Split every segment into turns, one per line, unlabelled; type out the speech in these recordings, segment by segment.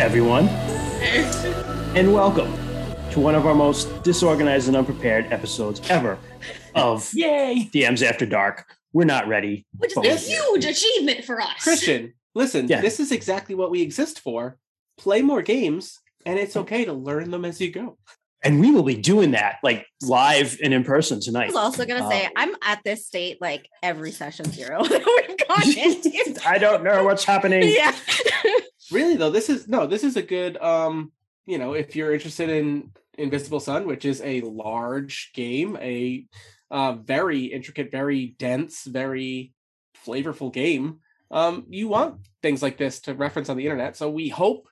everyone, and welcome to one of our most disorganized and unprepared episodes ever of
Yay!
DMs After Dark. We're not ready.
which is
But
a
we're here.
huge achievement for us.
Christian, listen,
Yeah.
this is exactly what we exist for. Play more games, and it's
Mm-hmm.
okay to learn them as you go.
And we will be doing that like live and in person
I
tonight.
was also gonna say
Uh,
I'm at this state like every session zero that we've gone into.
I don't know what's happening.
yeah,
Really though, this is no, this is a good um, you know, if you're interested in Invisible Sun, which is a large game, a uh, very intricate, very dense, very flavorful game. Um, you want things like this to reference on the internet, so we hope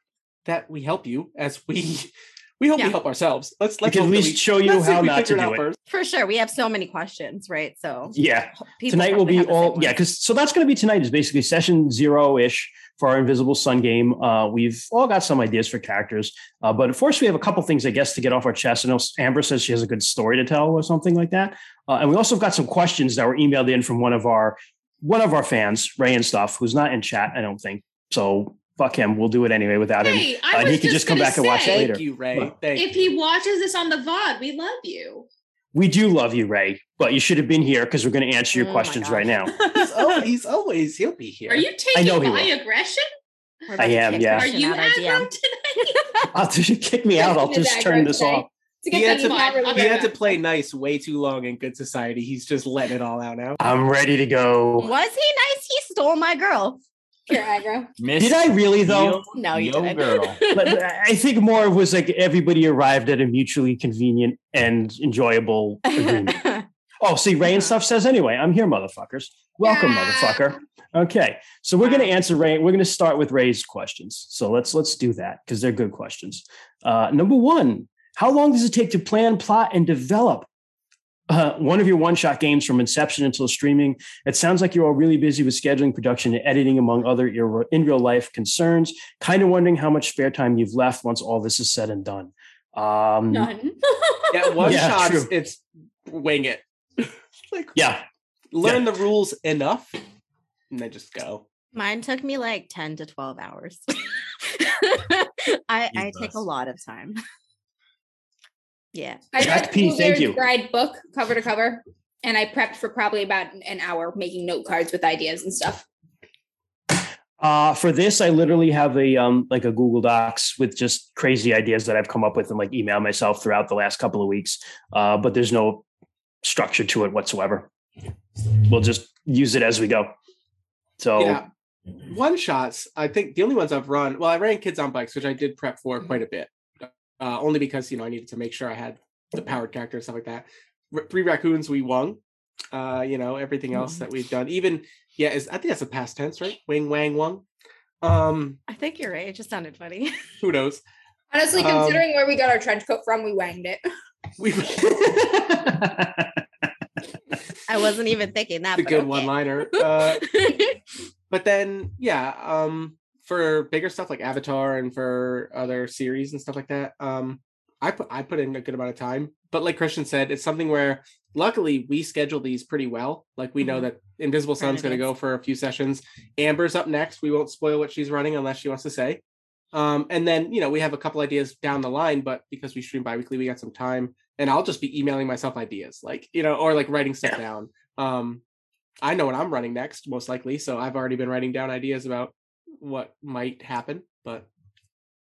that we help you as we we hope
Yeah.
we help ourselves. Let's
We
let's
can at
hope that
least
we-
show you
let's see if
how
we
not to
figure
do
out
it.
first.
for sure. We have so many questions, right? So
Yeah.
people
tonight will
probably
be
have the same
all yeah
ones.
because so that's going to be tonight is basically session zero ish for our invisible sun game uh, we've all got some ideas for characters uh, but first we have a couple things i guess to get off our chest i know amber says she has a good story to tell or something like that uh, and we also got some questions that were emailed in from one of our one of our fans ray and stuff who's not in chat i don't think so fuck him we'll do it anyway without him
Hey, I
Uh,
was
he can just come
gonna
back and watch it
say,
later.
Thank you, Ray.
Well,
Thank
If he watches this on the VOD, we love you.
we do love you ray but you should have been here because we're going to answer your
Oh my
questions
gosh.
right now
he's, al- he's always he'll be here.
Are you taking
know he
my
will.
aggression?
We're about
I
to
am,
kick
yeah.
Are
Christian
you
out our DM.
aggro today?
I'll, if you kick me out i'll just turn this off
To
He had, to,
Come on, I'll
he
be
had to
back.
play nice way too long in Good Society. He's just letting it all out now.
i'm ready to go
Was he nice? He stole my girl.
You're aggro.
Miss
Did I really though?
Yo-
No, you
yo
didn't.
girl.
But I think more it was like everybody arrived at a mutually convenient and enjoyable agreement. oh, see, Ray and stuff says anyway. I'm here, motherfuckers. Welcome,
Yeah.
motherfucker. Okay, so we're going to answer Ray. We're going to start with Ray's questions. So let's let's do that because they're good questions. Uh, number one, how long does it take to plan, plot, and develop uh, one of your one-shot games from inception until streaming? It sounds like you're all really busy with scheduling, production, and editing, among other ir- in real life concerns. Kind of wondering how much spare time you've left once all this is said and done. Um,
None.
At one
Yeah,
shot,
true.
it's wing it. like
Yeah,
learn the rules enough, and then just go.
Mine took me like 10 to 12 hours. I, I take
Jesus.
a lot of time. Yeah.
I
Jack
read
P,
Bluebeard's
thank you.
Bride book cover to cover, and I prepped for probably about an hour making note cards with ideas and stuff.
Uh, for this, I literally have a um, like a Google Docs with just crazy ideas that I've come up with and like email myself throughout the last couple of weeks. Uh, but there's no structure to it whatsoever. We'll just use it as we go. So
Yeah. One shots, I think the only ones I've run, well, I ran Kids on Bikes, which I did prep for quite a bit, uh, only because, you know, I needed to make sure I had the powered character and stuff like that. R- Three Raccoons, we won. Uh, you know, everything else that we've done, even, yeah, is I think that's a past tense, right? Wing, wang, wung. Um,
I think you're right. It just sounded funny.
who knows?
Honestly,
Um,
considering where we got our trench coat from, we wanged it.
We
I wasn't even thinking that.
the
but
good
okay.
one liner. Uh, but then yeah um for bigger stuff like avatar and for other series and stuff like that um i put i put in a good amount of time but like christian said it's something where luckily we schedule these pretty well like we know
Mhm.
that invisible
Right,
sun's
it
going to
is.
go for a few sessions amber's up next we won't spoil what she's running unless she wants to say um and then you know we have a couple ideas down the line but because we stream bi-weekly we got some time and i'll just be emailing myself ideas like you know or like writing stuff down um i know what i'm running next most likely so i've already been writing down ideas about what might happen but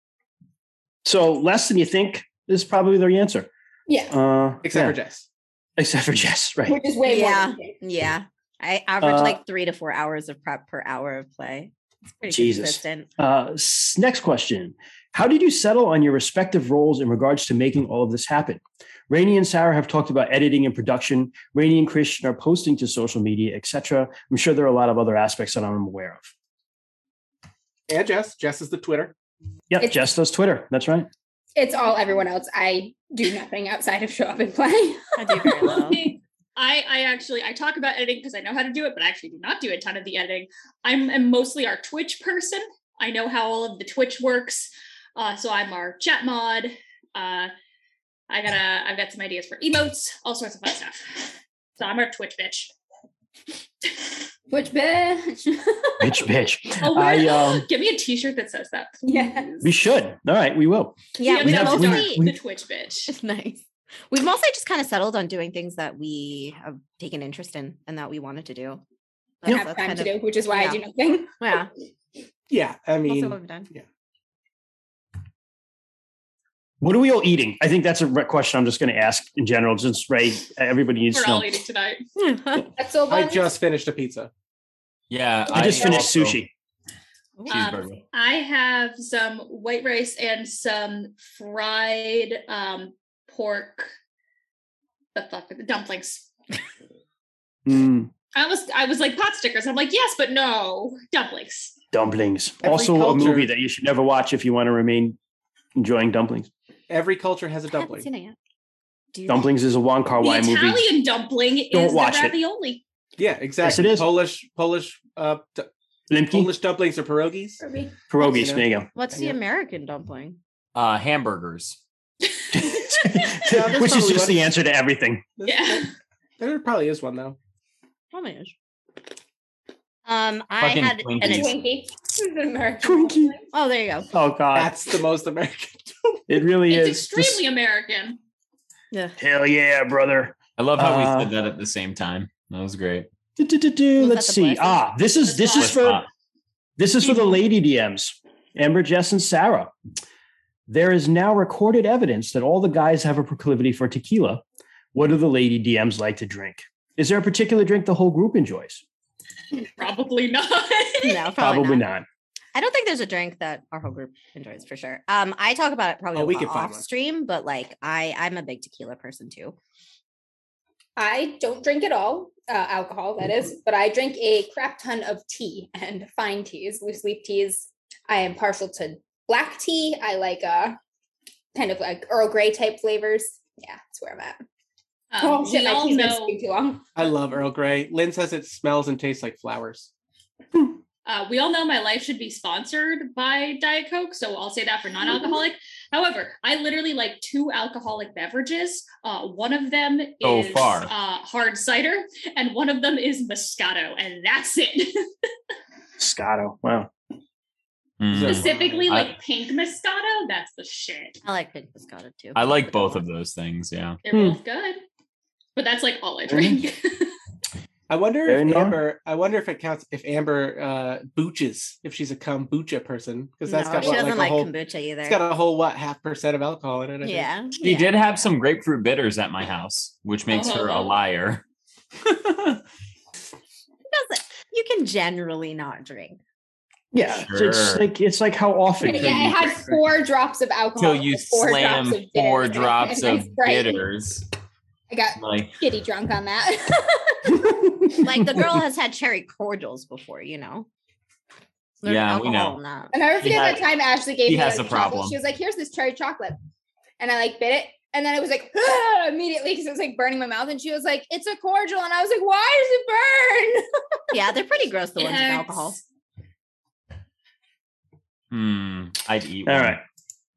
so less than you think is probably their answer.
yeah,
Uh,
except
yeah.
for jess
except for Jess, right?
which is way
Yeah.
more. than it.
yeah. I average
Uh,
like three to four hours of prep per hour of play. It's pretty
Jesus.
consistent.
Uh, s- next question. How did you settle on your respective roles in regards to making all of this happen? Rainey and Sarah have talked about editing and production. Rainey and Christian are posting to social media, etc. I'm sure there are a lot of other aspects that I'm aware of.
and jess jess is the twitter
Yep,
It's-
Jess does Twitter. That's right.
It's all everyone else. I do nothing outside of show up and play.
I do very well.
I, I actually I talk about editing because I know how to do it, but I actually do not do a ton of the editing. I'm, I'm mostly our Twitch person. I know how all of the Twitch works, uh, so I'm our chat mod. Uh, I got to I've got some ideas for emotes, all sorts of fun stuff. So I'm our Twitch bitch.
Which bitch?
bitch, bitch.
Oh,
I,
we're-
um,
give me a T-shirt that says that.
Yeah.
we should. All right, we will.
Yeah,
we,
we
have-
have
we-
to
mostly
start
we-
the Twitch bitch.
It's nice. We've mostly just kind of settled on doing things that we have taken interest in and that we wanted to do.
I
Yeah.
have
that's
time
kind
to
of-
do, which is why
yeah.
I do nothing.
Yeah,
Yeah, I
that's
mean,
what we've done.
What are we all eating? I think that's a re- question I'm just going to ask in general. Just Ray, everybody needs
We're
to know.
all eating tonight.
That's so
I
fun.
just finished a pizza.
Yeah,
I just finished
also-
sushi.
Cheeseburger.
I have some white rice and some fried um, pork. The fuck dumplings.
Mm,
I was I was like pot stickers. I'm like yes, but no dumplings.
dumplings.
Every
also,
culture-
a movie that you should never watch if you want to remain enjoying dumplings.
Every culture has a
I haven't
dumpling.
seen it yet. Do you-
Dumplings is a Wong Kar Wai
the
movie.
Italian dumpling
Oh, Don't
is the
watch it.
ravioli.
Yeah, exactly.
it is.
Polish, Polish, uh, d-
Limke,
Polish dumplings or pierogies.
pierogies.
Yeah.
There you go.
What's the
Yeah.
American dumpling?
Uh, hamburgers.
that's
Which is
probably
just
what-
the answer to everything.
Yeah.
There probably is one though.
Probably is. Um, I
Fucking
had an.
Twinkies.
ex-
Twinkie. This is an American.
Twinkie.
Oh, there you go.
Oh God,
That's the most American.
it really
It's
is.
extremely American.
Yeah.
This- hell yeah, brother.
I love how
Uh,
we said that at the same time. That was great.
Do, do, do, do.
Was that
Let's
the
see.
blessing?
Ah, this is this is
Let's
for
not.
This is for the lady DMs, Amber, Jess, and Sarah. There is now recorded evidence that all the guys have a proclivity for tequila. What do the lady DMs like to drink? Is there a particular drink the whole group enjoys?
Probably not.
No,
Probably,
probably, not.
not.
I don't think there's a drink that our whole group enjoys for sure. Um, I talk about it probably
Oh,
a
we
lot
can find
off
one.
stream, but like I, I'm a big tequila person too.
I don't drink at all, uh, alcohol that is, but I drink a crap ton of tea and fine teas, loose leaf teas. I am partial to black tea. I like uh, kind of like Earl Grey type flavors. Yeah, that's where I'm at.
Um,
oh shit,
we
my
all
tea's been
know.
sitting too long.
I love Earl Grey. Lynn says it smells and tastes like flowers.
Uh, we all know my life should be sponsored by Diet Coke, so I'll say that for non-alcoholic. However, I literally like two alcoholic beverages. Uh, one of them is
So far.
Uh, hard cider, and one of them is Moscato, and that's it.
Scotto. Wow.
Mm.
Specifically,
I-
like pink Moscato, that's the shit.
I like pink Moscato too.
I like both of those things. Yeah.
They're
Hmm.
both good, but that's like all I
Mhm.
drink.
I wonder
Very
if
nice.
Amber. I wonder if it counts if Amber uh booches if she's a kombucha person because that's
no,
got
she
what, like
doesn't
a
like
whole.
kombucha either.
It's got a whole what half percent of alcohol in it. I think.
yeah.
She
yeah.
did have some grapefruit bitters at my house, which makes her a
Oh.
liar.
She doesn't- You can generally not drink.
Yeah. it's- It's
Sure.
like it's like how often. can
Yeah,
you
I had
drink?
four drops of alcohol.
Till you
and four
slam
drops of bitters
four
and a-
drops
and a
of
Sprite.
bitters.
I got
Like,
kitty drunk on that.
Like the girl has had cherry cordials before, you know.
Yeah, we know.
alcohol in that.
I never
He
forget
has-
that time Ashley gave
he
me
has
like,
a
chocolate.
problem.
She was like, "Here's this cherry chocolate," and I like bit it, and then it was like "Ugh," immediately because it was like burning my mouth, and she was like, "It's a cordial," and I was like, "Why does it burn?"
Yeah, they're pretty gross. The
It
ones with alcohol.
hurts.
hmm, I'd eat.
All
one.
right.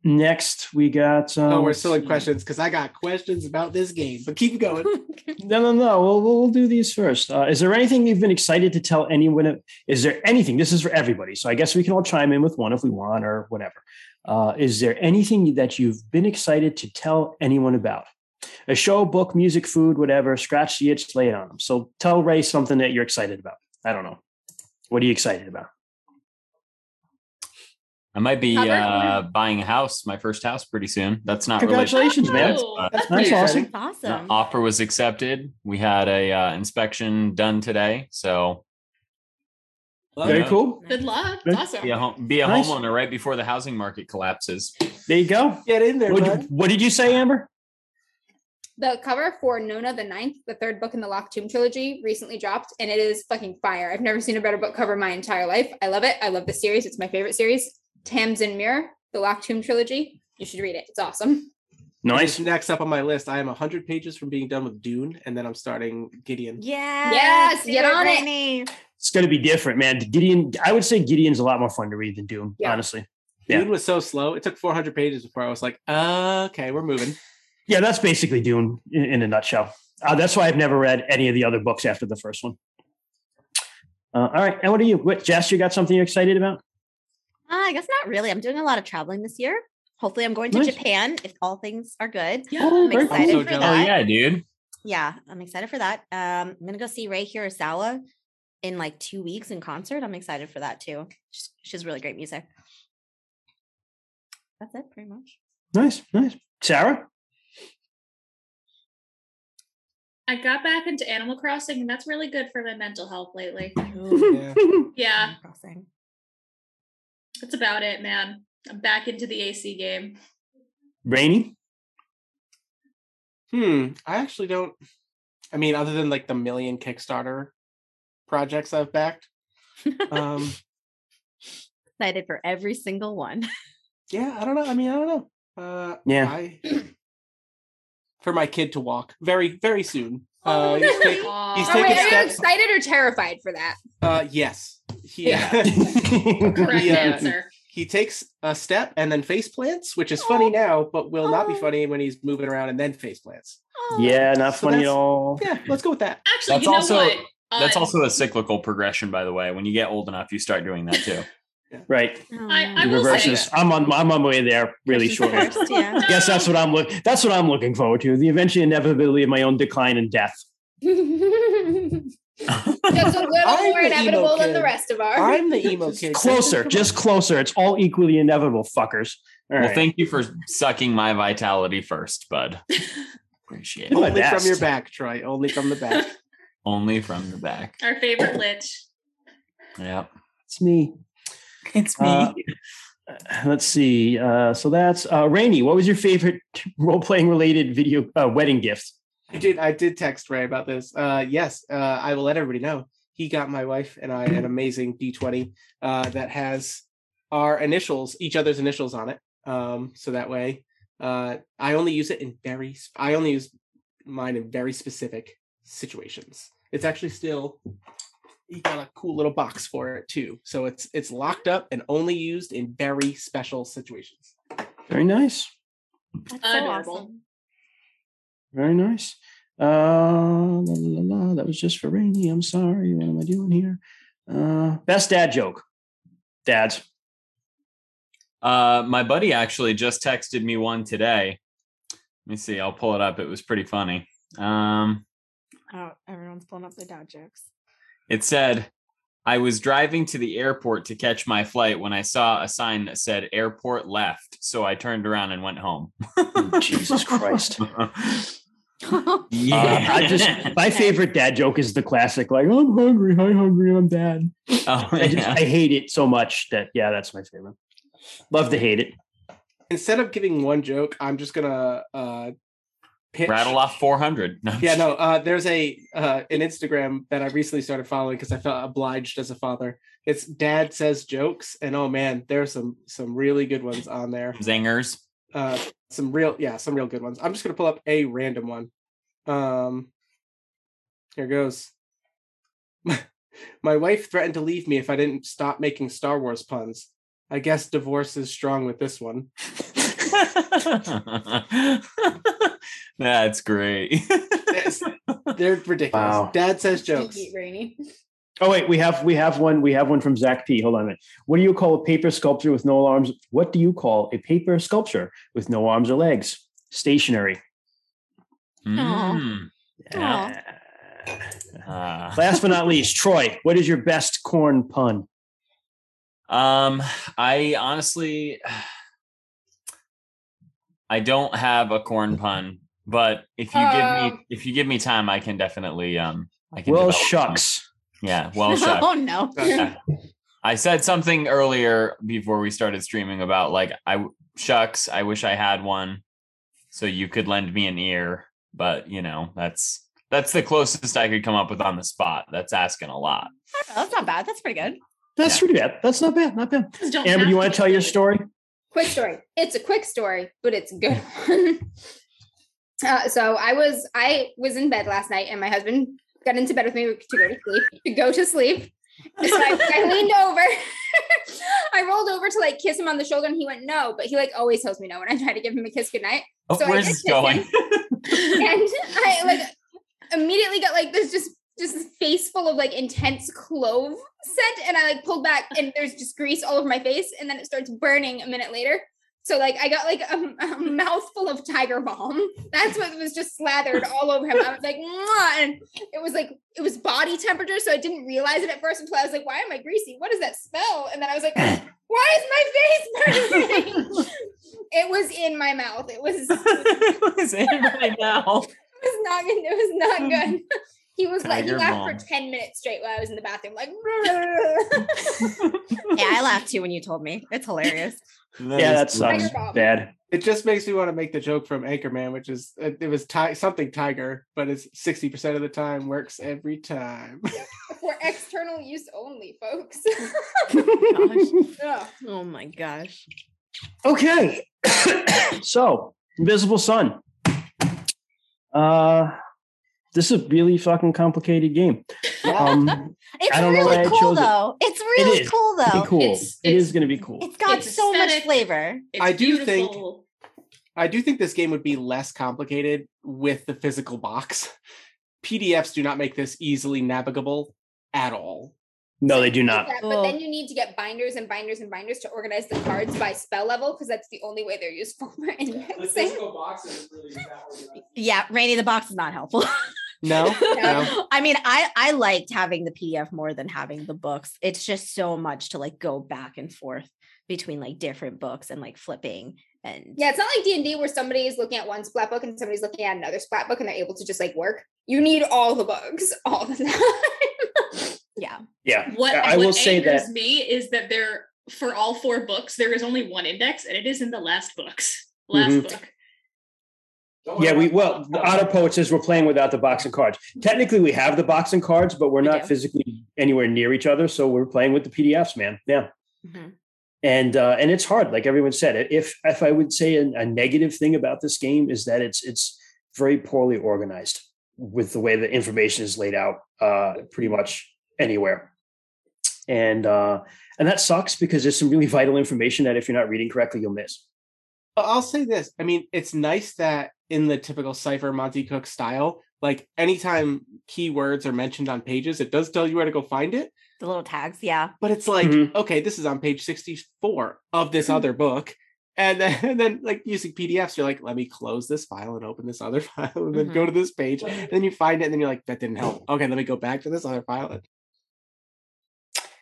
Next, we got. Um,
Oh, we're still in questions because I got questions about this game. But keep going.
No, no, no. We'll, we'll, we'll do these first. Uh, is there anything you've been excited to tell anyone? Is there anything? This is for everybody. So I guess we can all chime in with one if we want or whatever. Uh, is there anything that you've been excited to tell anyone about? A show, book, music, food, whatever. Scratch the itch, lay it on them. So tell Ray something that you're excited about. I don't know. What are you excited about?
I might be
Covered?
uh, buying a house, my first house, pretty soon. That's not related.
Congratulations, man.
Oh,
Uh,
That's
pretty
awesome.
exciting.
That's awesome.
The offer was accepted. We had a uh, inspection done today, so
Very
Yeah.
cool.
Good luck.
Nice.
Awesome.
be a home, be a
Nice.
homeowner right before the housing market collapses.
There you go.
Get in there,
What,
bud.
what did you say, Amber?
the cover for Nona the Ninth, the third book in the Lock Tomb trilogy, recently dropped, and it is fucking fire. I've never seen a better book cover in my entire life. I love it. I love this series. It's my favorite series. Tamsin Mirror, the Lock Tomb trilogy. You should read it. It's awesome.
Nice.
Next up on my list, I am hundred pages from being done with Dune, and then I'm starting Gideon.
Yeah.
Yes, get on it.
it.
It's going to be different, man. Gideon, I would say Gideon's a lot more fun to read than Doom,
Yeah.
honestly. Yeah.
Dune was so slow. It took 400 pages before I was like, okay, we're moving.
Yeah, that's basically Dune in, in a nutshell. Uh, that's why I've never read any of the other books after the first one. Uh, all right. And what are you? What, Jess, you got something you're excited about?
Uh, I guess not really. I'm doing a lot of traveling this year. Hopefully, I'm going to
Nice.
Japan if all things are good.
Oh,
I'm
very
excited
cool.
for
Oh
jealous.
that.
yeah, dude.
yeah, I'm excited for that. Um, I'm gonna go see Rei Hirasawa in like two weeks in concert. I'm excited for that too. She's, she's really great music. That's it, pretty much.
Nice, nice. Sarah?
I got back into Animal Crossing, and that's really good for my mental health lately.
Yeah.
Yeah,
Animal Crossing.
that's about it, man. I'm back into the AC game.
Rainy?
Hmm. I actually don't. I mean, other than like the million Kickstarter projects I've backed. Um.
Excited for every single one.
yeah. I don't know. I mean, I don't know. Uh,
Yeah.
I, for my kid to walk very, very soon. uh,
Oh,
he's take,
Aw.
he's
Are
taking
we- are you
steps.
excited or terrified for that?
uh, yes. He,
Yeah.
Correct
Yeah.
answer.
he takes a step and then face plants, which is funny now, but will not be
Oh.
funny when he's moving around and then face plants.
yeah, not
So
funny at
that's-
all.
Yeah, let's go with that.
Actually,
That's
you know
also-
what?
That's
Um,
also a cyclical progression, by the way. When you get old enough, you start doing that too.
Right.
Oh,
I
The
will
reverse
say-
is I'm on I'm on my way there really
Questions
shortly.
first, yeah.
Guess that's what I'm look that's what I'm looking forward to. The eventual inevitability of my own decline and death.
Just a
I'm
little more
the emo
inevitable than
kid.
the rest of our.
I'm the emo kid.
Closer, just closer. It's all equally inevitable, fuckers. All
Well,
right.
thank you for sucking my vitality first, bud. Appreciate it.
my
only from
best.
your back, Troy. Only from the back.
Only from the back.
Our favorite lich.
Yep.
it's me.
It's
Uh, Let's see. Uh, so that's uh, Rainy. What was your favorite role playing related video uh, wedding gift?
I did. I did text Ray about this. Uh, yes, uh, I will let everybody know. He got my wife and I an amazing D20 uh, that has our initials, each other's initials on it. Um, so that way, uh, I only use it in very. sp- I only use mine in very specific situations. It's actually still. He got a cool little box for it too, so it's it's locked up and only used in very special situations.
Very nice.
That's
Adorable.
awesome.
Very nice. Uh, la, la, la, la. That was just for Rainy. I'm sorry. What am I doing here? Uh, best dad joke. Dads.
Uh, my buddy actually just texted me one today. Let me see. I'll pull it up. It was pretty funny. Um,
Oh, everyone's pulling up the dad jokes.
it said, I was driving to the airport to catch my flight when I saw a sign that said airport left. So I turned around and went home.
Oh, Jesus Christ.
yeah.
Uh, I just my favorite dad joke is the classic like I'm hungry, I'm hungry, I'm dad.
oh,
I just
yeah.
I hate it so much that yeah, that's my favorite. Love to hate it.
Instead of giving one joke, I'm just gonna uh, pitch
rattle off 400. No, I'm
yeah no uh there's a uh an instagram that i recently started following because i felt obliged as a father it's dad says jokes and oh man there's some some really good ones on there
just- zingers.
uh some real yeah some real good ones i'm just gonna pull up a random one um here goes my wife threatened to leave me if i didn't stop making star wars puns i guess divorce is strong with this one
That's great.
It's- they're ridiculous
Wow.
dad says jokes
Pinky, Rainy.
Oh wait, we have we have one we have one from Zach P. Hold on a minute. What do you call a paper sculpture with no arms? What do you call a paper sculpture with no arms or legs? Stationary.
Mm.
Aw.
Uh,
Last but not least, Troy, what is your best corn pun?
um, I honestly, I don't have a
Mm-hmm.
corn pun, but if you give me
Um.
if you give me time, I can definitely um I can.
Well,
develop one.
shucks.
Yeah, well shucks.
Oh no.
I said something earlier before we started streaming about like I shucks, I wish I had one so you could lend me an ear, but you know, that's that's the closest I could come up with on the spot. That's asking a lot.
That's not bad. That's pretty good.
That's pretty bad. That's not bad. Not bad.
Just don't
Amber,
have
do you want
be
to tell your
related.
story?
quick story. It's a quick story, but it's a good one. Uh, so I was I was in bed last night, and my husband got into bed with me to go to sleep. To go to sleep. So I, I leaned over. I rolled over to like kiss him on the shoulder, and he went no. But he like always tells me no when I try to give him a kiss goodnight.
Oh,
So I
where's
just
this going?
and I like immediately got like this just just this face full of like intense clove scent, and I like pulled back, and there's just grease all over my face, and then it starts burning a minute later. So like I got like a, a mouthful of tiger balm. That's what was just slathered all over him. I was like, Mwah! and it was like it was body temperature, so I didn't realize it at first until I was like, why am I greasy? What is that smell? And then I was like, why is my face burning? it was in my mouth. It was
Is anybody now?
it was not good. It was not good. He was like he
Tiger
laughed
Mom.
for ten minutes straight while I was in the bathroom, like
Yeah, I laughed too when you told me. It's hilarious.
yeah, that
Tiger
sounds
Bomb.
bad.
It just makes me want to make the joke from Anchorman, which is uh, it was ti- something tiger, but it's sixty percent of the time works every time.
for external use only, folks. Ugh.
Oh my gosh.
Okay. so, Invisible Sun. Uh, this is a really fucking complicated game. Um,
It's
I don't know why I
really cool
chose it.
though. It's really
is.
cool though.
be cool.
it's-
it
it's-
is going to be cool.
It's got
It's
so much
aesthetic.
flavor.
It's
I do think-
beautiful.
I do think this game would be less complicated with the physical box. PDFs do not make this easily navigable at all.
No, they do not.
Yeah, but then you need to get binders and binders and binders to organize the cards by spell level because that's the only way they're useful for indexing.
box is really
Yeah, Rainy, the box is not helpful.
No, no.
I mean, I I liked having the PDF more than having the books. It's just so much to like go back and forth between like different books and like flipping and
Yeah, it's not like D and D where somebody is looking at one splat book and somebody's looking at another splat book and they're able to just like work. You need all the books all the time.
yeah.
Yeah.
What
I
what
will say
angers
that-
me is that there for all four books there is only one index, and it is in the last books. Last
Mhm.
book.
Yeah, we well, the Honor Poet says we're playing without the box and cards. Technically, we have the box and cards, but we're
We
not
do.
physically anywhere near each other, so we're playing with the PDFs, man. Yeah,
Mhm.
and uh, and it's hard, like everyone said. If if I would say a, a negative thing about this game is that it's it's very poorly organized with the way the information is laid out, uh, pretty much anywhere, and uh, and that sucks because there's some really vital information that if you're not reading correctly, you'll miss.
But I'll say this. I mean, it's nice that in the typical cipher Monty Cook style, like anytime keywords are mentioned on pages, it does tell you where to go find it.
The little tags, yeah.
But it's like,
Mhm.
Mm-hmm.
okay, this is on page 64 of this other book. And then, and then like using PDFs, you're like, let me close this file and open this other file and then
Mm-hmm.
go to this page. And then you find it and then you're like, that didn't help. Okay, let me go back to this other file.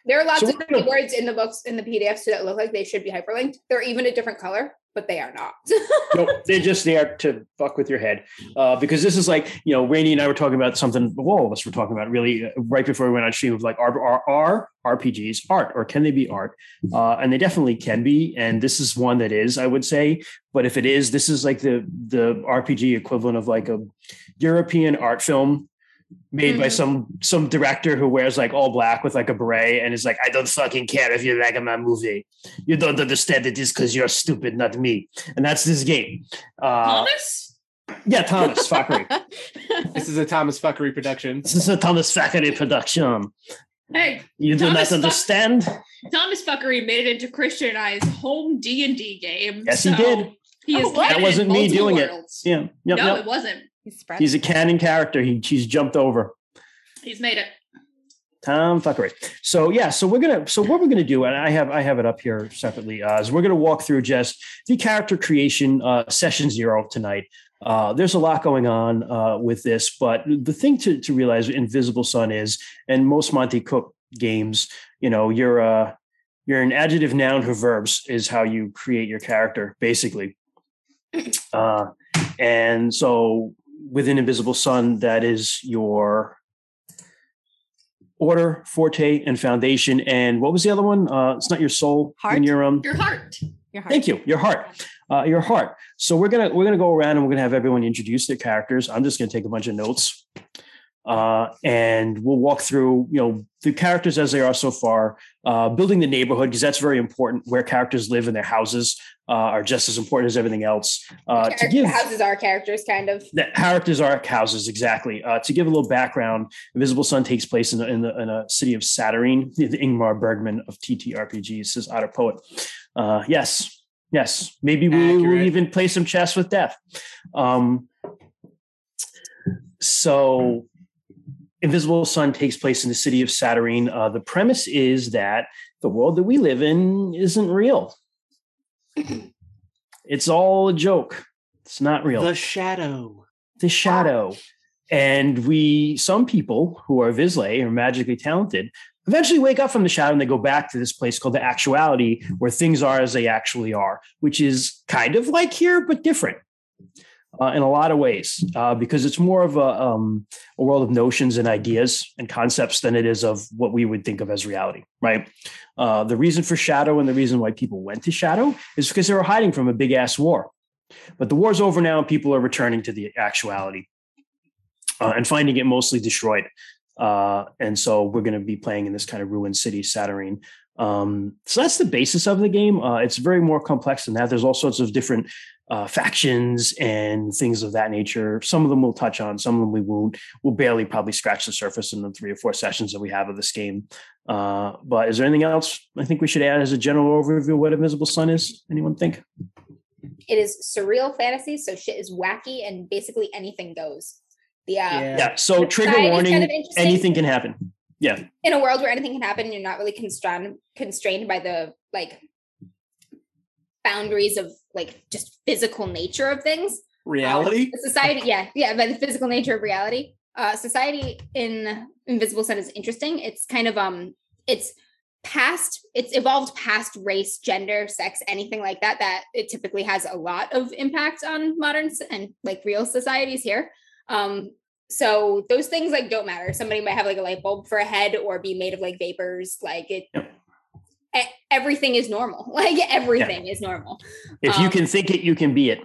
There are lots
So
of
we're gonna-
keywords in the books in the PDFs too that look like they should be hyperlinked. They're even a different color, but they are not.
nope, they're just there to fuck with your head. Uh, because this is like, you know, Rainey and I were talking about something, well, all of us were talking about really uh, right before we went on stream of like, are, are, are RPGs art or can they be art? Uh, and they definitely can be. And this is one that is, I would say. But if it is, this is like the, the RPG equivalent of like a European art film made by
Mhm.
some some director who wears like all black with like a beret and is like i don't fucking care if you like my movie you don't understand it is because you're stupid not me and that's this game uh
Thomas?
yeah thomas fuckery
This is a Thomas Fuckery production.
this is a thomas fuckery production Um,
Hey,
you do
Thomas
not
Fuck-
understand
Thomas Fuckery made it into Christianized home D and D game.
Yes, he did.
He is
Oh, what?
That wasn't me doing it.
it.
yeah yep,
no,
yep.
it wasn't.
You spread
he's a canon character he, he's jumped over
He's made it.
Tom fuckery. So yeah, so we're gonna so what we're gonna do, and I have I have it up here separately, uh, is we're gonna walk through just the character creation uh, session zero tonight. Uh, there's a lot going on uh, with this, but the thing to, to realize with Invisible Sun is, and most Monty Cook games, you know, you're uh, you're an adjective, noun, who verbs is how you create your character, basically. Uh, and so within Invisible Sun, that is your order, forte, and foundation. And what was the other one? Uh, it's not your soul.
Heart?
And your um.
Your heart.
your heart.
Thank you. Your heart. Uh, your heart. So we're gonna we're gonna go around and we're gonna have everyone introduce their characters. I'm just gonna take a bunch of notes, uh, and we'll walk through you know the characters as they are so far, uh, building the neighborhood because that's very important. Where characters live in their houses uh, are just as important as everything else. Uh, to
Character-
give
houses are characters, kind of.
that characters are houses exactly. Uh, to give a little background, Invisible Sun takes place in, the, in, the, in a city of Saturnine. The Ingmar Bergman of TTRPG says Otter Poet. Uh, yes, yes. Maybe we will
Accurate.
even play some chess with death. Um, so Invisible Sun takes place in the city of Saturnine. Uh, the premise is that the world that we live in isn't real. it's all a joke. It's not real.
The shadow.
the shadow. And we, some people who are Visley or magically talented, eventually wake up from the shadow and they go back to this place called the actuality where things are as they actually are, which is kind of like here, but different. Uh, in a lot of ways, uh, because it's more of a, um, a world of notions and ideas and concepts than it is of what we would think of as reality, right? Uh, the reason for shadow and the reason why people went to shadow is because they were hiding from a big ass war. But the war's over now, and people are returning to the actuality uh, and finding it mostly destroyed. Uh, and so we're going to be playing in this kind of ruined city, Saturnine. Um, so that's the basis of the game. Uh, it's very more complex than that. There's all sorts of different uh, factions and things of that nature. Some of them we'll touch on, some of them we won't. We'll barely probably scratch the surface in the three or four sessions that we have of this game. Uh, but is there anything else I think we should add as a general overview of what Invisible Sun is? Anyone think?
It is surreal fantasy, so shit is wacky and basically anything goes. The uh,
Yeah.
Yeah. So trigger
Society is
warning:
kind of interesting.
anything can happen.
in a world where anything can happen, you're not really constrained constrained by the like boundaries of like just physical nature of things.
Reality.
The society, yeah, yeah, by the physical nature of reality. Uh, society in Invisible Sun is interesting. It's kind of um, it's past, it's evolved past race, gender, sex, anything like that. That it typically has a lot of impact on modern s- and like real societies here. Um, so those things like don't matter. Somebody might have like a light bulb for a head or be made of like vapors. Like it,
Yep.
e- everything is normal. Like everything is normal
If you
Um,
can think it, you can be it.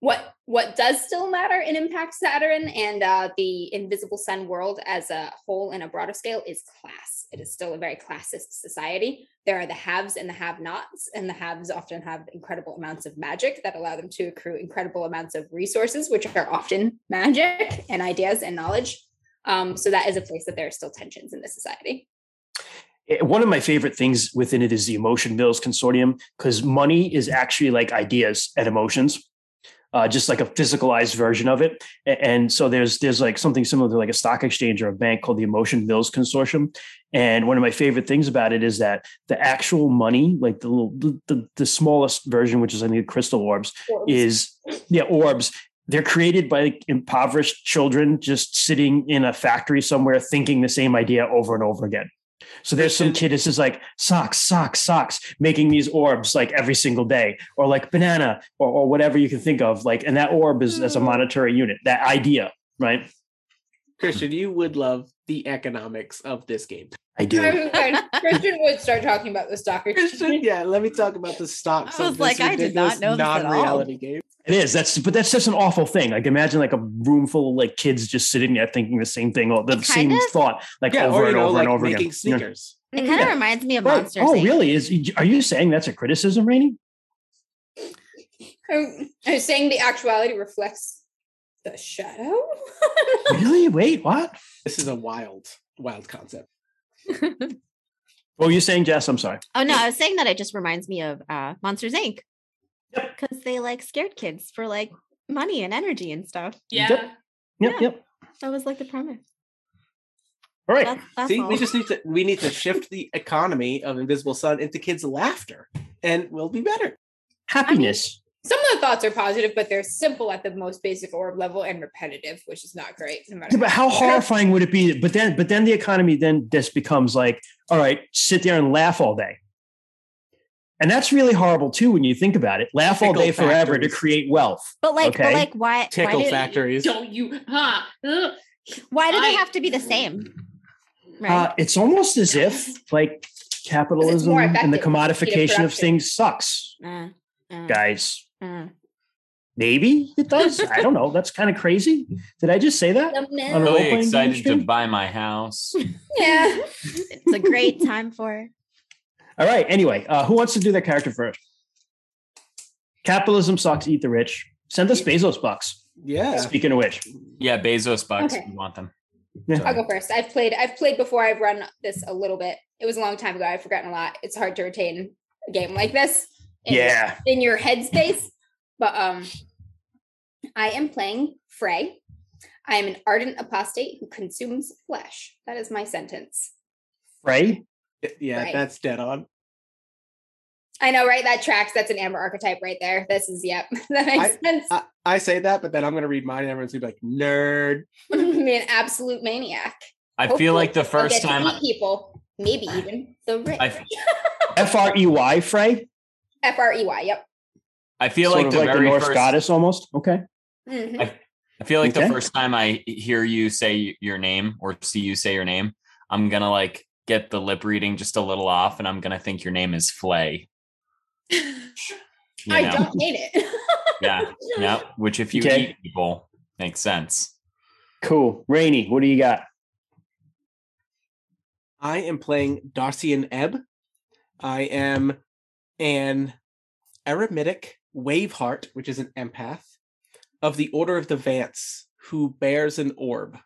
what what does still matter and impact Saturn and uh, the invisible sun world as a whole in a broader scale is class. It is still a very classist society. There are the haves and the have-nots, and the haves often have incredible amounts of magic that allow them to accrue incredible amounts of resources, which are often magic and ideas and knowledge. Um, so that is a place that there are still tensions in the society.
it- Eh, one of my favorite things within it is the emotion mills consortium because money is actually like ideas and emotions uh, just like a physicalized version of it A- and so there's there's like something similar to like a stock exchange or a bank called the emotion mills consortium and one of my favorite things about it is that the actual money like the little the, the, the smallest version which is i think crystal orbs
Orbs.
is yeah orbs they're created by like, impoverished children just sitting in a factory somewhere thinking the same idea over and over again so there's some kid that's just like socks socks socks making these orbs like every single day or like banana or, or whatever you can think of like and that orb is
Mm.
as a monetary unit that idea right
Christian, you would love the economics of this game.
i do
Christian would start talking about this doctor.
Christian, yeah, let me talk about the stocks.
I was
of this
like, I did not
ridiculous
know this at all.
non-reality game.
it is that's but that's such an awful thing like imagine like a room full of like kids just sitting there thinking the same thing or the
It
same
kinda-
thought like
yeah,
over
or you
and
know,
over
like
and over
making
again You know?
sneakers.
It kind of
Yeah.
reminds me of
Right.
Monsters.
Oh,
Inc.
really? Is are you saying that's a criticism, Rainey?
I'm, I'm saying the actuality reflects the shadow.
Really? Wait, what?
This is a wild, wild concept.
What were you saying, Jess? I'm sorry.
Oh no, I was saying that it just reminds me of uh, Monsters Inc. Because they like scared kids for like money and energy and stuff.
Yeah.
Yep. Yep,
Yeah.
yep.
That was like the premise.
All right.
That's, that's
See,
all.
we just need to we need to shift the economy of Invisible Sun into kids' laughter, and we'll be better.
Happiness.
Some of the thoughts are positive, but they're simple at the most basic orb level and repetitive, which is not great. No matter
Yeah, but how horrifying would it be? But then, but then the economy then just becomes like, all right, sit there and laugh all day. And that's really horrible too when you think about it. Laugh all
Tickle
day forever to
factories.
create wealth.
but like, but
okay.
like, why? Why
Tickle
do,
factories.
Don't you? Huh? Ugh.
why do they
I-
have to be the same? Right.
Uh, it's almost as if like capitalism
more
and the
effective to
commodification of
corruption.
things sucks,
Uh, uh,
guys.
uh.
Maybe it does. I don't know. That's kind of crazy. Did I just say that?
Numbness.
on a
Really
role-playing game
excited to
stream?
buy my house.
Yeah.
it's a great time for.
All right. Anyway, uh, who wants to do their character first? Capitalism sucks. Eat the rich. Send us Bezos bucks.
Yeah,
Speaking of which,
Yeah, Bezos bucks.
Okay.
We want them.
I'll go first. I've played. I've played before. I've run this a little bit. It was a long time ago. I've forgotten a lot. It's hard to retain a game like this. in-
yeah,
in your headspace. But um, I am playing Frey. I am an ardent apostate who consumes flesh. That is my sentence.
Frey?
Yeah,
Right.
that's dead on.
I know, right? That tracks. That's an amber archetype right there. This is, yep. That makes sense.
uh,
I, I say that, but then I'm gonna read mine, and everyone's gonna be like, "Nerd."
be an absolute maniac.
I feel like the
I'll
first
get to
time
meet people, maybe even the rich.
I-
F R E Y, Frey?
F R E Y. Yep.
I feel
sort
like
of
the
like the
very
Norse
first
goddess almost. Okay.
Mhm.
I feel like
Okay.
the first time I hear you say your name or see you say your name, I'm gonna like get the lip reading just a little off, and I'm gonna think your name is Flay. You
I
know?
don't hate it.
Yeah. Yeah. Which, if you
Okay.
eat people, makes sense.
Cool. Rainy, what do you got?
I am playing Darcian Ebb. I am an eremitic waveheart, which is an empath of the Order of the Vance, who bears an orb.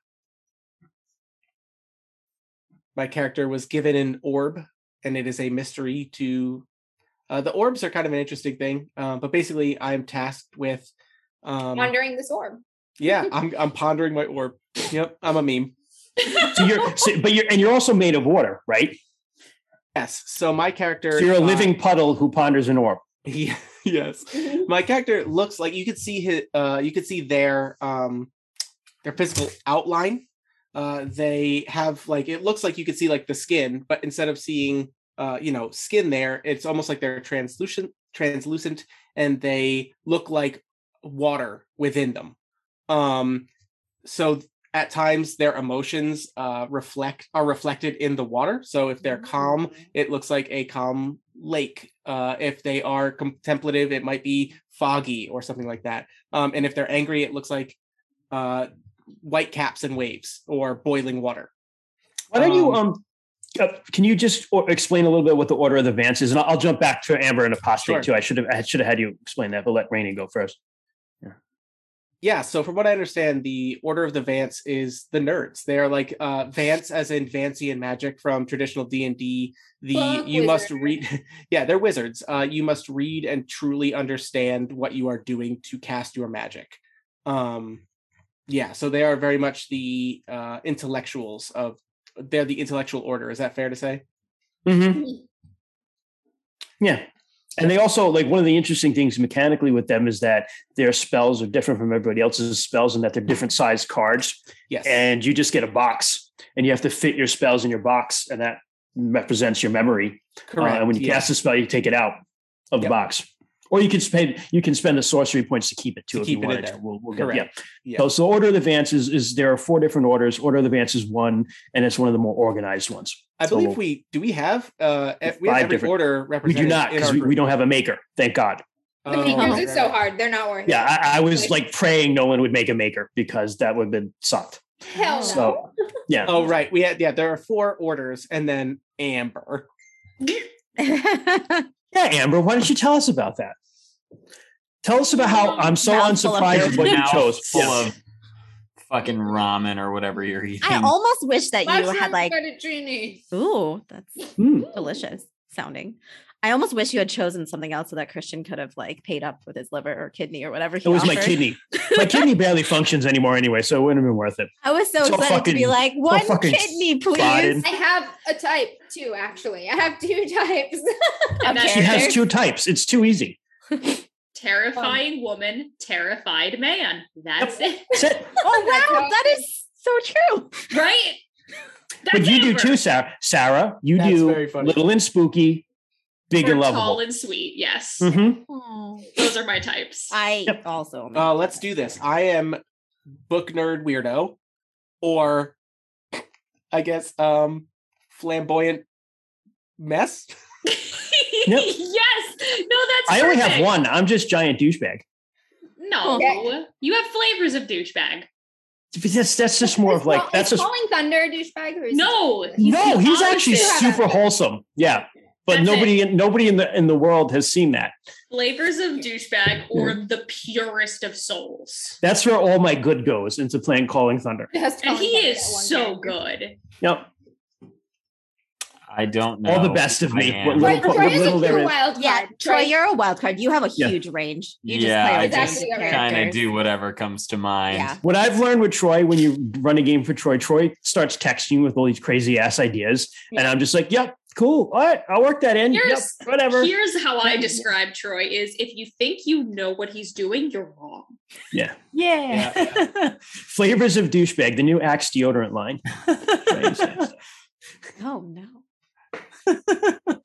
My character was given an orb, and it is a mystery to. Uh, the orbs are kind of an interesting thing, uh, but basically, I'm tasked with. Um,
Wandering this orb.
yeah, I'm I'm pondering my orb. Yep, I'm a meme.
So you're, so, but you're, and you're also made of water, right?
Yes, so my character.
So you're a
uh,
living puddle who ponders an orb.
He, yes.
Mhm.
My character looks like you could see his uh you could see their um their physical outline. Uh they have like it looks like you could see like the skin, but instead of seeing uh you know skin there, it's almost like they're translucent translucent and they look like water within them. Um so at times their emotions uh reflect are reflected in the water. So if they're calm, it looks like a calm lake. Uh, if they are contemplative, it might be foggy or something like that. Um, and if they're angry, it looks like uh, white caps and waves or boiling water.
Why don't you,
Um,
um, uh, can you just o- explain a little bit what the order of the Vance is? And I'll, I'll jump back to Amber and apostate
Sure.
too. I should have, I should have had you explain that, but let Rainy go first.
Yeah, so from what I understand, the Order of the Vance is the nerds. They are like uh Vance as in Vancian magic from traditional D&D. The
Fuck
you must read Yeah, they're wizards. Uh you must read and truly understand what you are doing to cast your magic. Um yeah, so they are very much the uh intellectuals of they're the intellectual order. Is that fair to say?
Mm-hmm. Yeah. And they also like one of the interesting things mechanically with them is that their spells are different from everybody else's spells and that they're different sized cards.
Yes.
and you just get a box and you have to fit your spells in your box and that represents your memory Uh, and when you
yeah.
cast a spell you take it out of the
Yep.
box or you can spend you can spend the sorcery points to keep it too
To
if
keep
you
it in
wanted
there.
to we'll, we'll get yeah.
Correct. Yeah.
So, so order of advance is, is there are four different orders order of advance is one and it's one of the more organized ones
I
So
believe we do we have uh if we
Five
have every
different-
order
we do
represented
not
in our
because we, we
group.
don't have a maker thank god
The
Oh,
makers
right,
are
right,
so
right.
hard. They're not worth
Um, yeah
it.
I, I was like praying no one would make a maker because that would have been sucked
Hell no.
so yeah
Oh right, we had yeah. There are four orders, and then Amber.
Yeah, Amber, why don't you tell us about that? Tell us about how I'm so
Mouthful of
unsurprised at what you
Mouth
chose.
full
Yeah.
of fucking ramen or whatever you're eating.
I almost wish that you
Mushroom
had like,
fettuccine.
ooh, that's
Hmm.
delicious sounding. I almost wish you had chosen something else so that Christian could have like paid up with his liver or kidney or whatever. He
It was my
offered.
kidney. My kidney barely functions anymore anyway, so it wouldn't have been worth it.
I was so
It's all
excited to be
fucking-
like, one
fucking
kidney, please.
fried.
I have a type too, actually. I have two types.
And that
She has
character,
two types. It's too easy.
terrifying woman, terrified man. That's
That's it.
Oh
That's
wow,
how-
that is so true.
it, right?
But
That's
you do
Amber.
too, Sarah. Sarah, you
That's
do
very funny.
little and spooky, big
We're
and
tall
lovable.
and sweet. Yes,
Mhm.
those are my types.
I
Yep.
also. am
Uh, let's do this. I am book nerd weirdo, or I guess um flamboyant mess.
Yep.
yes. No, that's.
I only have
perfect.
one. I'm just giant douchebag.
No,
Okay.
you have flavors of douchebag.
That's that's just more of like that's
is
just
Falling Thunder a douchebag? or is
No,
no.
the
He's actually
opposite.
opposite.
super wholesome. Yeah, but
That's it.
nobody in nobody in the in the world has seen that.
flavors of douchebag or the purest of souls.
That's where all my good goes into
Oh,
playing Calling Thunder.
he just
And
Falling
he
Thunder
is
that one
so
character?
good.
Yep.
I don't know.
All the best of
I
me.
am.
What
Troy,
little-
Troy
what
is a
little there
true
is.
wild card.
Yeah, Troy, you're a wild card. You have a
Yeah.
huge range. You
Yeah, I
just
just
play with random
kinda
Kind of
characters.
do whatever comes to mind.
Yeah.
What I've learned with Troy, when you run a game for Troy, Troy starts texting you with all these crazy ass ideas, and I'm just like, "Yep, cool. All right, I'll work that in. Yep,
Here's-
whatever."
Here's how I describe Troy is if you think you know what he's doing, you're wrong.
Yeah.
Yeah.
Flavors of douchebag, the new Axe deodorant line.
Oh no.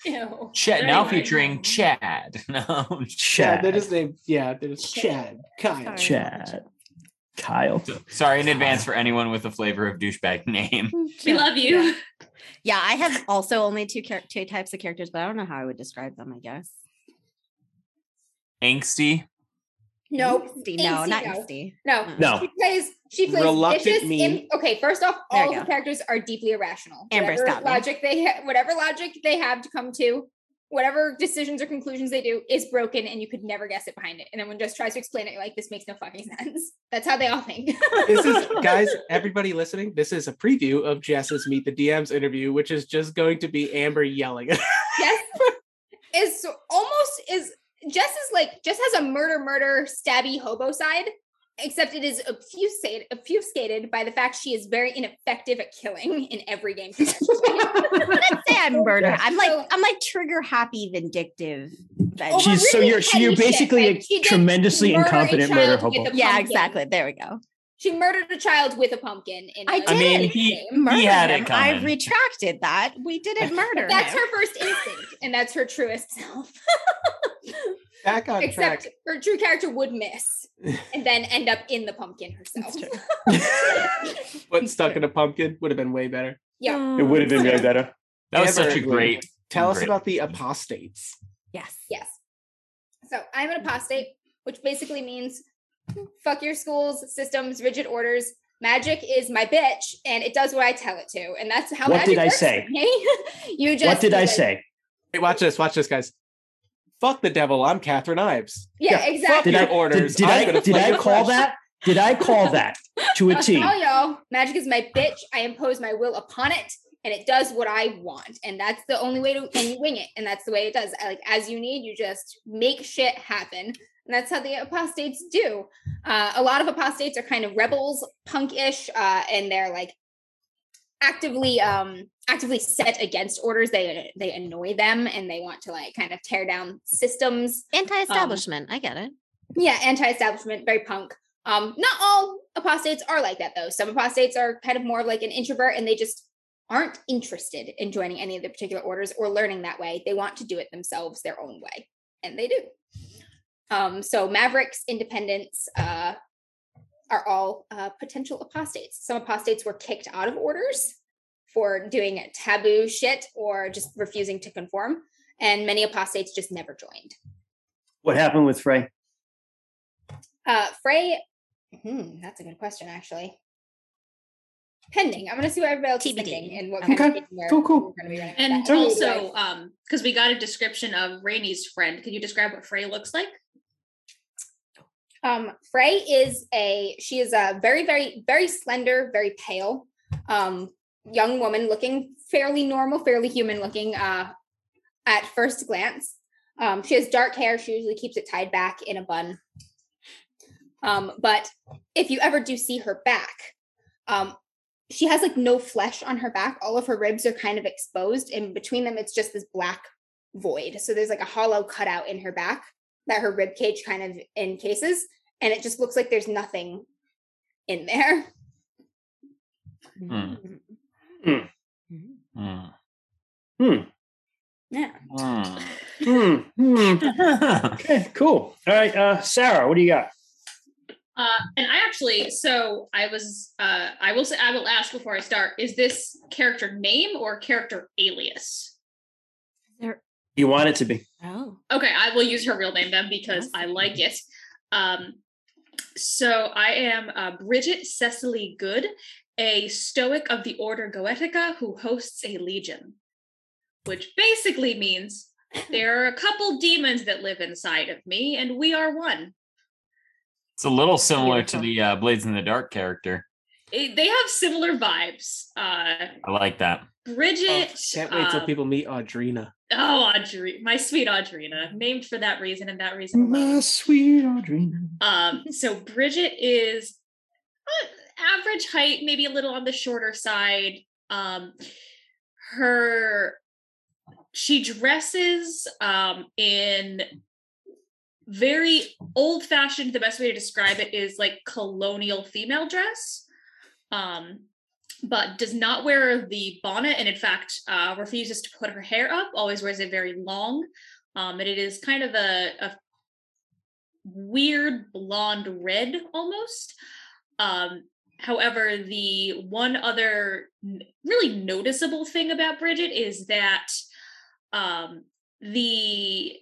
Ew.
Chad, now
Anyway.
featuring Chad. No,
Yeah,
Chad,
that is name. Yeah, that is Chad.
Chad.
Kyle.
Sorry.
Chad, Kyle.
sorry in advance for anyone with a flavor of douchebag name.
We
Yeah.
love you.
Yeah, I have also only two char- two types of characters, but I don't know how I would describe them. I guess.
Angsty.
No,
Angsty, no,
angsty,
not
no.
angsty.
No.
No.
She plays she plays
Reluctant
vicious
me.
im- okay, first off,
There
all
you
the
go.
characters are deeply irrational.
Amber's
whatever
got me.
logic they ha- whatever logic they have to come to, whatever decisions or conclusions they do is broken and you could never guess it behind it. And then when just tries to explain it, you're like, this makes no fucking sense. That's how they all think.
this is guys, everybody listening. This is a preview of Jess's Meet the DMs interview, which is just going to be Amber yelling.
Jess is so- almost is Jess is like Jess has a murder, murder, stabby hobo side, except it is obfuscated, obfuscated by the fact she is very ineffective at killing in every game. she touches.
Let's say I'm murder. I'm like
So-
I'm like trigger happy, vindictive. veg-
Oh, but
She's so
really
you're so you're
petty shit,
basically
like, she
a
did
tremendously
murder a
incompetent
child
murder
with
hobo.
a
yeah,
pumpkin.
exactly. There we go.
She murdered a child with a pumpkin. In
I
a
did.
I mean,
game.
he
Murder
he had
him.
it
I
coming.
retracted that. We didn't murder.
That's
him. Oh,
her first instinct, and that's her truest self.
Back on
Except
track.
her true character would miss and then end up in the pumpkin herself.
That's true.
But stuck in a pumpkin would have been way better.
Yeah.
It would have been way
way
better.
that was
Amber,
such a great.
Tell us
Great.
about the apostates.
Yes.
Yes. So I'm an apostate, which basically means fuck your schools, systems, rigid orders. Magic is my bitch, and it does what I tell it to, and that's how.
What
magic
did I
works for
say?
me. you just.
What did I
like-
say?
Hey, watch this. Watch this, guys. Fuck the devil. I'm Catherine Ives.
Yeah, exactly.
Did
Your
I
orders.
Did, did
I'm
I
gonna
did
play
I
your
call
flesh.
that? Did I call that to a T?
Oh, y'all, magic is my bitch. I impose my will upon it, and it does what I want, and that's the only way to. And you wing it, and that's the way it does. I, like as you need, you just make shit happen, and that's how the apostates do. Uh, a lot of apostates are kind of rebels, punkish, uh, and they're like actively um actively set against orders they they annoy them and they want to like kind of tear down systems
Anti-establishment. I get it.
yeah anti-establishment very punk um not all apostates are like that though some apostates are kind of more of like an introvert and they just aren't interested in joining any of the particular orders or learning that way they want to do it themselves their own way and they do um so mavericks independents uh are all uh, potential apostates some apostates were kicked out of orders for doing taboo shit or just refusing to conform and many apostates just never joined
What happened with Frey?
Uh, Frey, hmm, that's a good question, actually. Pending. I'm going to see what everybody else is
TBD.
thinking and what
Okay.
kind of game we're,
Cool, cool.
we're gonna be running for
And
that.
also, um, because we got a description of Rainey's friend. Can you describe what Frey looks like?
um, Frey is a she is a very, very, very slender, very pale, um, young woman looking fairly normal, fairly human looking uh, at first glance. Um, she has dark hair. She usually keeps it tied back in a bun. Um, but if you ever do see her back, um, she has like no flesh on her back. All of her ribs are kind of exposed, and between them, it's just this black void. So there's like a hollow cutout in her back that her rib cage kind of encases, and it just looks like there's nothing in there.
Hmm. Mm, Hmm.
Yeah.
mm.
Hmm. Hmm. Okay. Cool. All right. Uh, Sarah, what do you got?
Uh, and I actually, so I was, uh, I will say, I will ask before I start: Is this character name or character alias?
You want it to be.
Oh.
Okay, I will use her real name then because I like it. Um, so I am uh, Bridget Cecily Good, a Stoic of the Order Goetica who hosts a legion, which basically means there are a couple demons that live inside of me, and we are one.
It's a little similar to the uh, Blades in the Dark character.
it- Eh, they have similar vibes. Uh,
I like that.
Bridget.
Oh, can't wait till
uh,
people meet Audrina.
Oh, Audrey, my sweet Audrina, named for that reason and that reason
My
alone.
sweet Audrina.
Um, so Bridget is uh, average height, maybe a little on the shorter side. Um, her she dresses um in very old fashioned the best way to describe it is like colonial female dress um but does not wear the bonnet and in fact uh refuses to put her hair up always wears it very long um and it is kind of a, a weird blonde red almost. Um, however, the one other n- really noticeable thing about Bridget is that um, the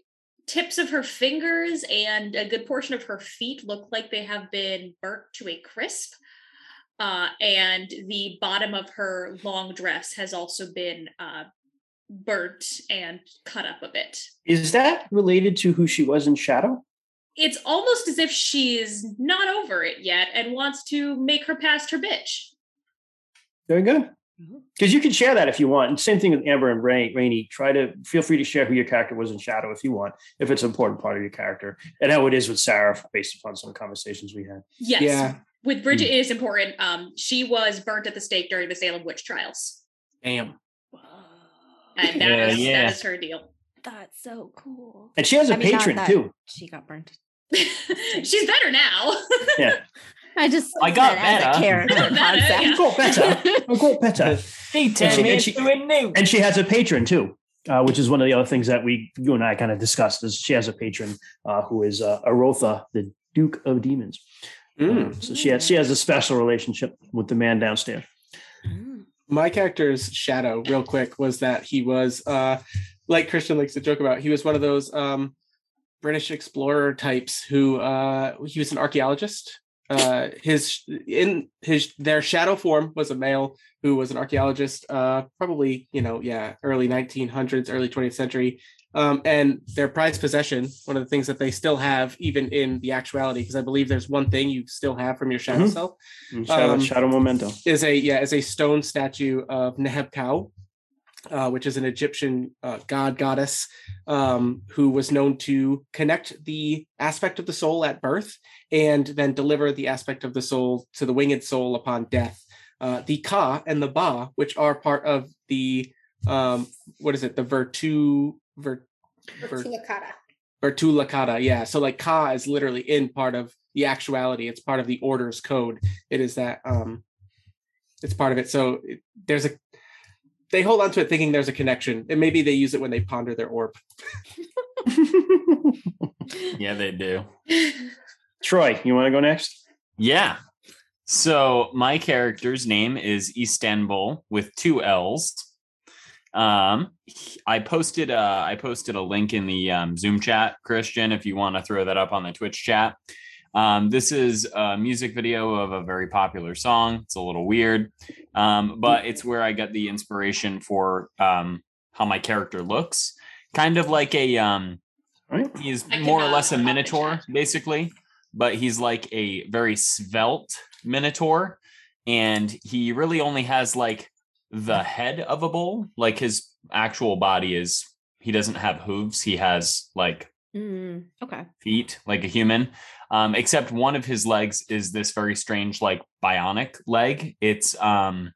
tips of her fingers and a good portion of her feet look like they have been burnt to a crisp. Uh, and the bottom of her long dress has also been uh, burnt and cut up a bit.
Is that related to who she was in Shadow?
it's almost as if she's not over it yet and wants to make her past her bitch.
Very good. Because you can share that if you want. And same thing with Amber and Rain, Rainey. Try to feel free to share who your character was in Shadow if you want, if it's an important part of your character. And how it is with Sarah, based upon some conversations we had.
Yes.
Yeah.
With
Hmm.
Bridget, it is important. Um, she was burnt at the stake during the Salem witch trials.
Damn.
And that
Yeah,
is
yeah.
that is her deal.
That's so cool.
And she has a
I mean, not
patron
that-
too.
She got burned.
she's better now.
I just
I got
said as
better.
a character
Better, yeah.
I
concept.
got better. I got better.
He
turned me into
a new.
And she has a patron too, uh, which is one of the other things that we, you and I, kind of discussed. Is she has a patron uh, who is uh, Arotha, the Duke of Demons.
Mm.
Um, so she has she has a special relationship with the man downstairs.
Mm.
my character's shadow real quick was that he was uh like christian likes to joke about he was one of those um british explorer types who uh he was an archaeologist uh his in his their shadow form was a male who was an archaeologist uh probably you know yeah early 1900s early 20th century um and their prized possession one of the things that they still have even in the actuality because i believe there's one thing you still have from your shadow
Mhm.
self
And Shadow,
Um,
Shadow Memento.
is a yeah is a stone statue of Nehebkau, uh, which is an Egyptian uh, god goddess um, who was known to connect the aspect of the soul at birth and then deliver the aspect of the soul to the winged soul upon death. Uh, the ka and the ba, which are part of the um, what is it? The virtu vir, vir,
Vertulicata.
Vertu Lakata, yeah. So like Ka is literally in part of the actuality. It's part of the order's code. It is that um it's part of it. So it, there's a they hold on to it thinking there's a connection. And maybe they use it when they ponder their orb.
Yeah, they do.
Troy, you want to go next?
Yeah. So my character's name is Istanbul with two L's. Um, I posted uh I posted a link in the um, Zoom chat, Christian, if you want to throw that up on the Twitch chat. Um, this is a music video of a very popular song. It's a little weird, um, but it's where I got the inspiration for um, how my character looks. Kind of like a um,
All right.
he's
I
more or
cannot
less a
copy
minotaur
that.
basically but he's like a very svelte minotaur and he really only has like the head of a bull like his actual body is he doesn't have hooves he has like
Mm. Okay.
feet like a human um except one of his legs is this very strange like bionic leg it's um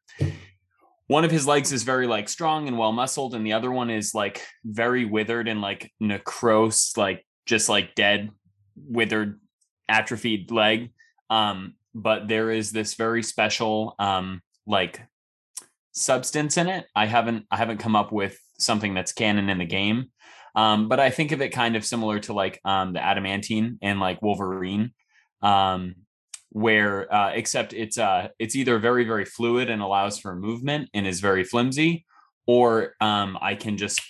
one of his legs is very like strong and well muscled and the other one is like very withered and like necrose like just like dead withered atrophied leg um but there is this very special um like substance in it i haven't i haven't come up with something that's canon in the game um but i think of it kind of similar to like um the adamantine and like wolverine um where uh, except it's uh it's either very very fluid and allows for movement and is very flimsy or um i can just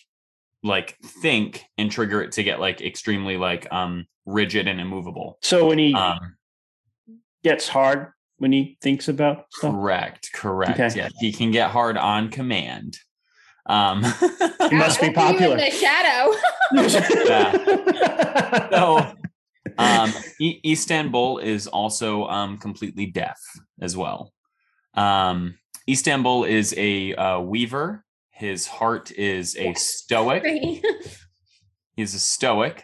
like think and trigger it to get like extremely like um rigid and immovable
So when he
um
gets hard, when he thinks about stuff,
correct correct
Okay.
yeah he can get hard on command um
he must be
Ow, you
popular.
In the shadow.
so E, um I- istanbul is also um completely deaf as well Um, Istanbul is a uh, weaver. His heart is a
Oh,
stoic.
Great.
He's a stoic.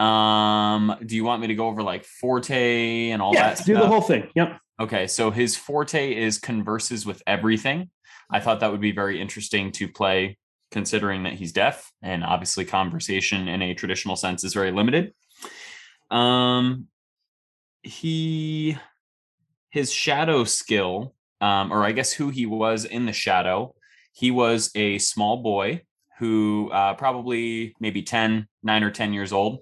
Um, do you want me to go over like forte and all
yeah,
that?
do
stuff?
the whole thing. Yep.
Okay, so his forte is converses with everything. I thought that would be very interesting to play, considering that he's deaf, and obviously conversation in a traditional sense is very limited. Um, he, his shadow skill, um, or I guess who he was in the shadow, he was a small boy who uh, probably maybe 10, 9 or 10 years old,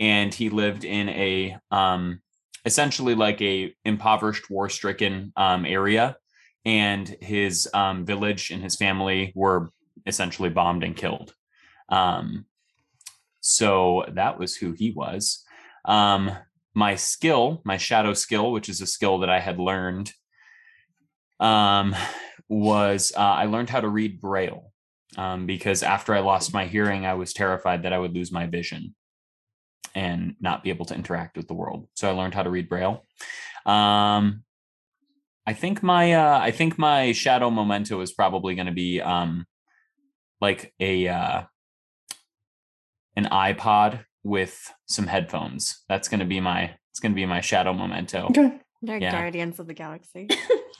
and he lived in a um, essentially like a impoverished war stricken um, area and his um, village and his family were essentially bombed and killed um, so that was who he was um, my skill my shadow skill which is a skill that i had learned um, was uh, i learned how to read braille um, because after i lost my hearing i was terrified that i would lose my vision and not be able to interact with the world. So I learned how to read braille. Um, I think my uh, I think my shadow memento is probably going to be um, like a uh, an iPod with some headphones. That's going to be my it's going to be my shadow memento.
Okay.
They're
Yeah.
guardians of the galaxy.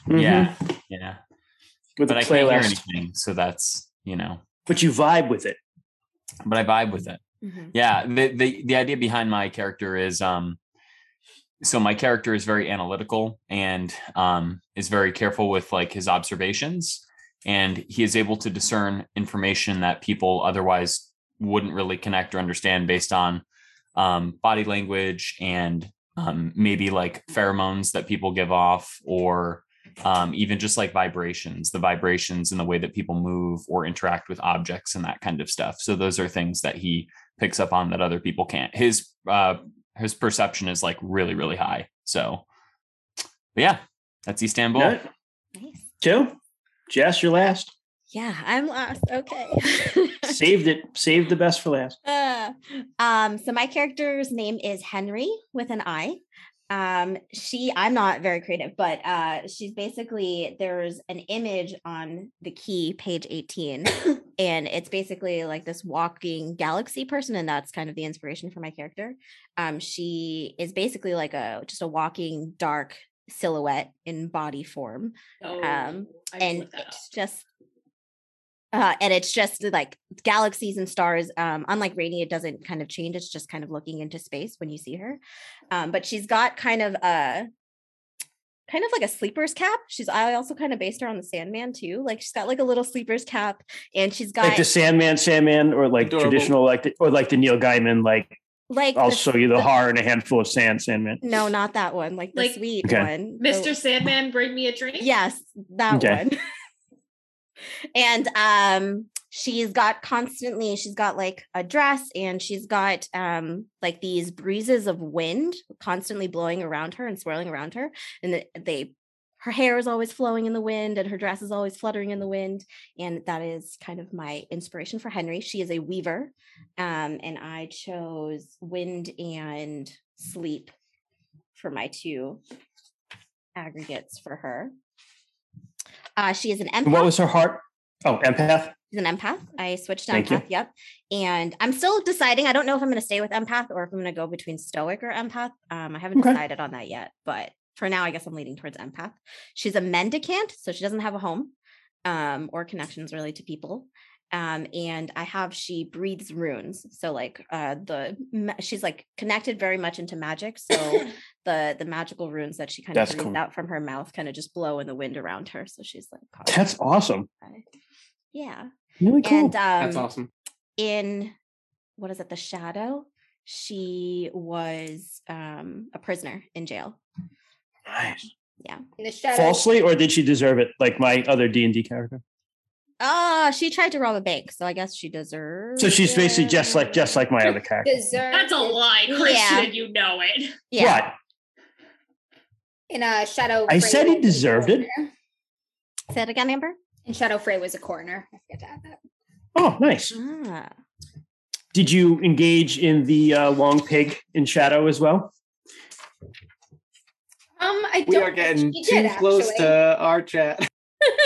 Yeah, yeah.
Mm-hmm. With
But I
a
can't hear
playlist.
anything, so that's you know.
But you vibe with it.
But I vibe with it.
Mhm.
yeah the, the the idea behind my character is um so my character is very analytical and um is very careful with like his observations and he is able to discern information that people otherwise wouldn't really connect or understand based on um body language and um maybe like pheromones that people give off or um even just like vibrations the vibrations and the way that people move or interact with objects and that kind of stuff so those are things that he picks up on that other people can't. His uh his perception is like really really high. So, but yeah, that's Istanbul.
Nut?
Nice.
Two? Jess, your last.
Yeah, I'm lost. Okay.
Saved it. Saved the best for last.
Uh, um, so my character's name is Henry with an I. Um, she, I'm not very creative, but uh, she's basically there's an image on the key, page 18, and it's basically like this walking galaxy person, and that's kind of the inspiration for my character. Um, she is basically like a just a walking dark silhouette in body form
Oh,
Um,
I just
and
looked that up.
it's just uh, and it's just like galaxies and stars um unlike rainy it doesn't kind of change it's just kind of looking into space when you see her um but she's got kind of a kind of like a sleeper's cap she's i also kind of based her on the sandman too like she's got like a little sleeper's cap and she's got
Like the Sandman, Sandman, or like
Adorable.
traditional, like the, or like the Neil Gaiman, like
like
I'll
the-
show you the
the-
horror and a handful of sand, Sandman.
no not that one like the
Like-
sweet
Okay.
one the-
Mr. Sandman, bring me a drink.
Yes, that
Okay.
one. and um she's got constantly she's got like a dress and she's got um like these breezes of wind constantly blowing around her and swirling around her and the- they her hair is always flowing in the wind and her dress is always fluttering in the wind and that is kind of my inspiration for henry she is a weaver um and i chose wind and sleep for my two aggregates for her uh, she is an empath
And what was her heart? Oh, empath.
She's an empath. I switched to
Thank you.
empath. Yep. And I'm still deciding. I don't know if I'm going to stay with empath or if I'm going to go between stoic or empath. Um, I haven't
Okay.
decided on that yet, but for now, I guess I'm leaning towards empath. She's a mendicant, so she doesn't have a home um, or connections really to people. Um, and I have she breathes runes, so like uh, the ma- she's like connected very much into magic. So the the magical runes that she kind
That's
of breathes
cool.
out from her mouth kind of just blow in the wind around her. So she's like,
That's awesome.
yeah.
Really cool.
And um,
That's awesome.
in what is it the shadow she was um a prisoner in jail
nice.
In the shadow.
Falsely, or did she deserve it? Like my other D and D character.
oh she tried to rob a bank so i guess she deserves
So she's basically just like just like my other character.
Deserves
That's a
it.
lie,
Yeah.
Christian. You know it.
yeah
What?
In a shadow.
I
Frey
said he
was a
deserved it.
coroner.
say that again amber
And Shadow Frey was a coroner. I forgot to add that.
Oh, nice.
ah.
Did you engage in the uh, long pig in shadow as well?
Um, I don't.
We are
think
getting
she
too
did,
close
actually.
to our chat.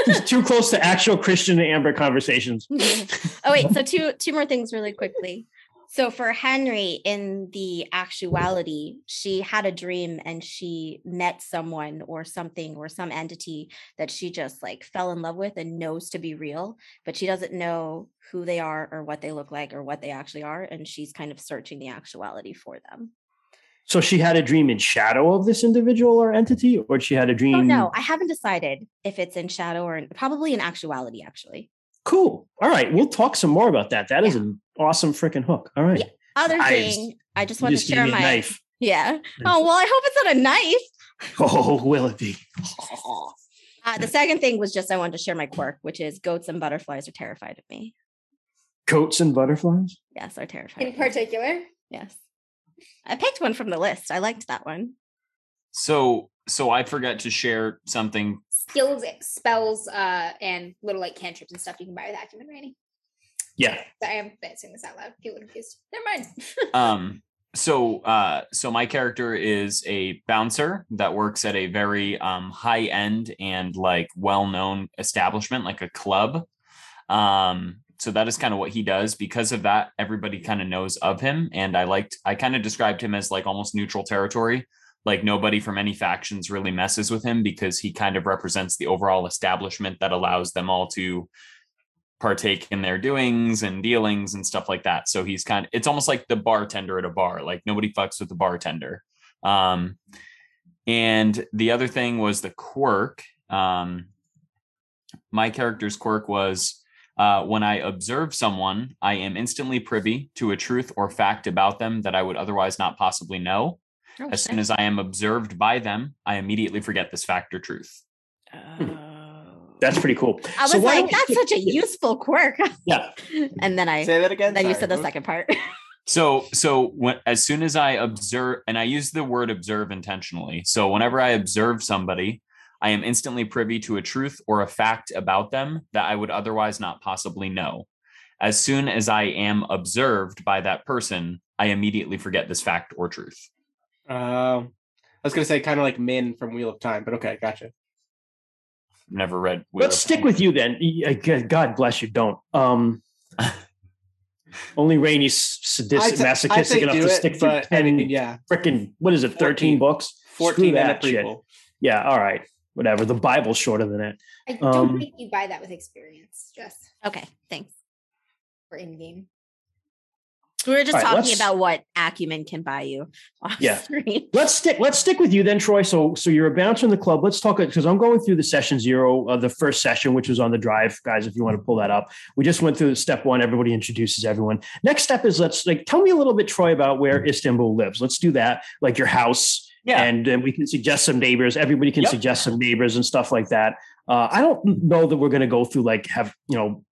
It's too close to actual Christian and Amber conversations.
oh wait, so two two more things really quickly. So for Henry, in the actuality, she had a dream and she met someone or something or some entity that she just like fell in love with and knows to be real, but she doesn't know who they are or what they look like or what they actually are, and she's kind of searching the actuality for them.
So she had a dream in shadow of this individual or entity, or she had a dream.
Oh no, I haven't decided if it's in shadow or in, probably in actuality. Actually,
Cool. All right. We'll talk some more about that. That is an awesome freaking hook. All right.
Yeah. other
Knives.
thing, I just
You
want
just
to
gave
share
me a
my
knife.
yeah. Oh well, I hope it's not a knife.
Oh, will it be?
Uh, the second thing was just I wanted to share my quirk, which is goats and butterflies are terrified of me.
Coats and butterflies?
Yes, are terrified.
in
of me.
particular.
Yes. I picked one from the list. I liked that one.
So so I forgot to share something.
Skills, spells, uh, and little like cantrips and stuff you can buy with acumen rating.
Yeah.
Sorry, I'm saying this out loud. People are confused. Never mind.
Um so uh so my character is a bouncer that works at a very um high end and like well-known establishment like a club. Um so that is kind of what he does because of that everybody kind of knows of him and I liked I kind of described him as like almost neutral territory. Like nobody from any factions really messes with him because he kind of represents the overall establishment that allows them all to partake in their doings and dealings and stuff like that. So he's kind of it's almost like the bartender at a bar. Like nobody fucks with the bartender. Um and the other thing was the quirk. Um my character's quirk was uh, when I observe someone, I am instantly privy to a truth or fact about them that I would otherwise not possibly know. As soon as I am observed by them, I immediately forget this fact or truth.
That's pretty cool.
Oh. I was
Hmm. So why
like,
don't-
that's such a useful quirk.
Yeah.
and then I
Say that again.
then you
Sorry,
said the
what-
second part.
So so when as soon as I observe and I use the word observe intentionally. So whenever I observe somebody, I am instantly privy to a truth or a fact about them that I would otherwise not possibly know. As soon as I am observed by that person, I immediately forget this fact or truth.
Um, I was gonna say kind of like Min from Wheel of Time, but okay, gotcha.
Never read. Wheel
Let's
of
stick
Time.
with you then. Y- uh, g- God bless you. Don't. Um, only Rainey's s- sadistic,
I'd say- I'd
masochistic
say
enough
do
to
it,
stick through
but, I
10
mean, yeah,
freaking, what is it, 13
14.
books? Hmm. Screw
fourteen and a
that shit.
prequel.
Yeah. All right. Whatever. The Bible's shorter than that.
I don't
Um,
think you buy that with experience, just
okay, thanks.
for in game.
We were just
All right,
talking
let's-
about what acumen can buy you off
Yeah.
screen.
let's stick let's stick with you then troy so so you're a bouncer in the club let's talk because i'm going through the session zero uh, the first session which was on the drive guys if you want to pull that up we just went through step one everybody introduces everyone next step is let's like tell me a little bit troy about where istanbul lives let's do that like your house
Yeah.
and then we can suggest some neighbors everybody can
Yep.
suggest some neighbors and stuff like that uh, i don't know that we're going to go through like have you know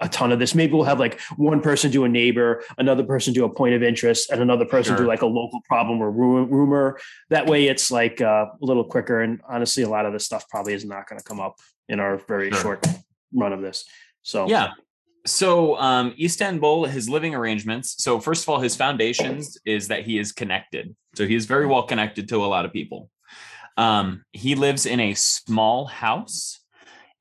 a ton of this maybe we'll have like one person do a neighbor another person do a point of interest and another person do
Sure.
like a local problem or ru- rumor that way it's like uh, a little quicker and honestly a lot of this stuff probably is not going to come up in our very
Sure.
short run of this so
Yeah. So um Istanbul, his living arrangements. So first of all, his foundations is that he is connected. So he is very well connected to a lot of people. Um, he lives in a small house,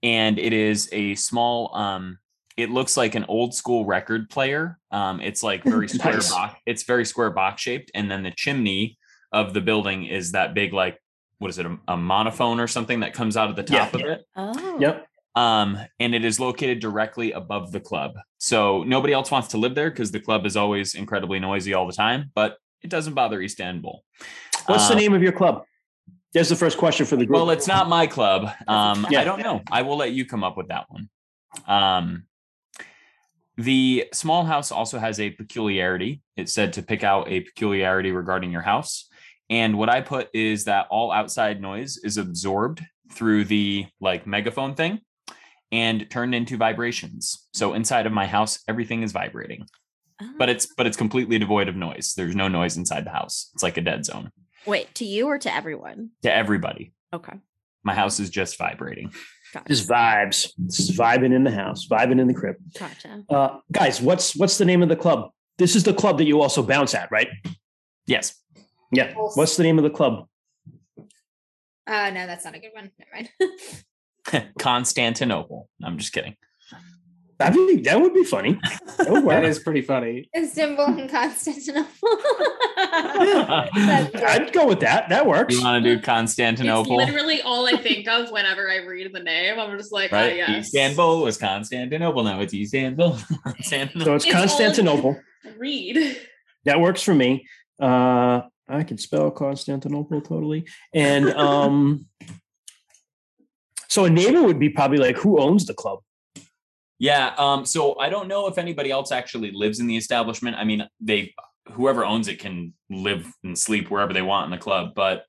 and it is a small um it looks like an old school record player. Um, it's like very square
Nice.
box, it's very square box shaped, and then the chimney of the building is that big, like what is it, a, a monophone or something that comes out of the top
Yeah.
of it
Oh.
yep
um, and it is located directly above the club. So nobody else wants to live there because the club is always incredibly noisy all the time, but it doesn't bother Istanbul.
what's the
Um,
name of your club there's the first question for the group
Well, it's not my club. Um,
Yeah.
I don't know. I will let you come up with that one. Um, the small house also has a peculiarity. It said to pick out a peculiarity regarding your house. And what I put is that all outside noise is absorbed through the like megaphone thing and turned into vibrations. So inside of my house, everything is vibrating,
Oh.
but it's but it's completely devoid of noise. There's no noise inside the house. It's like a dead zone
wait to you or to everyone.
to everybody.
Okay.
My house is just vibrating.
Gotcha.
just vibes just vibing in the house vibing in the crib
gotcha.
uh, guys what's what's the name of the club this is the club that you also bounce at right
Yes.
yeah what's the name of the club
Uh, no, that's not a good one. Never mind.
Constantinople. I'm just kidding.
That'd be, that would be funny. That would work.
That is pretty funny.
Istanbul and Constantinople.
you
I'd go with that. That works.
want to do
It's
Constantinople?
literally all I think of whenever I read the name. I'm just like,
Right?
ah, yes.
Istanbul was Constantinople. Now it's Istanbul. Constantinople.
So it's
It's all-
Constantinople.
Read.
That works for me. Uh, I can spell Constantinople totally. And um, so a neighbor would be probably like, who owns the club?
Yeah. Um, so I don't know if anybody else actually lives in the establishment. I mean, they whoever owns it can live and sleep wherever they want in the club, but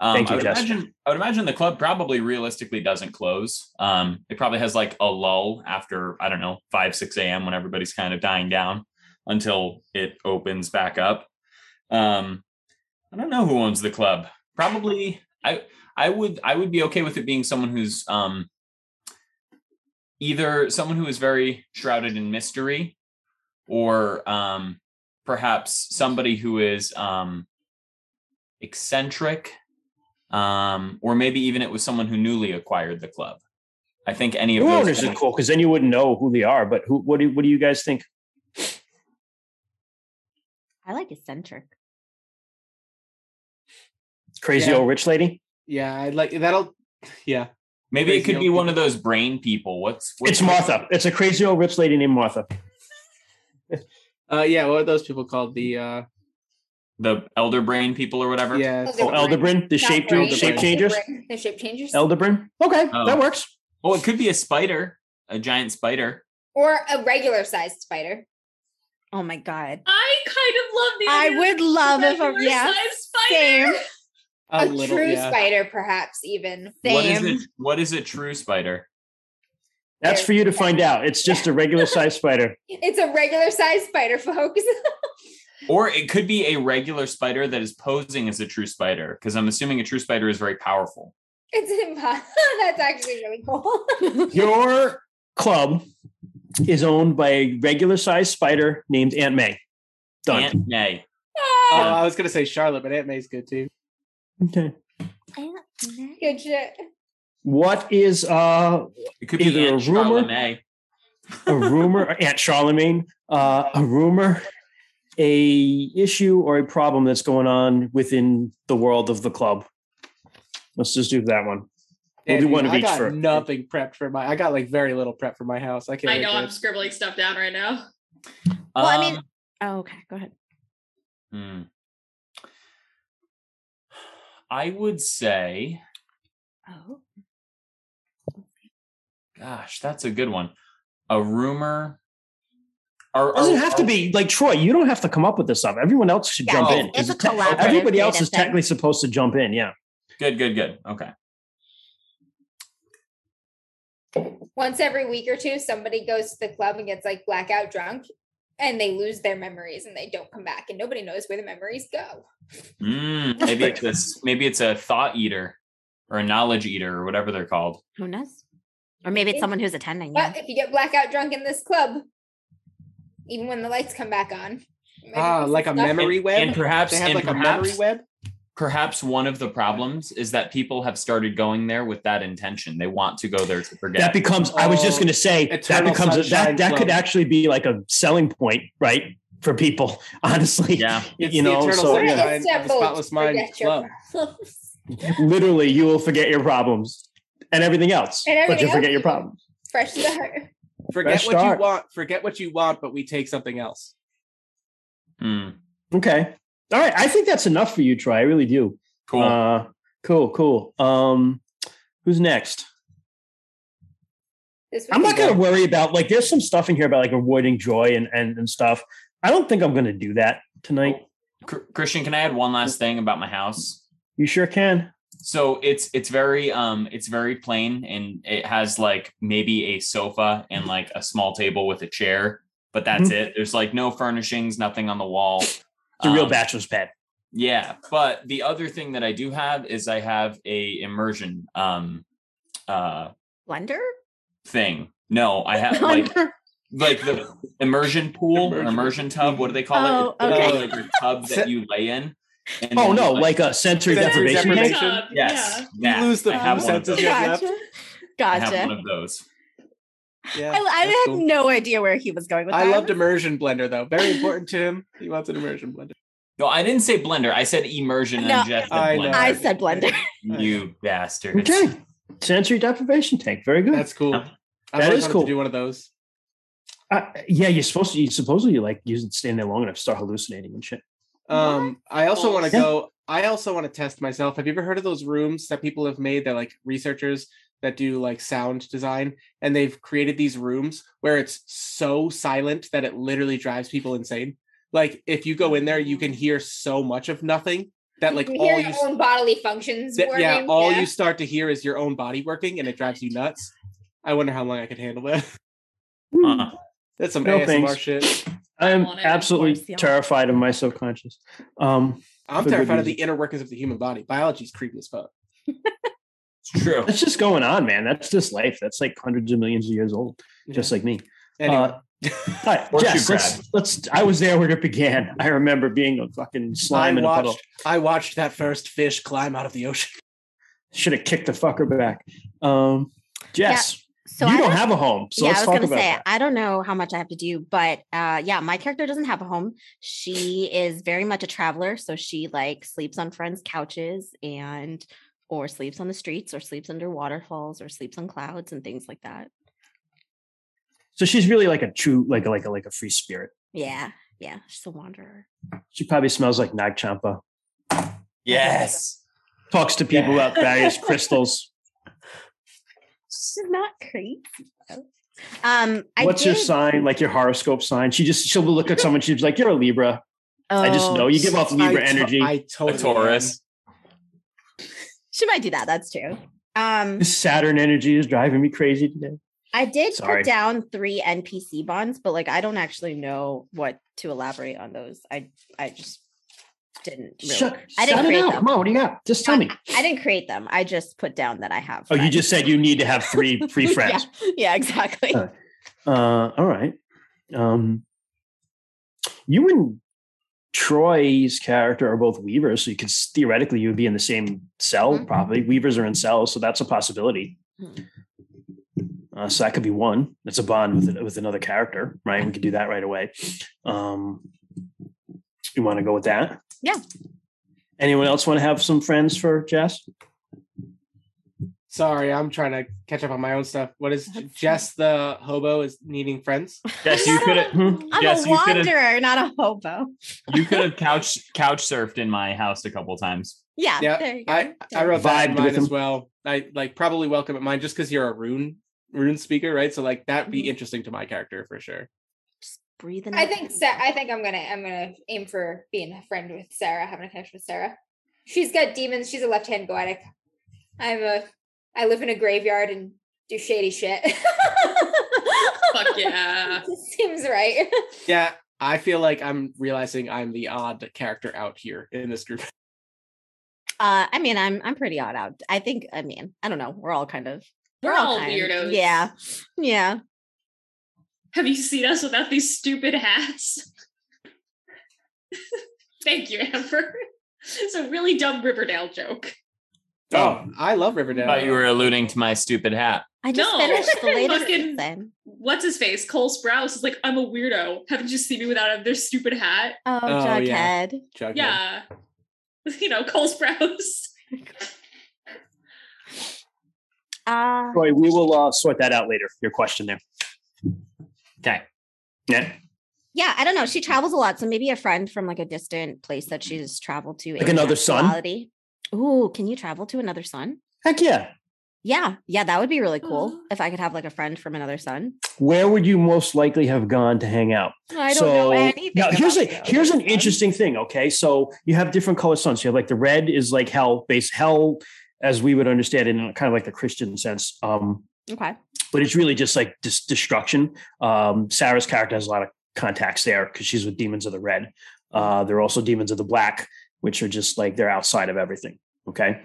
um,
Thank you,
I would
Jess.
imagine I would imagine the club probably realistically doesn't close. Um, it probably has like a lull after I don't know five six a.m. when everybody's kind of dying down until it opens back up. Um, I don't know who owns the club. Probably I I would I would be okay with it being someone who's um, either someone who is very shrouded in mystery or um perhaps somebody who is um eccentric um or maybe even it was someone who newly acquired the club i think any of
Who owners
those
are cool because then you wouldn't know who they are. But who? What do? What do you guys think?
I like eccentric.
Crazy
Yeah.
old rich lady.
Yeah, I like that'll. Yeah,
maybe it
Crazy
could be
old
one of those brain people what's, what's
It's Martha. It's a crazy old rich lady named Martha.
uh, yeah. What are those people called? The uh,
the elder brain people or whatever
yeah,
Oh, Elderbrin, the shape
brain.
shape changers.
The shape changers.
Elderbrin. Okay,
Oh.
that works.
oh it could be a spider a giant spider
or a regular sized spider.
Oh my god.
I kind of love the
I
idea
would
of
love if a
regular
yeah.
size spider.
Same.
a
A,
little,
true
yeah.
spider, perhaps even.
what is
Same.
it what is a true spider
That's for you to find out. It's just a regular sized spider.
It's a regular sized spider, folks.
Or it could be a regular spider that is posing as a true spider, because I'm assuming a true spider is very powerful.
it's impossible. That's actually really cool.
Your club is owned by a regular sized spider named Aunt May. Done.
Aunt May.
Ah,
Oh, I was gonna say Charlotte, but Aunt May's good too.
okay.
Mm-hmm.
Good shit.
What is uh,
It could be
Either a
Aunt
rumor-
Charlemagne.
a rumor? or Aunt Charlemagne. Uh, a rumor, a issue, or a problem that's going on within the world of the club. Let's just do that one. We'll do
Anthony,
one of
I
each
got
for-
nothing prepped for my. I got like very little prep for my house. I can't.
I know
make
I'm
it.
scribbling stuff down right now.
Well, I mean-
Um,
Oh, okay. Go ahead.
hmm. I would say,
Oh.
gosh, that's a good one. A rumor. Or,
It
Oh,
doesn't have to be like Troy. You don't have to come up with this stuff. Everyone else should
Yeah,
jump
it's-
in.
it's a
'cause te-
collaborative
Everybody else
creative
is
thing.
technically supposed to jump in. Yeah.
Good, good, good. Okay.
Once every week or two, somebody goes to the club and gets like blackout drunk and they lose their memories and they don't come back and nobody knows where the memories go.
Mm, maybe it's
Perfect.
this. Maybe it's a thought eater or a knowledge eater or whatever they're called.
Who knows? Or maybe it's
Maybe.
someone who's attending. Yeah.
But if you get blackout drunk in this club, even when the lights come back on, maybe
Ah,
this
like
is
a
not-
And,
memory web.
and perhaps,
They have
and
like a
perhaps
memory web.
perhaps one of the problems is that people have started going there with that intention. They want to go there to forget.
That becomes. I was just
Oh,
going to say that
Eternal
becomes a,
Sunshine
that that could
Club.
actually be like a selling point, right, for people. Honestly.
yeah.
You
It's the
know.
Eternal
So
Or
Oh, yeah.
Sunshine.
it's that
the
vote to
Spotless Mind
forget your
Club.
problems.
literally, you will forget your problems and everything else,
And
but you
everything
forget
else.
your problems.
Fresh start.
Forget
Fresh
what
start.
you want. Forget what you want, but we take something else.
Hmm.
Okay. All right. I think that's enough for you, Troy. I really do.
cool.
Uh, cool. Cool. Um, who's next?
This
I'm
week
not
is
going to
good.
worry about like there's some stuff in here about like avoiding joy and and, and stuff. I don't think I'm going to do that tonight.
Cr- Christian, can I add one last thing about my house?
You sure can.
So it's it's very um it's very plain and it has like maybe a sofa and like a small table with a chair, but that's it. There's like no furnishings, nothing on the wall. It's
Mm-hmm. It's a real bachelor's pad.
Yeah, but the other thing that I do have is I have a immersion um uh
Blender?
thing. No, I have like like the immersion pool or
Immersion.
immersion tub. What do they call
Oh,
it? It's literally
okay.
like a tub that you lay in, And
Oh
then,
no, like a sensory
Sensory
deprivation. tank?
deprivation.
Tub,
yes, that.
lose the
I have
food
one of
senses
those.
you have
Gotcha.
left.
I have
Gotcha.
one of those.
Yeah,
I, I
that's
had
cool.
no idea where he was going with
I
that.
loved immersion blender though. Very important to him. He wants an immersion blender.
No, I didn't say blender. I said immersion
No,
and Jeff said
I know.
blender.
I said blender.
you bastards.
Okay. Sensory deprivation tank. Very good.
That's cool.
Yeah.
I've
That
always
is
wanted
cool.
To do one of those.
Uh, yeah, you're supposed to. You supposedly like use it staying there long enough, start hallucinating and shit.
Um, I also want to
Yeah.
go. I also want to test myself. Have you ever heard of those rooms that people have made? They're like researchers that do like sound design, and they've created these rooms where it's so silent that it literally drives people insane. Like if you go in there, you can hear so much of nothing that like
you hear
all
your
you
own bodily functions.
that- yeah,
working,
all
yeah.
you start to hear is your own body working, and it drives you nuts. I wonder how long I could handle that.
Huh.
That's some
No,
ASMR
thanks.
shit.
I am
Want it, of
absolutely
course, yeah.
terrified of my subconscious. Um,
I'm
For good
terrified of the
reason.
inner workings of the human body. Biology's creepy as fuck.
It's true.
that's just going on, man. That's just life. That's like hundreds of millions of years old, just like me.
Anyway.
Uh, all right,
Horseshoe
Jess, let's, let's. I was there when it began. I remember being a fucking slime
I
in a puddle.
watched, I watched that first fish climb out of the ocean.
Should have kicked the fucker back. Um,
Yeah,
Jess,
So
you
I
don't have a home, so
yeah,
let's
I was
talk
gonna
about
say
that.
I don't know how much I have to do, but uh, yeah, my character doesn't have a home. She is very much a traveler, so she like sleeps on friends' couches and or sleeps on the streets or sleeps under waterfalls or sleeps on clouds and things like that.
So she's really like a true, like a, like a, like a free spirit.
Yeah, yeah, she's a wanderer.
She probably smells like Nag Champa.
Yes.
Talks to people
Yeah.
about various crystals.
She's not crazy. though. Um, I
What's your
did-
sign? Like your horoscope sign? She just she'll look at someone. She's like, "You're a Libra." I just
Oh,
know you give off Libra
I to-
energy.
I
A
totally
Taurus.
She might do that. That's true. Um,
This Saturn energy is driving me crazy today.
I did
Sorry.
put down three NPC bonds, but like I don't actually know what to elaborate on those. I I just didn't. Really.
Shut,
I didn't
shut it
create
out.
them.
Come on, what do you got? Just tell me.
I didn't create them. I just put down that I have.
Oh, you
friends.
just said you need to have three free
Yeah,
friends.
Yeah, exactly.
Uh, Uh, all right. Um, you and Troy's character are both Weavers, so you could theoretically you would be in the same cell.
Mhm.
Probably Weavers are in cells, so that's a possibility.
Mhm.
Uh, so that could be one. That's a bond with with another character, right? We could do that right away. Um, you want to go with that?
Yeah.
Anyone else want to have some friends for Jess?
Sorry, I'm trying to catch up on my own stuff. What is
That's
Jess the hobo is needing friends?
Yes, you could have
Hmm?
I'm
Yes,
a
you could've-
wanderer, not a hobo.
you could have couch couch surfed in my house a couple times.
Yeah,
Yeah,
there you go.
I, I wrote that in
Vibed
mine
with
as
him.
well. I like probably welcome at mine just because you're a rune rune speaker, right? So like that'd be
Mhm.
interesting to my character for sure.
just breathing.
I think Sa- I think I'm gonna I'm gonna aim for being a friend with Sarah, having a connection with Sarah. She's got demons. She's a left hand goetic. I'm a I live in a graveyard and do shady shit.
Fuck yeah.
Seems right.
Yeah, I feel like I'm realizing I'm the odd character out here in this group.
Uh, I mean, I'm I'm pretty odd out. I think. I mean, I don't know. We're all kind of.
We're all
kind of-
weirdos.
Yeah, yeah.
Have you seen us without these stupid hats? Thank you, Amber. It's a really dumb Riverdale joke.
Oh,
Oh.
I love
I
Riverdale.
thought you were alluding to my stupid hat.
I just
No.
finished the latest
Fucking-
season.
What's his face? Cole Sprouse is like, I'm a weirdo. Haven't you seen me without their stupid hat?
Oh,
Oh, yeah.
Jughead.
Jughead.
Yeah. You know, Cole Sprouse.
Uh,
Troy, we will uh, sort that out later. Your question there.
Okay.
Yeah.
yeah, I don't know. She travels a lot, so maybe a friend from like a distant place that she's traveled to.
Like
in
another sun?
actuality. Ooh, can you travel to another sun?
Heck yeah.
Yeah, yeah, that would be really cool
Aw.
if I could have like a friend from another sun.
Where would you most likely have gone to hang out?
I don't know anything.
Now, here's a
about the
here's an
other sun.
interesting thing. Okay, so you have different color suns. You have like the red is like hell, base hell, as we would understand it, in kind of like the Christian sense. Um,
Okay.
but it's really just like dis- destruction. Um, Sarah's character has a lot of contacts there because she's with demons of the red. Uh, there are also demons of the black, which are just like they're outside of everything. Okay.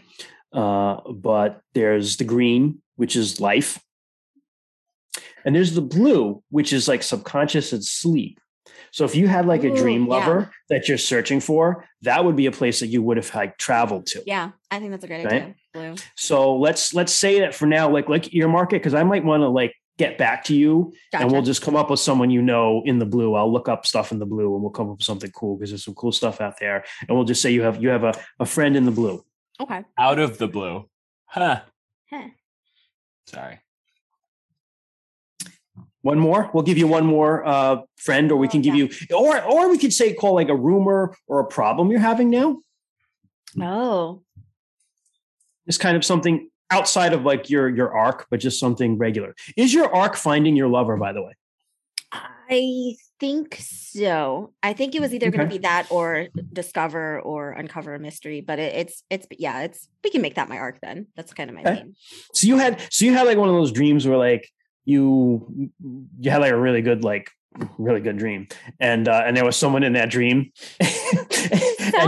Uh, but there's the green, which is life. And there's the blue, which is like subconscious and sleep. So if you had like a
Ooh,
dream
yeah.
lover that you're searching for, that would be a place that you would have like traveled to.
Yeah, I think that's a great
Right?
idea. Blue.
So let's let's say that for now, like like earmark it because I might want to like get back to you
Gotcha.
and we'll just come up with someone you know in the blue. I'll look up stuff in the blue and we'll come up with something cool because there's some cool stuff out there. And we'll just say you have you have a, a friend in the blue.
okay.
Out of the blue. Huh.
Huh.
Sorry.
One more. We'll give you one more uh, friend, or we
Oh,
can give
yeah.
you, or or we could say call like a rumor or a problem you're having now.
Oh,
Just kind of something outside of like your your arc, but just something regular. Is your arc finding your lover? By the way,
I think so. I think it was either going
Okay.
to be that or discover or uncover a mystery. But it, it's it's yeah, it's we can make that my arc then. That's kind of my
Okay.
theme.
so you had so you had like one of those dreams where like you you had like a really good like really good dream and uh and there was someone in that dream and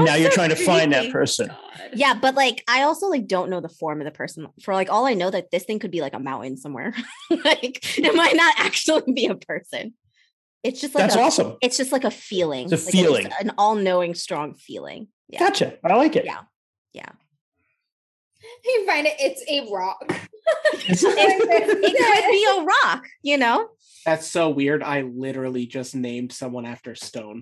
now
Sounds
you're
so
trying to find that
creepy.
person
Yeah, but like I also like don't know the form of the person. For like all I know that this thing could be like a mountain somewhere. like it might not actually be a person. It's just like
that's
a,
awesome
it's just like a feeling.
It's a
like, just
feeling.
an all-knowing strong feeling. Yeah.
gotcha i like it
Yeah.
You find it, it's a rock.
it could be a rock, you know?
That's so weird. I literally just named someone after stone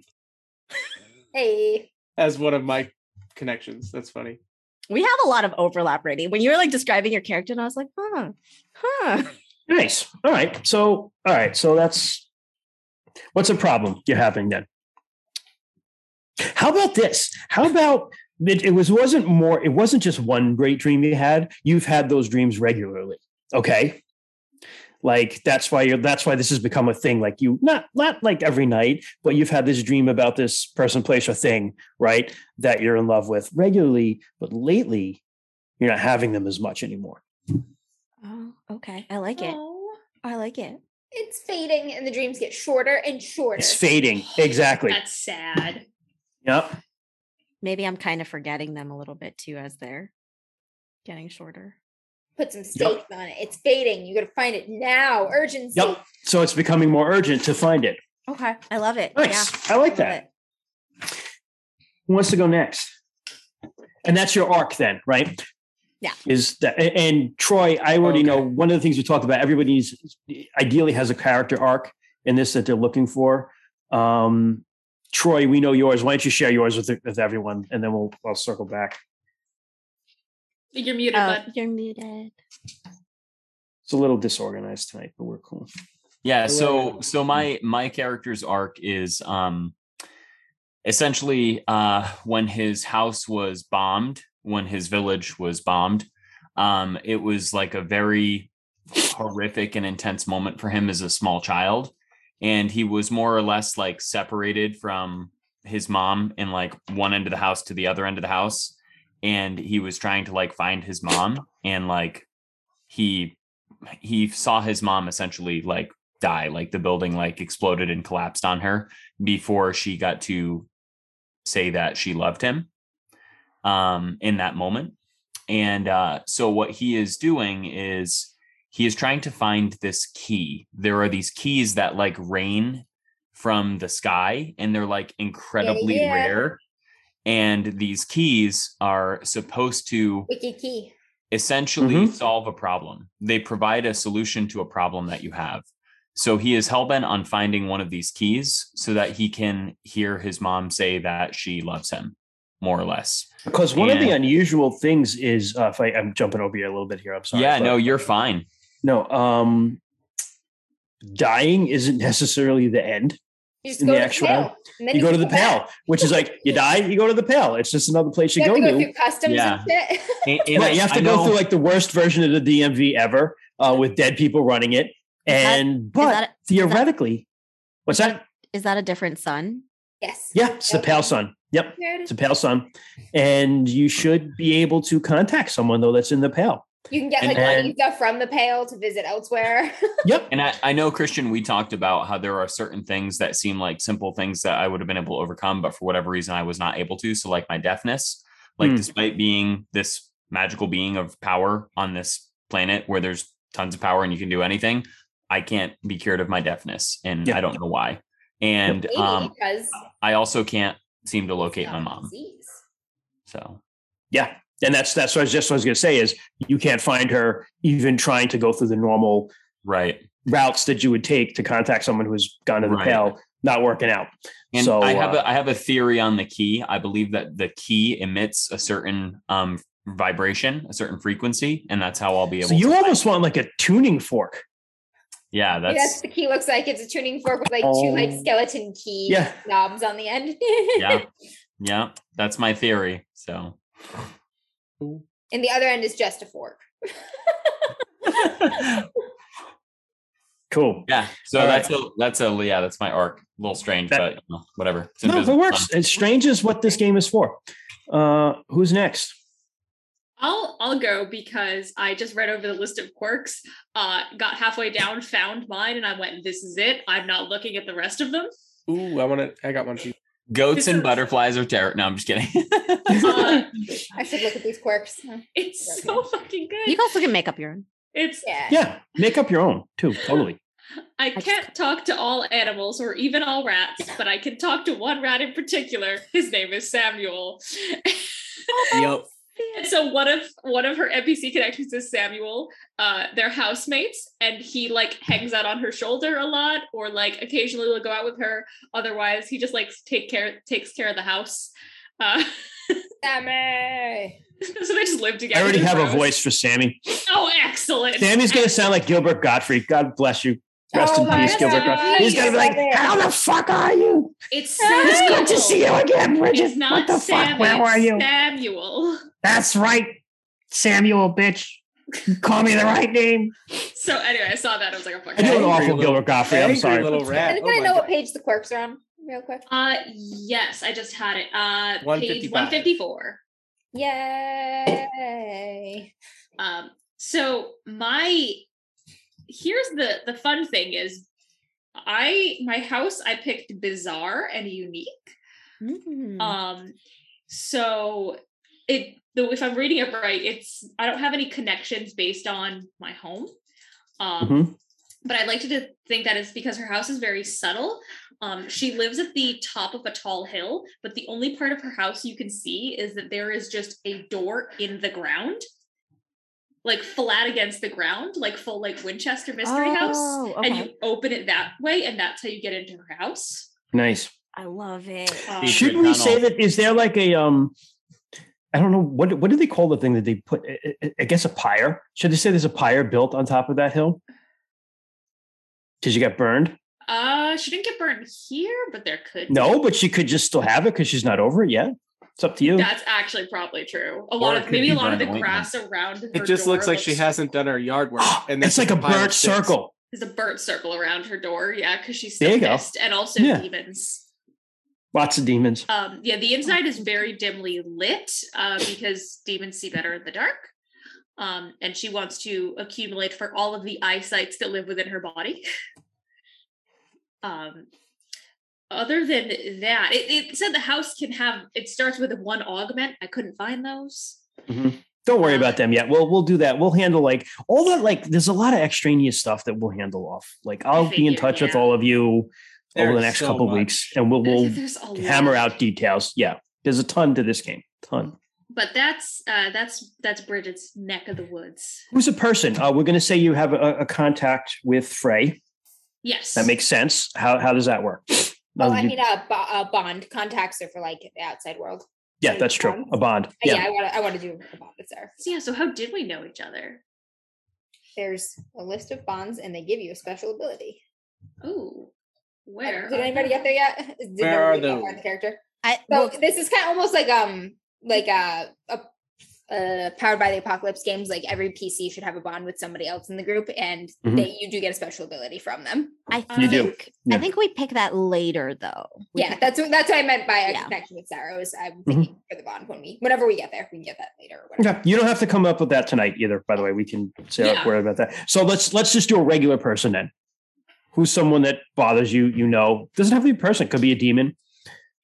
Hey.
as one of my connections. That's funny.
We have a lot of overlap, Brady. When you were like describing your character, and I was like, huh, huh.
nice all right so all right so that's what's a problem you're having then how about this how about it, it was wasn't more it wasn't just one great dream you had you've had those dreams regularly okay like that's why you're that's why this has become a thing like you not not like every night but you've had this dream about this person place or thing right that you're in love with regularly but lately you're not having them as much anymore
Oh, okay. I like it.
Oh,
I like it.
It's fading and the dreams get shorter and shorter.
it's fading exactly
that's sad.
yep
Maybe I'm kind of forgetting them a little bit too as they're getting shorter.
Put some stakes on it. It's fading. You gotta find it now. Urgency.
Yep. So it's becoming more urgent to find it.
Okay. I love it.
Nice.
Yeah.
I like
love
that.
it.
Who wants to go next? And that's your arc then, right?
Yeah.
Is that a- and Troy, I already
Okay.
know one of the things we talked about, everybody needs ideally has a character arc in this that they're looking for. Um Troy, we know yours. Why don't you share yours with, with everyone and then we'll I'll circle back.
You're muted,
Oh,
but
you're muted.
It's a little disorganized tonight, but we're cool.
yeah
Or
so
whatever.
so my my character's arc is um essentially uh when his house was bombed when his village was bombed um it was like a very horrific and intense moment for him as a small child and he was more or less like separated from his mom in like one end of the house to the other end of the house and he was trying to like find his mom and like he he saw his mom essentially like die like the building like exploded and collapsed on her before she got to say that she loved him um in that moment and uh so what he is doing is he is trying to find this key there are these keys that like rain from the sky and they're like incredibly
yeah.
rare and these keys are supposed to
Wiki key.
essentially
Mhm.
solve a problem. They provide a solution to a problem that you have. So he is hellbent on finding one of these keys so that he can hear his mom say that she loves him, more or less.
Because one of the
Yeah.
unusual things is uh, if I, I'm jumping over you a little bit here, I'm sorry.
yeah,
but-
no, you're fine.
No, um dying isn't necessarily the end.
You just
In
go
the
to
actual-
the pail. and then
You go to the
can back.
pal, which is like you die, you go to the pal. It's just another place you
You
go
have to go
to.
through customs and shit.
And- and
Right, you have
I
to go
know-
through like the worst version of the DMV ever, uh, with dead people running it.
that-
And but
that- is that-
theoretically, what's that?
Is that a different sun?
yes.
Yeah, it's the pal son. Yep,
There it
it's
is.
a pal son, and you should be able to contact someone though that's in the pal.
You can get
And
like
then-
Lisa from the pail to visit elsewhere.
Yep,
And I, I know, Christian, we talked about how there are certain things that seem like simple things that I would have been able to overcome, but for whatever reason, I was not able to. So, like my deafness, like
Hmm.
despite being this magical being of power on this planet where there's tons of power and you can do anything, I can't be cured of my deafness. And
Yeah.
I don't know why. and
Maybe
um,
because
I also can't seem to locate
it's
my
not
mom.
disease.
So
Yeah. And that's that's what I was just what I was gonna say is you can't find her even trying to go through the normal
right,
routes that you would take to contact someone who's gone to the
Right.
pale, not working out.
and
So,
I have
uh,
a I have a theory on the key. I believe that the key emits a certain um vibration, a certain frequency, and that's how I'll be able.
So you
to
almost want like a tuning fork.
yeah,
That's,
that's
the key looks like. It's a tuning fork with like two like
Oh.
skeleton key
Yeah.
knobs on the end.
yeah, yeah, that's my theory. So
and the other end is just a fork.
Cool.
yeah, so
All
that's a that's a yeah, that's my arc. A little strange,
That-
but you know, whatever. It's Um,
No, it
invisible.
works. It's strange is what this game is for. Uh who's next?
I'll I'll go because I just read over the list of quirks, uh, got halfway down, found mine, and I went, "This is it. I'm not looking at the rest of them."
Ooh, I want to. I got one. too.
Goats and butterflies are terror. No, I'm just kidding.
Uh,
I should look at these quirks.
it's so fucking good.
You also can make up your own.
it's
Yeah.
Yeah. Make up your own too. Totally.
I
just
can't talk to all animals or even all rats, but I can talk to one rat in particular. His name is Samuel.
Yep.
And so one of one of her NPC connections is Samuel. Uh, they're housemates, and he like hangs out on her shoulder a lot, or like occasionally will go out with her. Otherwise, he just like take care takes care of the house. Uh,
Summer.
so they just live together.
I already
They're
have a
gross.
voice for Sammy.
Oh, excellent!
Sammy's gonna sound like Gilbert Gottfried. God bless you. Rest
Oh
in
my
peace, Gilbert
God.
Gottfried. He's gonna be
Love it.
like, How the fuck are you?
It's
It's
It's good to
Samuel.
see you again, Bridget.
It's not
what the
Sammy.
fuck? Where were
it's
you?
Samuel.
That's right, Samuel, bitch. You Call me the right name.
So anyway, I saw that. I was like, oh fuck.
I do an
Angry
awful
little-
Gilbert Gottfried. I'm
Angry
sorry.
Little rat.
And
Oh
can I
my
know what
God.
page the quirks are on, real quick?
Uh, yes, I just had it. Uh, page
155.
one fifty four.
Yay!
Um, so my here's the the fun thing is I my house I picked bizarre and unique.
Mm-hmm.
Um, so it though if I'm reading it right, it's I don't have any connections based on my home. Um,
Mm-hmm.
Mhm.
but I'd like to just think that it's because her house is very subtle. Um, she lives at the top of a tall hill, but the only part of her house you can see is that there is just a door in the ground, like flat against the ground, like full like Winchester Mystery House.
Oh,
And
okay.
you open it that way, and that's how you get into her house.
Nice.
I love it.
Um,
Secret
Should we
tunnel.
say that? Is there like a um? I don't know what what do they call the thing that they put? I- I- I guess a pyre. Should they say there's a pyre built on top of that hill? Because you got burned.
Uh, she didn't get burned here, but there could. be.
No, but she could just still have it because she's not over it yet. It's up to you.
That's actually probably true. A
Or
lot
it
of
could
maybe a
be
lot of the
burned ointment.
grass around. Her
It just looks
door
like she hasn't done her yard work, and
it's
that's
like a
pile of
burnt
sticks.
circle.
There's a burnt circle around her door. Yeah, because she's
There
still
you go.
pissed, and also
Yeah.
demons.
Lots of demons.
Um, yeah, the inside is very dimly lit uh, because demons see better in the dark. Um, and she wants to accumulate for all of the eyesights that live within her body. Um, other than that, it, it said the house can have. It starts with one augment. I couldn't find those.
Don't worry about them yet. We'll we'll do that. We'll handle like all that. Like there's a lot of extraneous stuff that we'll handle off. Like I'll be in
figure,
touch with
yeah.
all of you over the
There's
next
so
couple
much.
weeks, and we'll we'll
There's a
hammer
lot.
out details. Yeah, there's a ton to this game. Ton.
but that's uh that's that's bridget's neck of the woods
Who's a person? Uh, we're going to say you have a, a contact with Frey.
yes
That makes sense. How how does that work?
Oh,
Other
I
than-
need a, bo- a bond. Contacts are for like the outside world.
yeah, that's true. A bond.
Yeah,
Yeah.
I want to. I want to do a bond. It's there.
so yeah so how did we know each other
There's a list of bonds, and they give you a special ability. Uh,
oh where
Did
are
anybody
they?
get there yet? Did
Where are
everybody get
those?
on the character?
I,
So
well,
this is kind of almost like um like a, a uh powered by the apocalypse games. Like every PC should have a bond with somebody else in the group, and
Mm-hmm.
Mhm.
that you do get a special ability from them.
I
You
think
do.
Yeah.
I think we pick that later though. We
yeah,
pick-
that's what that's what I meant by a
Yeah.
connection with Sarah. Was
Mm-hmm.
I'm thinking for the bond when we whenever we get there, we can get that later or whatever.
Okay. You don't have to come up with that tonight either. By the way, we can say
Yeah.
not worry about that. So let's let's just do a regular person then. Who's someone that bothers you? You know, doesn't have to be a person. Could be a demon.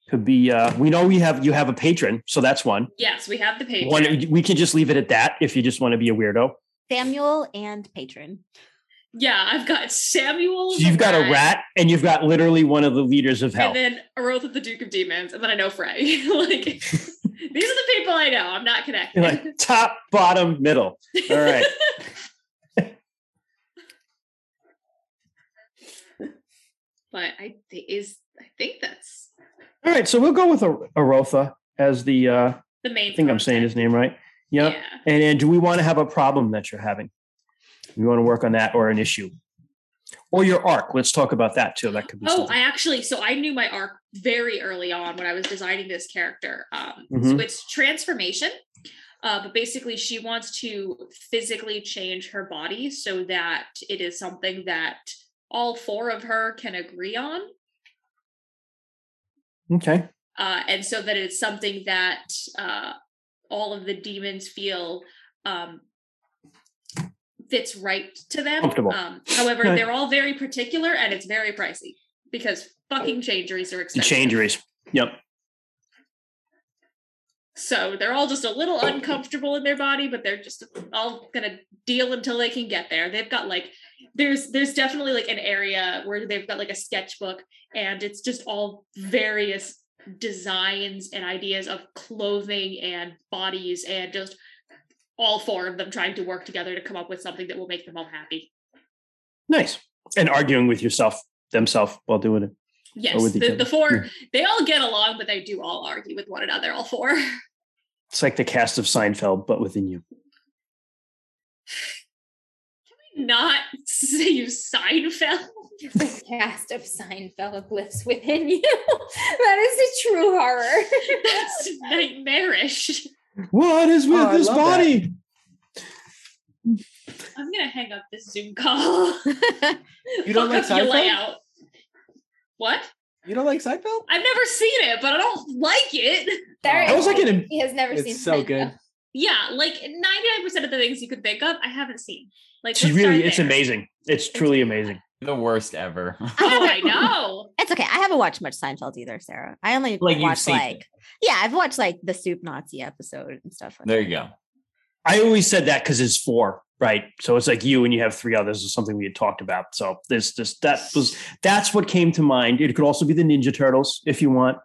Could be. Uh, we know we have you have a patron, so that's one.
yes we have the page
One. We can just leave it at that if you just want to be a weirdo.
Samuel and patron.
yeah, I've got Samuel.
So
the
you've got a rat, and you've got literally one of the leaders of hell.
and then a Wrath of the Duke of Demons, and then I know Frey. like these are the people I know. I'm not connected.
You're like top, bottom, middle. All right.
but I th- is I think that's
All right. So we'll go with Ar- Arotha as the, uh,
the main.
I think I'm saying his name right. Yep. And, and do we want to have a problem that you're having? We want to work on that or an issue or your arc. Let's talk about that too. That could be.
Oh,
something.
I actually so I knew my arc very early on when I was designing this character. Um, So
Mhm.
it's transformation, uh, but basically she wants to physically change her body so that it is something that all four of her can agree on,
okay.
uh, and so that it's something that uh, all of the demons feel. Um, fits right to them.
Comfortable.
Um, however,
Right.
they're all very particular and it's very pricey because fucking changeries are
The
expensive.
changeries. Yep.
So they're all just a little uncomfortable in their body, but they're just all gonna deal until they can get there. They've got like there's there's definitely like an area where they've got like a sketchbook and it's just all various designs and ideas of clothing and bodies and just all four of them trying to work together to come up with something that will make them all happy.
Nice. And arguing with yourself, themself while doing it.
Yes,
Oh, with each
the,
other.
the four they all get along, but they do all argue with one another, all four.
It's like the cast of Seinfeld, but within you.
Not say you Seinfeld.
The cast of Seinfeld lives within you. that is a true horror.
That's nightmarish.
What is with
Oh, I
this
love
body?
I'm gonna hang up this Zoom call.
You don't like
Fuck up your
Seinfeld?
layout. What?
You don't like Seinfeld?
I've never seen it, but I don't like it.
There
That was like an.
he has never
It's
seen
so good.
Seinfeld.
Yeah, like 99% of the things you could think of, I haven't seen. Like,
It's
let's
really,
start
it's
there.
amazing. It's truly amazing.
The worst ever.
Oh, I know.
It's okay. I haven't watched much Seinfeld either, Sarah. I only
Like, you've
watched
seen
like yeah, I've watched like the soup Nazi episode and stuff. like
there you go.
I always said that because it's four, right? So it's like you and you have three others is something we had talked about. So there's just that was that's what came to mind. It could also be the Ninja Turtles if you want.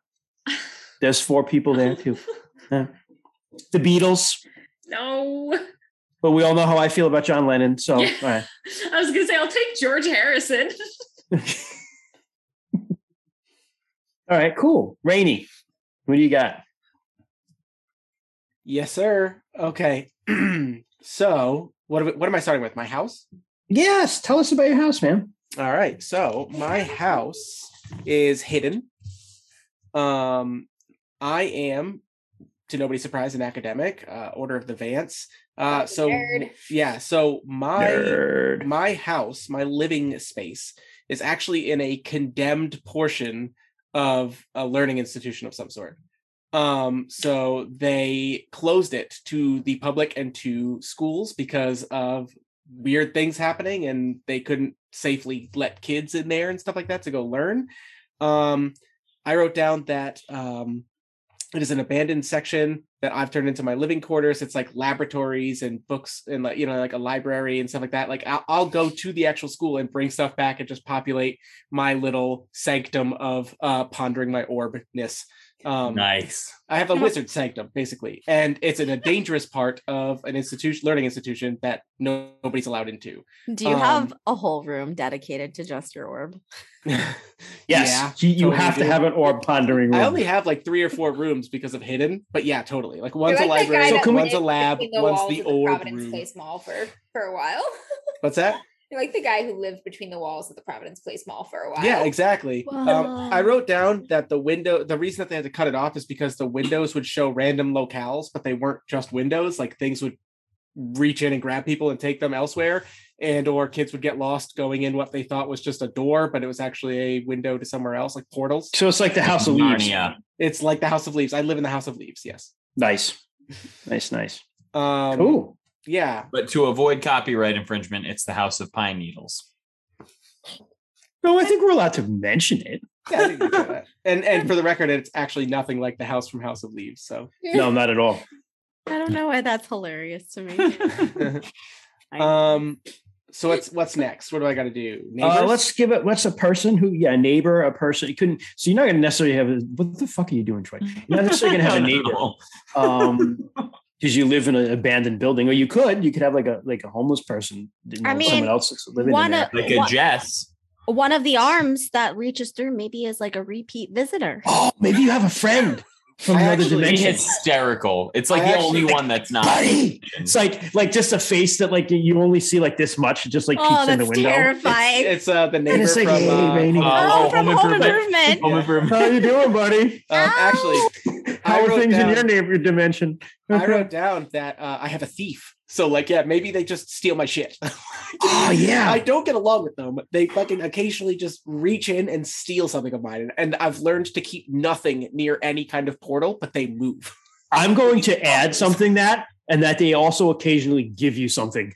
There's four people there too. Yeah. The Beatles,
No.
but we all know how I feel about John Lennon. So
Yeah.
all right.
I was gonna say, I'll take George Harrison.
all right, cool. Rainy, what do you got?
Yes, sir. Okay. so what am, what am I starting with? My house?
Yes, tell us about your house, man.
All right. So my house is hidden. Um, I am, to nobody's surprise, an academic, uh, Order of the Vance. Uh,
Fucking
so
nerd.
yeah, so my
Nerd.
my house, my living space, is actually in a condemned portion of a learning institution of some sort. Um, so they closed it to the public and to schools because of weird things happening, and they couldn't safely let kids in there and stuff like that to go learn. Um, I wrote down that um, it is an abandoned section that I've turned into my living quarters. It's like laboratories and books and like you know like a library and stuff like that. Like I'll, I'll go to the actual school and bring stuff back and just populate my little sanctum of uh, pondering my orbness. Um,
nice.
I have a wizard sanctum basically, and it's in a dangerous part of an institution, learning institution that no, nobody's allowed into.
that. Do you have
um,
a whole room dedicated to just your orb?
Yes,
Yeah,
you, you
totally
have to
do.
have an orb pondering room.
I only have like three or four rooms because of hidden, but yeah, totally. Like one's
You're
a
like that guy
library,
that
can we-
one's a
lived
lab,
between
one's
walls
the
of
old
Providence
room.
Place Mall for for a while.
What's that?
You're like the guy who lived between the walls of the Providence Place Mall for a while.
Yeah, exactly. Um,
Wow.
I wrote down that the window, the reason that they had to cut it off is because the windows would show random locales, but they weren't just windows. Like things would reach in and grab people and take them elsewhere, and or kids would get lost going in what they thought was just a door, but it was actually a window to somewhere else, like portals.
so it's like the House of Leaves.
Narnia.
It's like the House of Leaves. I live in the House of Leaves. Yes.
Nice, nice, nice.
Um,
Cool.
Yeah.
But to avoid copyright infringement, it's the House of Pine Needles.
No, I think we're allowed to mention it.
yeah I think we can do that. and and for the record, it's actually nothing like the house from House of Leaves. So.
No, not at all.
I don't know why that's hilarious to me. I-
um so what's what's next? What do I got to do?
Uh,
Neighbors?
let's give it. What's a person who? Yeah, a neighbor, a person. You couldn't. So you're not going to necessarily have. A, what the fuck are you doing, Troy? You're not necessarily going to have a neighbor. Um, because you live in an abandoned building, or you could. You could have like a like a homeless person. You know,
I mean,
someone else that's living in
one
there.
of-
Like a
What?
Jess.
One of the arms that reaches through maybe is like a repeat visitor.
oh, maybe you have a friend from
I
another
actually-
Be
dimension.
hysterical. It's like
I
the
actually-
only one that's not.
Buddy! It's like like just a face that like you only see like this much, just like
oh,
peeks in the
that's
window.
terrifying.
It's uh the neighbor
it's
from
like, hey,
uh,
Rainy.
Home-
Uh,
oh,
oh,
from
Home
Home,
Improvement.
Improvement.
Home improvement.
How you doing, buddy?
Oh,
um,
Ow.
actually I
How are
wrote
things
down-
in your neighbor dimension?
I wrote down that uh, I have a thief. So like yeah, maybe they just steal my shit.
oh yeah,
I don't get along with them. They fucking occasionally just reach in and steal something of mine. And, and I've learned to keep nothing near any kind of portal, but they move.
I'm going to add something that, and that they also occasionally give you something.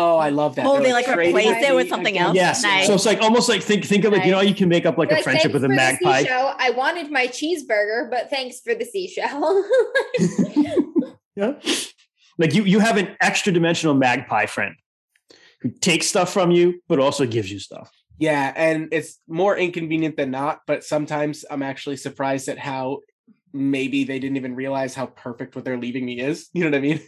Oh, I love that.
Oh,
They're,
they, like,
trading
replace it with
me
something
against-
else?
Yes.
Nice.
So it's like almost like think think of like you know
Nice.
you can make up like a
Like,
friendship
thanks
with a
for the
magpie.
seashell. I wanted my cheeseburger, but thanks for the seashell.
Yeah. Like you you have an extra dimensional magpie friend who takes stuff from you but also gives you stuff.
Yeah, and it's more inconvenient than not, but sometimes I'm actually surprised at how maybe they didn't even realize how perfect what they're leaving me is. You know what I mean?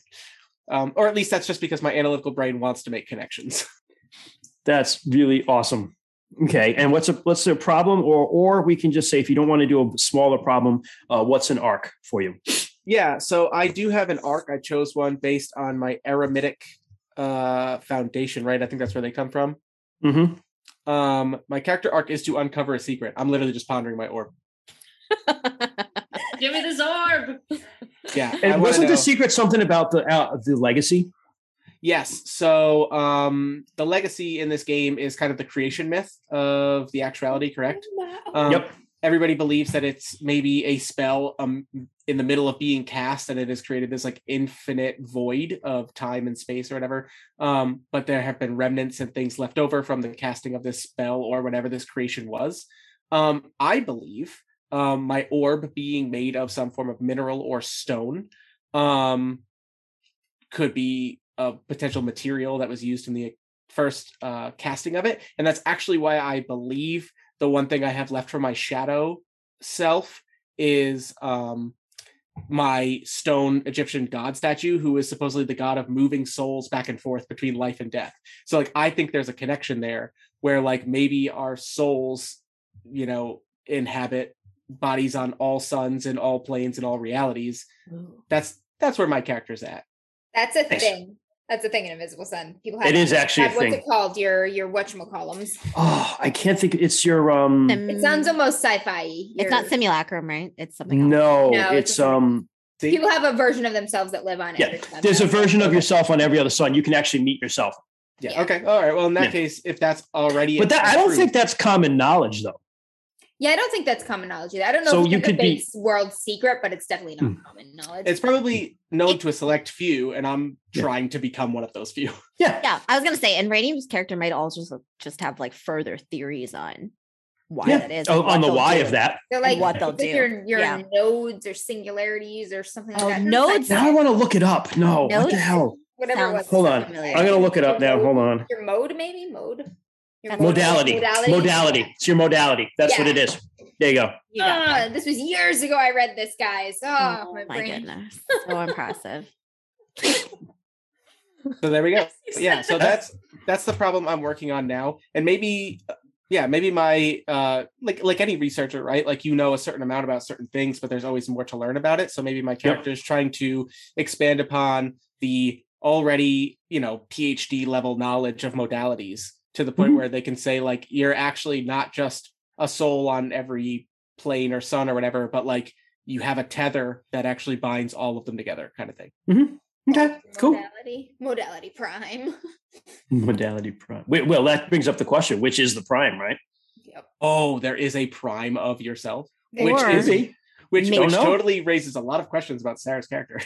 Um, or at least that's just because my analytical brain wants to make connections.
That's really awesome. Okay, and what's a what's their problem, or or we can just say if you don't want to do a smaller problem, uh, what's an arc for you?
Yeah, so I do have an arc. I chose one based on my eremitic uh foundation, right? I think that's where they come from.
Mm-hmm.
Um my character arc is to uncover a secret. I'm literally just pondering my orb.
Give me this orb.
Yeah. I
And
wanna
wasn't the
know-
secret something about the uh, the legacy?
Yes. So um the legacy in this game is kind of the creation myth of the actuality, correct? Um,
Yep.
Everybody believes that it's maybe a spell um in the middle of being cast and it has created this like infinite void of time and space or whatever. Um, but there have been remnants and things left over from the casting of this spell or whatever this creation was. Um, I believe um my orb being made of some form of mineral or stone. Um, could be a potential material that was used in the first uh, casting of it. And that's actually why I believe the one thing I have left for my shadow self is um, my stone Egyptian god statue, who is supposedly the god of moving souls back and forth between life and death. So, like, I think there's a connection there where, like, maybe our souls, you know, inhabit bodies on all suns and all planes and all realities. That's that's where my character's at.
That's a
Nice.
thing. That's a thing in Invisible Sun. People have
It is actually a
have what's
thing.
it called? Your your whatchamacallums.
Oh, I can't think. It's your um.
Sim-
It sounds almost sci-fi.
Mm. it's not simulacrum, right? It's something else.
No,
No, it's
it's
a-
um.
See?
People have a version of themselves that live on
Yeah,
every planet.
There's a version of yourself on every other sun. You can actually meet yourself,
Yeah.
Yeah.
Okay. All right. Well, in that
Yeah.
case, if that's already,
but that I don't
approved-
think that's common knowledge though.
Yeah, I don't think that's common knowledge. either. I don't know
So
if
you
it's
could
a
be- Hmm.
base world secret, but it's definitely not common knowledge.
it's probably known to a select few, and I'm
Yeah.
trying to become one of those few.
Yeah.
Yeah, I was gonna say, and Radium's character might also just have like further theories on why
Yeah.
that is.
Oh,
and what
on the
they'll
why
do.
of that.
They're like
what they'll
it's like
do.
Your your
Yeah.
nodes or singularities or something
Oh,
like that.
nodes.
Now I want to look it up. No, what
Notes?
the hell?
Whatever it was.
Hold on.
Familiar.
I'm gonna look it up now. Hold on.
Your mode, maybe mode. Your
That's-
Modality. Modality.
Modality.
It's your modality. That's what
Yeah.
it is. There you go.
You got it. Ah, this was years ago. I read this, guys. Oh,
Oh
my,
my
brain.
goodness, so impressive.
So there we go.
You
Yeah.
said
So that's that's the problem I'm working on now, and maybe uh, yeah, maybe my uh like like any researcher, right? Like you know a certain amount about certain things, but there's always more to learn about it. So maybe my character is trying to expand upon the already you know PhD level knowledge of modalities to the point
Mhm.
where they can say like you're actually not just a soul on every plane or sun or whatever, but like you have a tether that actually binds all of them together, kind of thing.
Okay. Cool.
Modality. Modality prime.
Modality prime. Wait, well, that brings up the question, which is the prime, right?
Yep.
Oh, there is a prime of yourself.
They
which
Or-
is a, which,
Maybe-
Don't
which
know.
totally raises a lot of questions about Sarah's character.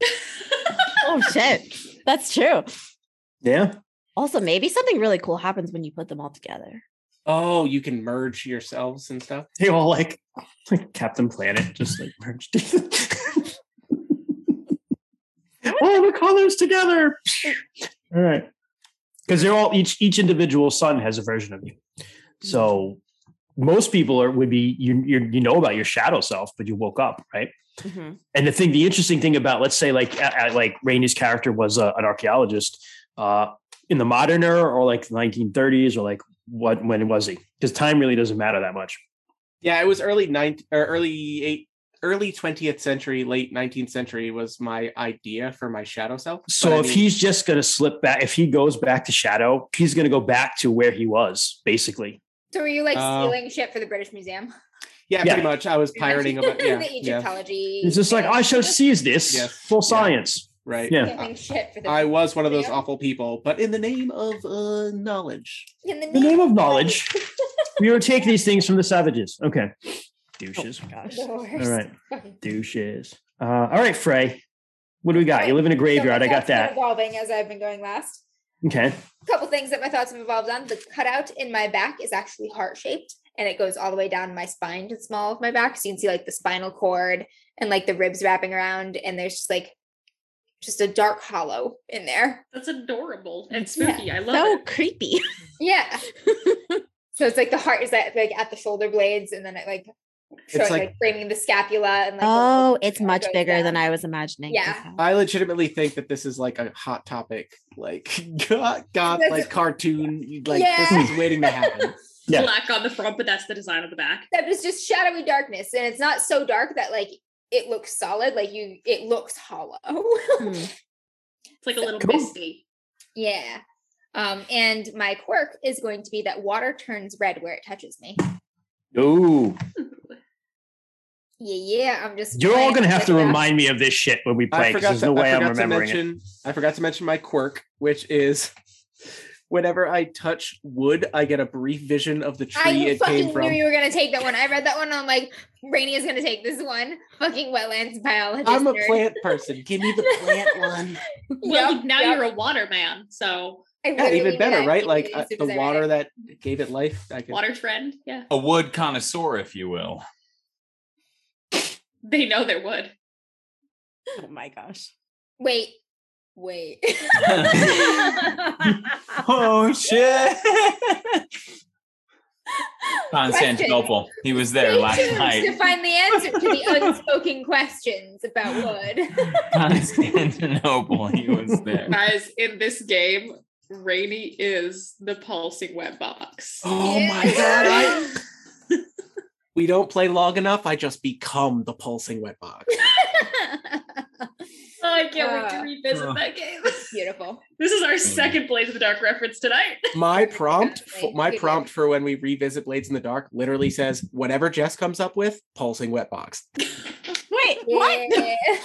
Oh shit, that's true.
Yeah.
Also, maybe something really cool happens when you put them all together.
Oh, you can merge yourselves and stuff.
They all like like Captain Planet, just like merged. oh, the colors together. All right. because they're all each each individual sun has a version of you. So most people are would be you you you know about your shadow self, but you woke up right.
Mhm.
And the thing, the interesting thing about let's say like a- a- like Rainey's character was a, an archaeologist uh, in the modern era or like 1930s or like what when was he? Because time really doesn't matter that much.
Yeah, it was early ninth or early eight early 20th century, late 19th century was my idea for my shadow self. But
So
I
if
mean,
he's just going to slip back, if he goes back to shadow, he's going to go back to where he was basically.
So were you like
Uh,
stealing shit for the British Museum?
yeah,
yeah.
pretty much I was pirating about yeah,
the
yeah,
Egyptology.
He's just like
thing.
I shall seize this
Yes.
for
Yeah.
science.
right.
Yeah.
stealing shit for the
I was one of those
Museum.
awful people, but in the name of uh, knowledge.
in the
In the name of knowledge, we will take these things from the savages. Okay, douches.
Oh Gosh.
The worst.
all right,
Fucking-
douches. Uh, all right, Frey. What do we got? You live in a graveyard. I
Couple
got
thoughts have been
that.
Evolving as I've been going last.
Okay.
couple things that my thoughts have evolved on. The cutout in my back is actually heart shaped and it goes all the way down my spine to the small of my back. So you can see like the spinal cord and like the ribs wrapping around. And there's just like just a dark hollow in there.
That's adorable and
Yeah.
spooky. I love
So
it.
creepy.
Yeah. so it's like the heart is at, like at the shoulder blades and then it like
like-
showing like, framing the scapula and like
Oh, it's much
goes
bigger than
down.
I was imagining.
Yeah.
Okay.
I legitimately think that this is like a hot topic, like God, God
That's-
like cartoon, like
Yeah.
this is waiting to happen.
Yeah.
Black on the front, but that's the design on the back.
that is just shadowy darkness and it's not so dark that like it looks solid like you it looks hollow
Hmm.
It's like a little
Cool.
misty.
yeah um and my quirk is going to be that water turns red where it touches me
Ooh,
yeah yeah i'm just
you're all
playing
gonna have
with
to
that.
remind me of this shit when we
I
play. 'cause
forgot
There's
to,
no
I
way I'm
forgot to
remembering it.
mention I forgot to mention my quirk, which is whenever I touch wood, I get a brief vision of the tree
I
it came
fucking
from.
knew Ah, you were gonna take that one. I read that one. I'm like, Rainy is gonna take this one. Fucking wetlands biologist.
I'm a
nerd.
plant person. Give me the plant one.
Well,
Yep,
now
yep.
you're a water man, so
I
Yeah,
literally
even
knew
better,
that
right? Like
immediately
uh,
as soon
the
as I read
water
it.
that gave it life. I could,
water friend. Yeah,
A wood connoisseur, if you will.
they know their wood.
Oh my gosh.
Wait, wait.
Oh shit! Constantinople.
Constantinople.
He was there
Stay
last
tuned to
night.
find the answer to the unspoken questions about wood.
Constantinople. He was there.
Guys, in this game, Rainy is the pulsing web box.
oh my
Yeah.
god! I, we don't play long enough. I just become the pulsing wet box.
I can't wait to
Uh,
revisit
uh.
that game.
Beautiful.
This
Hmm.
is our second Blaze of the Dark reference tonight.
My prompt,
Exactly.
for, my
Yeah.
prompt for when we revisit Blades in the Dark, literally says whatever Jess comes up with, pulsing wet box.
Wait,
Yeah.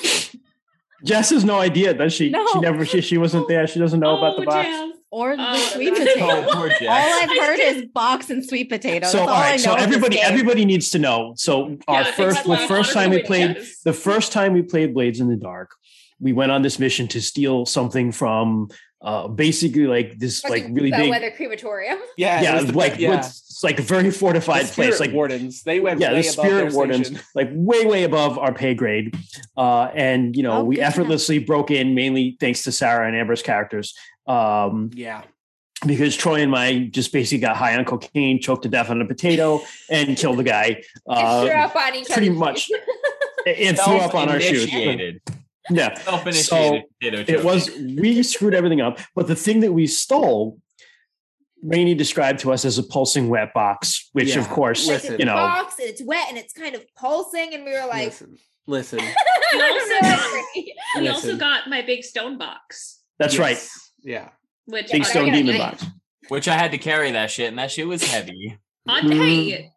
Jess has no idea, does she?
No.
She never. She, she wasn't there. She doesn't know about
Oh,
the box.
Jazz.
Or the
Oh,
sweet
no.
Oh,
potato.
poor
All
Jack.
I've heard is box and sweet potato.
So
That's
all right. So
I know of this
everybody,
game.
everybody needs to know. So our
Yeah, I think
first,
that's
the
why
first time we
Monica
played,
wins.
the first time we played Blades in the Dark, we went on this mission to steal something from, uh, basically like this, like
Fucking
really big,
bellwether crematorium.
Yeah, it
yeah,
was the-
like
yeah.
it's like a very fortified
The spirit
place, like
wardens. They went
yeah,
way
the
above their
spirit wardens,
station.
like way, way above our pay grade. Uh, and you know,
Oh,
we
good to know.
effortlessly broke in, mainly thanks to Sarah and Amber's characters. Um,
Yeah,
because Troy and I just basically got high on cocaine, choked to death on a potato, and killed the guy.
and threw
Uh,
up on each
pretty
other's
much,
shoes.
and threw up on our shoes.
Self-initiated.
Yeah,
Self-initiated potato
it
joke.
was. We screwed everything up, but the thing that we stole, Rainey described to us as a pulsing wet box, which of
Yeah.
course,
Like,
Listen.
it's
you know-
box and it's wet and it's kind of pulsing, and we were like,
listen, listen,
I don't know,
Listen.
Rainy.
We also
listen.
got my big stone box,
that's right,
Yes. Yeah,
which
big
I
stone
gotta
demon
eat.
box.
Which I had to carry that shit, and that shit was heavy.
Uh,
Mm.
hey,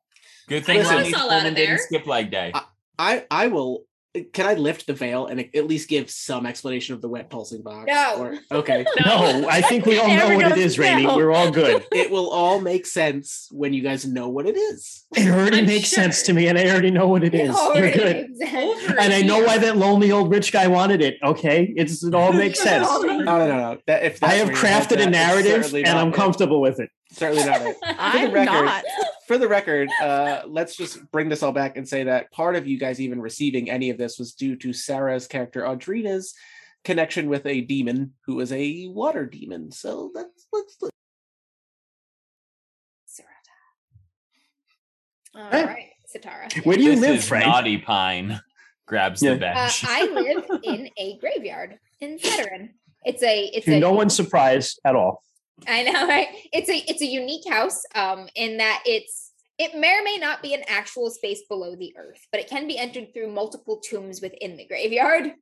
Good thing
Listen.
Lenny
Us all out
Coleman
of
didn't
there.
skip leg day.
I I will. Can I lift the veil and at least give some explanation of the wet pulsing box?
No.
okay.
No, I think we all know
Everyone
what it
knows
is, Rainey.
now.
We're all good.
it will all make sense when you guys know what it is.
It already
I'm
makes sense
sure.
to me, and I already know what it is. We're
Already
good.
exactly.
over
and I know
here.
why that lonely old rich guy wanted it. Okay, it's it all makes sense.
No, no, no, no. That, if
I have
that's where your head's
crafted a
at, it's
narrative,
certainly
and
not
I'm
it.
comfortable with it.
Certainly not it.
I'm
record,
not.
For the record, uh, let's just bring this all back and say that part of you guys even receiving any of this was due to Sarah's character Audrina's connection with a demon who is a water demon. So that's let's. let's
All
Hey.
right, Satara.
Where do you
this
live,
is
Frank?
Naughty Pine grabs
Yeah.
the
Uh,
bench.
I live in a graveyard in Veteran. It's a it's
to
a
no one's surprise at all.
I know, right? It's a it's a unique house um in that it's it may or may not be an actual space below the earth, but it can be entered through multiple tombs within the graveyard.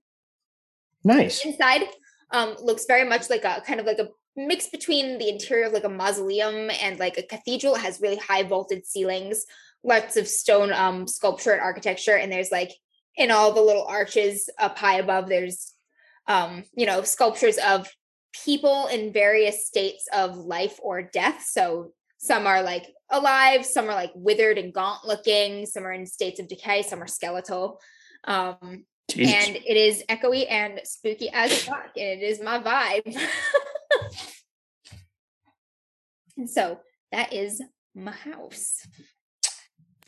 Nice.
Inside um looks very much like a kind of like a mix between the interior of like a mausoleum and like a cathedral. It has really high vaulted ceilings, lots of stone um sculpture and architecture, and there's like in all the little arches up high above, there's um, you know, sculptures of people in various states of life or death. So some are like alive, some are like withered and gaunt looking, some are in states of decay, some are skeletal. Um,
Jesus.
and it is echoey and spooky as fuck. And it is my vibe. and so that is my house.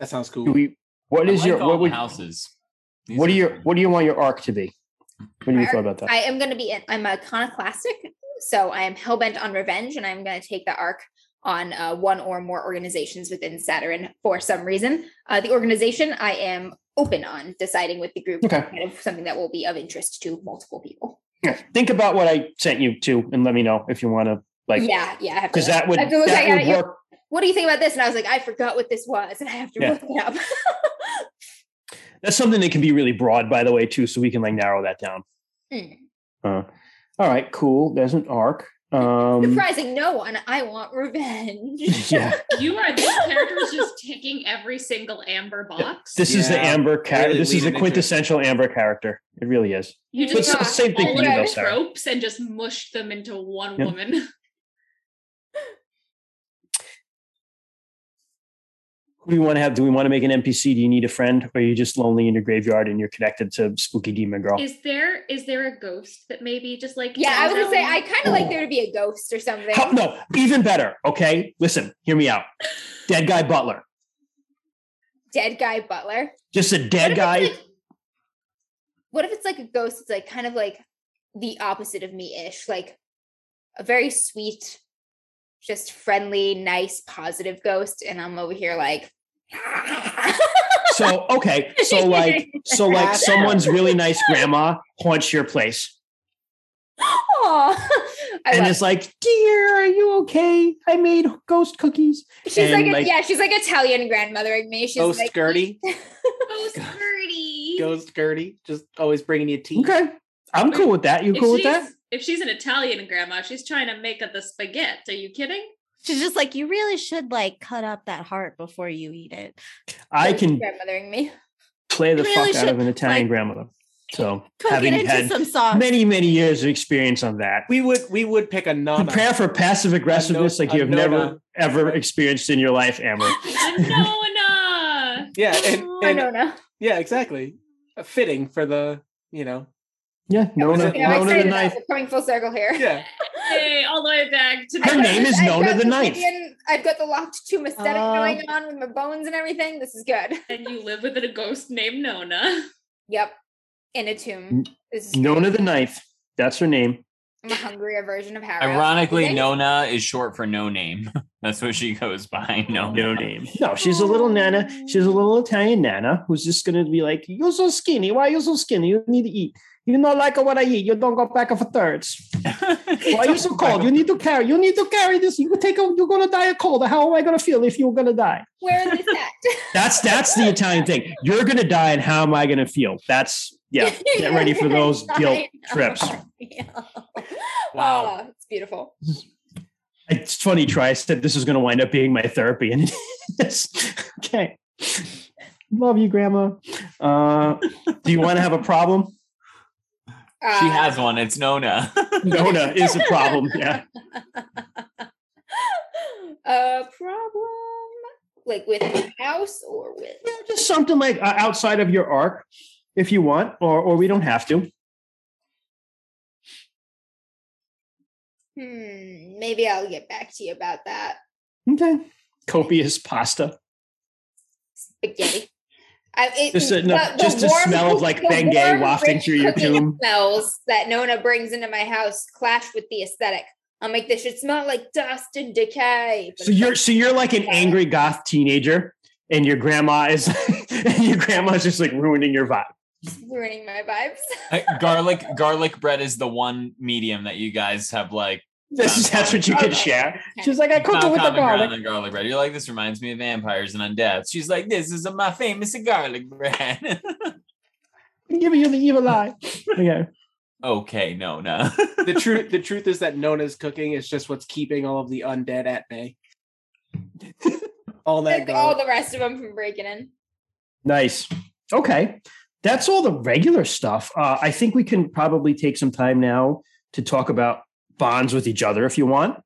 that sounds
Do
cool.
we? What
I
is
like
your?
all
What
the
would?
houses? These
What do your?
fun.
What do you want your arc to be? What do
My
you
arc-
thought about that?
I am going to be, an, I'm a iconoclastic. So I am hellbent on revenge and I'm going to take the arc on uh, one or more organizations within Saturn for some reason. Uh, the organization I am open on deciding with the group
Okay.
kind of something that will be of interest to multiple people.
Yeah. Think about what I sent you to, and let me know if you want to like.
yeah, yeah. I have to-
Because that would
I have to look
that
at
would
it, you-
work.
what do you think about this? And I was like, I forgot what this was, and I have to
Yeah.
look it up.
That's something that can be really broad, by the way, too. So we can like narrow that down.
Hmm.
Uh, all right. Cool. There's an arc. Um,
Surprising no one, I want revenge.
yeah.
You are this character is just taking every single amber box.
This is the
Yeah,
Amber character.
really
this is the
leading into it.
quintessential Amber character. It really is.
you
But
just
it's the
took
same thing
all
for you, though,
the
Sarah.
tropes and just mushed them into one
Yeah.
woman.
Who do you want to have? Do we want to make an NPC? Do you need a friend, or are you just lonely in your graveyard and you're connected to spooky demon girl?
Is there is there a ghost that maybe just like
yeah, I was gonna say
down-
I kind of like there to be a ghost or something.
Oh. How- no, even better. Okay, listen, hear me out. Dead guy butler,
Dead guy butler.
just a
What
dead
if
guy.
it's like- what if it's like a ghost? It's like kind of like the opposite of me ish, like a very sweet, just friendly, nice, positive ghost, and I'm over here like.
so okay, so like, so like, someone's really nice grandma haunts your place,
Aw. I
and
love
it's like, dear, are you okay? I made ghost cookies.
She's like,
And,
a,
like-
yeah, she's like Italian grandmothering me. She's
Ghost
like,
Gertie,
Oh, Gertie.
Ghost Gertie, just always bringing you tea.
Okay, I'm cool with that. You
If
cool with
she's-
that?
If she's an Italian grandma, she's trying to make up the spaghetti. Are you kidding?
She's just like, you really should like cut up that heart before you eat it.
I
"Ghost
can
grandmothering me.
play the
really
fuck out
should,
of an Italian
like,
grandmother. So
Cook
having
it into
had
some sauce.
many, many years of experience on that.
We would we would pick a non.
Prepare for passive aggressiveness like you have never
Unknown.
ever experienced in your life, Amber.
Nona.
Yeah, and,
I
and
don't know.
yeah, exactly. Fitting for the you know
Yeah, Nona,
Okay, I'm
I'm
Nona
excited
the
about
knife.
it. We're coming full circle here.
yeah.
Hey, all the way back to
Her
I've got
name
this-
is
I've
Nona
got
the Uh,
this
Knife.
Indian- I've got the locked tomb aesthetic
Oh.
going on with my bones and everything. This is good.
and you live with a ghost named Nona.
Yep. In a tomb. This is
Nona the knife. That's her name.
I'm a hungrier version of Harrow.
Ironically,
Okay.
Nona is short for no name. That's what she goes by. Nona.
No name. No, she's a little nana. She's a little Italian nana who's just gonna be like, "You're so skinny. Why are you so skinny? You need to eat. You not like what I eat. You don't go back for thirds. Why are you so cold? You need to carry. You need to carry this. You take. A, you're gonna die of cold. How am I gonna feel if you're gonna die?
Where is this at?
That's that's the Italian thing. You're gonna die, and how am I gonna feel? That's yeah. Get ready for those guilt trips.
wow. Ah, it's beautiful.
It's funny, Trice, that this is going to wind up being my therapy. And it's okay. Love you, Grandma. Uh, do you want to have a problem?
She
Uh,
has one. It's Nona.
Nona is a problem. Yeah.
a problem like with the house or with
Yeah, Just something like uh, outside of your arc, if you want, or, or we don't have to.
hmm maybe i'll get back to you about that
Okay. Copious pasta.
spaghetti I, it,
Just a, no,
the- the
just a
warm-
smell of like
the
Bengay
warm,
wafting
rich
through your
cooking
tomb.
Smells that Nona brings into my house clash with the aesthetic. I'll make this shit smell like dust and decay. but
So
it's
you're
like-
so you're like an angry goth teenager, and your grandma is and your grandma's just like ruining your vibe.
It's ruining my vibes.
Uh, garlic garlic bread is the one medium that you guys have like
This is that's what you can share. She's like, I cooked it
found
with the
common ground
garlic.
on garlic bread. You're like, this reminds me of vampires and undead. She's like, this is my famous garlic bread.
I'm giving you the evil eye. Okay.
okay, no, no.
the truth the truth is that Nona's cooking is just what's keeping all of the undead at bay. all that
Like all
garlic.
the rest of them from breaking in.
Nice. Okay. That's all the regular stuff. Uh, I think we can probably take some time now to talk about bonds with each other if you want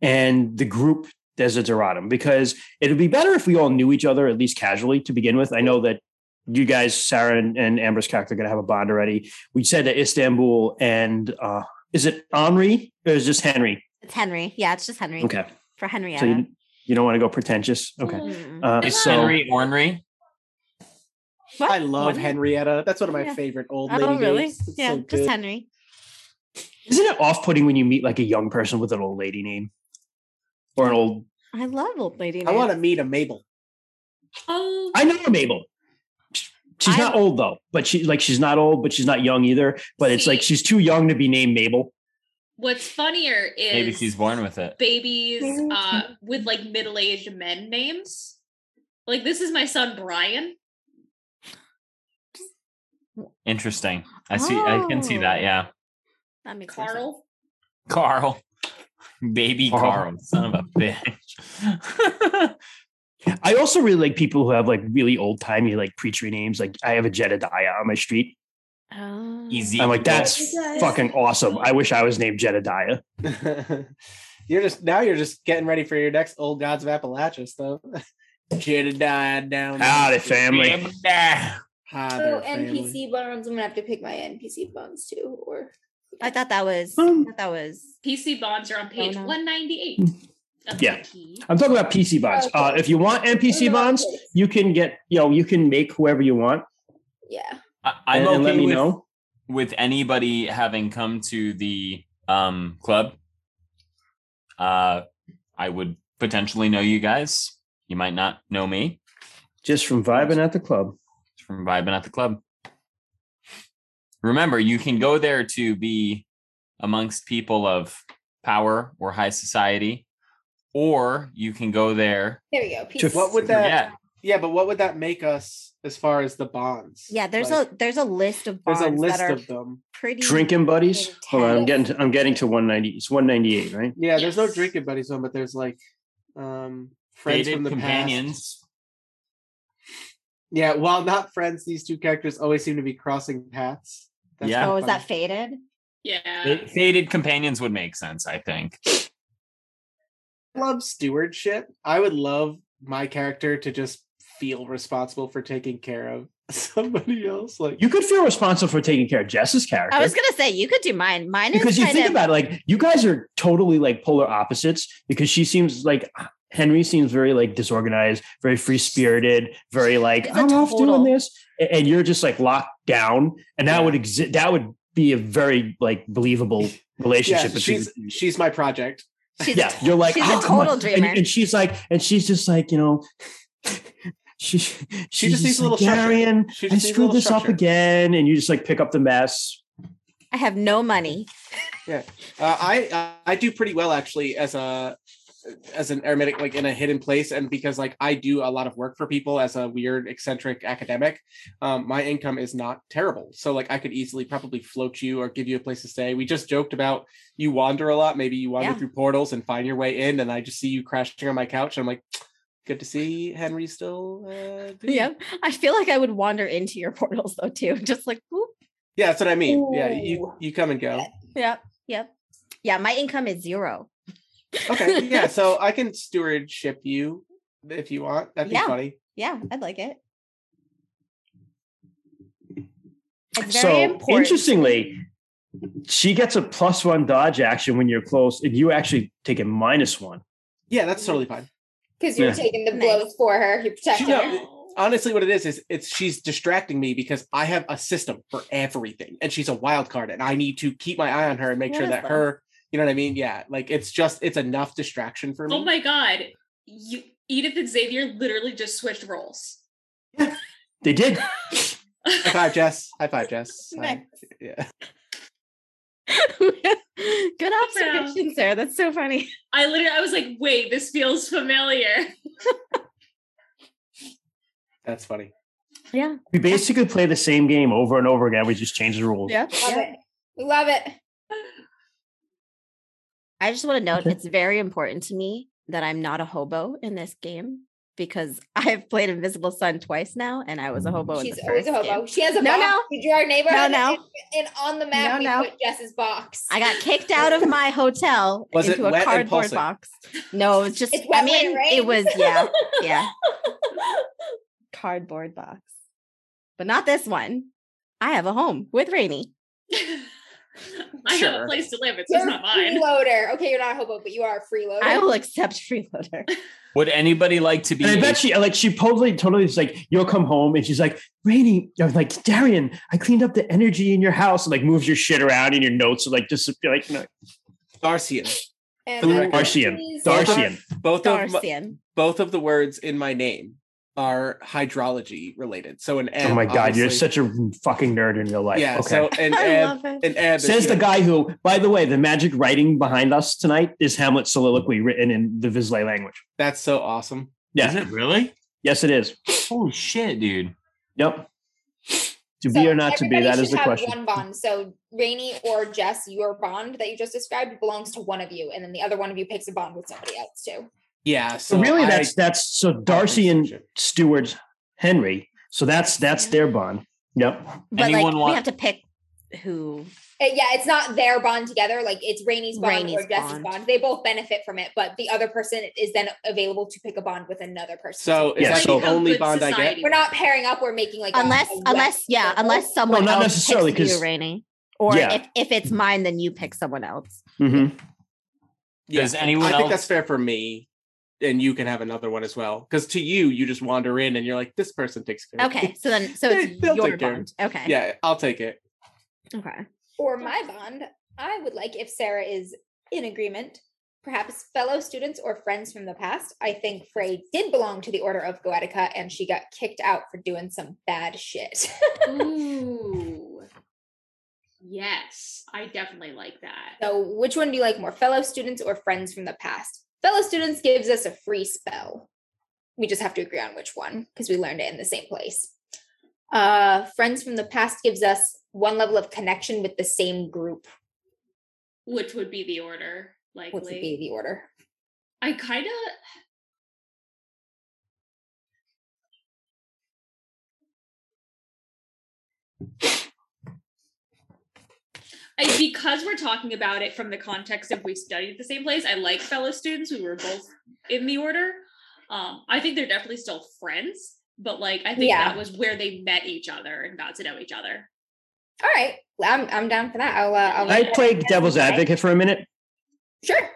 and the group desideratum because it would be better if we all knew each other at least casually to begin with. I know that you guys, Sarah and, and Amber's character, are going to have a bond already. We said that Istanbul and uh, is it Henri or is this Henry?
It's Henry. Yeah, it's just Henry.
Okay.
For Henrietta.
So you, you don't want to go pretentious. Okay.
Mm-mm.
Uh,
Is
so
Henry ornery?
What?
I love
What?
Henrietta. That's one of my
Yeah.
favorite old lady
Oh, really?
names. It's
yeah,
so
just
good.
Henry.
Isn't it off putting when you meet like a young person with an old lady name or an old?
I love old lady.
I want to
names.
meet a Mabel.
Oh,
I know a Mabel. She's
I-
not old though, but she like she's not old, but she's not young either. But it's like
See.
she's too young to be named Mabel.
what's funnier is
Maybe she's born with it.
babies
Maybe it's
uh, with like middle-aged men names. Like this is my son Brian.
Interesting. I see. I can see that.
Oh.
Yeah,
That makes more sense.
Carl.
Carl, baby
Carl.
Carl, son of a bitch.
I also really like people who have like really old timey like preacher names. Like I have a Jedediah on my street.
Oh.
Easy.
I'm like, that's fucking awesome. I wish I was named Jedediah.
you're just now you're just getting ready for your next old gods of Appalachia stuff. Jedediah down.
Howdy,
there.
family.
Hi
Oh,
there, family.
NPC bones. I'm gonna have to pick my NPC bones too. Or
I thought that was.
Um,
I thought that was.
PC bonds are on page
no.
198. of the
Yeah.
key.
I'm talking about PC bonds. Uh, if you want
Oh,
NPC bonds, you can get you know you can make whoever you want
Yeah.
I- I'm
and,
okay
and let me
with,
know.
with anybody having come to the um club. Uh, I would potentially know you guys. You might not know me
just from vibing at the club.
from vibing at the club. Remember, you can go there to be amongst people of power or high society, or you can go there.
There we go.
Just-
What would
to
that-
forget.
Yeah, but what would that make us as far as the bonds?
Yeah, there's
Like,
a there's a list of
there's
bonds
a list
that are
of them.
pretty
Drinking buddies. Hold on, I'm
intense.
getting to, I'm getting to 190. It's 198, right?
Yeah, there's no
Yes.
drinking buddies one, but there's like um friends
Dated
from the companions.
companions.
past. Yeah, while not friends, these two characters always seem to be crossing paths.
Yeah.
kinda
Oh, is that
funny.
faded?
Yeah.
Fa- Faded companions would make sense, I think.
I love stewardship. I would love my character to just feel responsible for taking care of somebody else. Like
You could feel responsible for taking care of Jess's character.
I was gonna say you could do mine. Mine is
because you
kind
think
of,
about it, like you guys are totally like polar opposites because she seems like Henry seems very like disorganized, very free spirited, very like
He's a
I'm off
total-
doing this, A- and you're just like locked down, and that would exist. That would be a very like believable
yeah,
relationship between
she's she's my project.
she's
yeah, you're like
she's a
"Oh, come on."
total
And-
dreamer.
and, she's like, and she's just like, you know, she she
just needs a little structure.
Darian,
She just
I
needs a
screwed
little
this up
structure."
again, and you just like pick up the mess.
I have no money.
Uh, I uh, I do pretty well actually as a as an airmedic like in a hidden place and because like I do a lot of work for people as a weird eccentric academic um my income is not terrible so like I could easily probably float you or give you a place to stay we just joked about you wander a lot maybe you wander
Yeah.
through portals and find your way in and I just see you crashing on my couch and I'm like good to see Henry still uh, doing
Yeah,
it."
I feel like I would wander into your portals though too, just like boop.
yeah that's what I mean yeah you
Ooh.
you come and go
Yep, yep, yeah. My income is zero.
okay yeah so I can stewardship you if you want that'd be
Yeah.
funny
Yeah, I'd like it. It's very
So
important.
interestingly, she gets a plus one dodge action when you're close, and you actually take a minus one.
Yeah, that's totally fine.
Because you're
Yeah.
taking the
Nice.
blows for her. You're
She-
protecting
no,
her.
it- honestly what it is is it's she's distracting me because I have a system for everything and she's a wild card and I need to keep my eye on her and make
What
sure
is
that
that?
her you know what I mean? Yeah. Like it's just it's enough distraction for me.
Oh my god. You Edith and Xavier literally just switched roles.
They did.
High five, Jess. High five, Jess. Hi.
Nice.
Yeah.
Good observation, Sarah. That's so funny.
I literally I was like, wait, this feels familiar.
That's funny.
Yeah.
We basically play the same game over and over again. We just change the rules.
Yeah.
Love it. We love it.
I just want to note
Okay.
it's very important to me that I'm not a hobo in this game because I've played Invisible Sun twice now and I was a hobo in
Mm. She's
the
always
first
a hobo.
game.
She has a
No,
box.
no.
We drew our neighborhood.
No, no.
And, and on the map,
No,
we
no.
put Jess's box.
I got kicked out of my hotel
Was it
into a
wet and
cardboard
pulsing?
box. No, it was just
It's
I
wet when it
mean
rains.
it was yeah, yeah, cardboard box. But not this one. I have a home with Rainy.
I have a
Sure.
place to live. It's
You're
just not
a
mine.
freeloader. Okay, you're not a hobo, but you are a freeloader.
I will accept freeloader.
Would anybody like to be?
And I
a-
bet she like she totally totally is like, you'll come home and she's like, Rainy, or like Darian, I cleaned up the energy in your house and like moves your shit around and your notes are like just like you know,
Darcian.
And
For the
I'm
record-
Darcian.
pleased-
Darcian.
Both of my,
Darcian.
both of the words in my name are hydrology related. So an ebb,
oh my god, you're
obviously-
such a fucking nerd in real life.
yeah.
okay.
So an
I
ebb,
love it.
an ebb is,
Says
you
the
know,
guy who, by the way, the magic writing behind us tonight is Hamlet's soliloquy written in the Vislay language.
That's so awesome.
Is
Yeah.
it really?
Yes, it is.
Holy shit, dude!
Yep. To
So
be or not to be,
everybody
that
should
is the
have
question.
One bond. So Rainy or Jess, your bond that you just described belongs to one of you, and then the other one of you picks a bond with somebody else too.
Yeah. So
So really
I-
that's that's so Darcy and Stewart Henry. So that's that's their bond. Yep.
But like
Anyone want-
we have to pick who
Uh, yeah, it's not their bond together. Like it's Rainy's bond
Rainy's
or Jess's
bond.
bond. They both benefit from it, but the other person is then available to pick a bond with another person.
So it's
Yeah,
like
so-
the only
Good
bond I get.
society.
we're not pairing up. We're making like a-
unless
a wet
unless yeah
circle.
unless someone
not
else
necessarily,
picks
'cause-
you, Rainy. Or
Yeah.
if, if it's mine, then you pick someone else.
hmm
Yeah.
Does anyone
I
else?
think that's fair for me. And you can have another one as well. Because to you, you just wander in and you're like, this person takes care of me.
Okay, so then so
They-
it's
they'll
your
take care of
bond. Okay.
Yeah, I'll take it.
Okay.
or my bond, I would like if Sarah is in agreement, perhaps fellow students or friends from the past. I think Frey did belong to the Order of Goetica, and she got kicked out for doing some bad shit.
Ooh. Yes, I definitely like that.
so, which one do you like more, fellow students or friends from the past? Fellow students gives us a free spell. We just have to agree on which one because we learned it in the same place. Uh, friends from the past gives us one level of connection with the same group,
Which would be the order, likely.
which would be the order.
I kind of. I, because we're talking about it from the context of we studied at the same place, I like fellow students. We were both in the order. Um, I think they're definitely still friends, but like I think
Yeah.
that was where they met each other and got to know each other.
All right, well, I'm I'm down for that. I'll uh, I'll
I
let-
play devil's advocate for a minute.
Sure.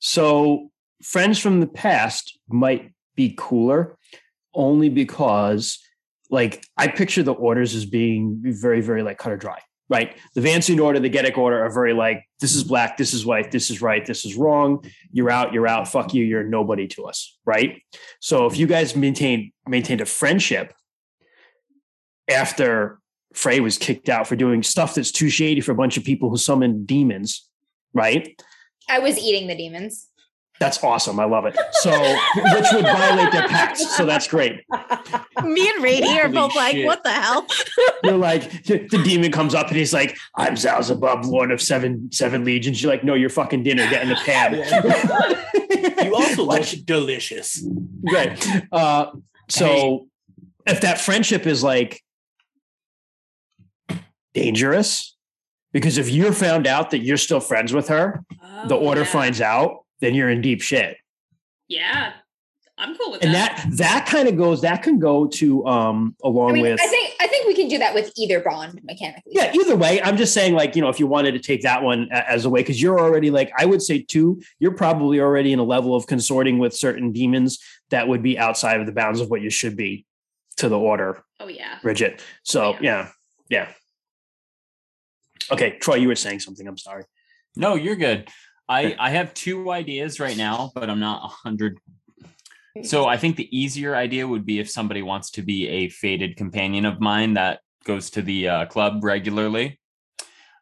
So friends from the past might be cooler only because like I picture the orders as being very, very like cut or dry. Right. The Vancian order, the Getic order are very like, this is black, this is white, this is right, this is wrong. You're out, you're out, fuck you, you're nobody to us. Right. So if you guys maintain maintained a friendship after Frey was kicked out for doing stuff that's too shady for a bunch of people who summon demons, right?
I was eating the demons.
That's awesome. I love it. So, which would violate their pact. So that's great.
Me and Rainy are
Holy
both like,
shit.
what the hell?
You're like, the demon comes up and he's like, I'm Zalzabub, Lord of Seven Seven Legions. You're like, no, you're fucking dinner. Get in the cab.
You also look delicious.
Right. Uh, so, if that friendship is like dangerous, because if you're found out that you're still friends with her, the
Oh,
order
yeah.
finds out, then you're in deep shit.
Yeah, I'm cool with
And
that.
that that kind of goes that can go to um along
I mean,
with
I think I think we can do that with either bond mechanically.
Yeah, either way, I'm just saying, like, you know, if you wanted to take that one a- as a way, because you're already like, I would say two, you're probably already in a level of consorting with certain demons that would be outside of the bounds of what you should be. to the order,
Oh yeah.
Bridget. So
Yeah.
yeah, yeah. Okay, Troy, you were saying something. I'm sorry.
No, you're good. I I have two ideas right now, but I'm not a hundred. So I think the easier idea would be if somebody wants to be a faded companion of mine that goes to the uh, club regularly.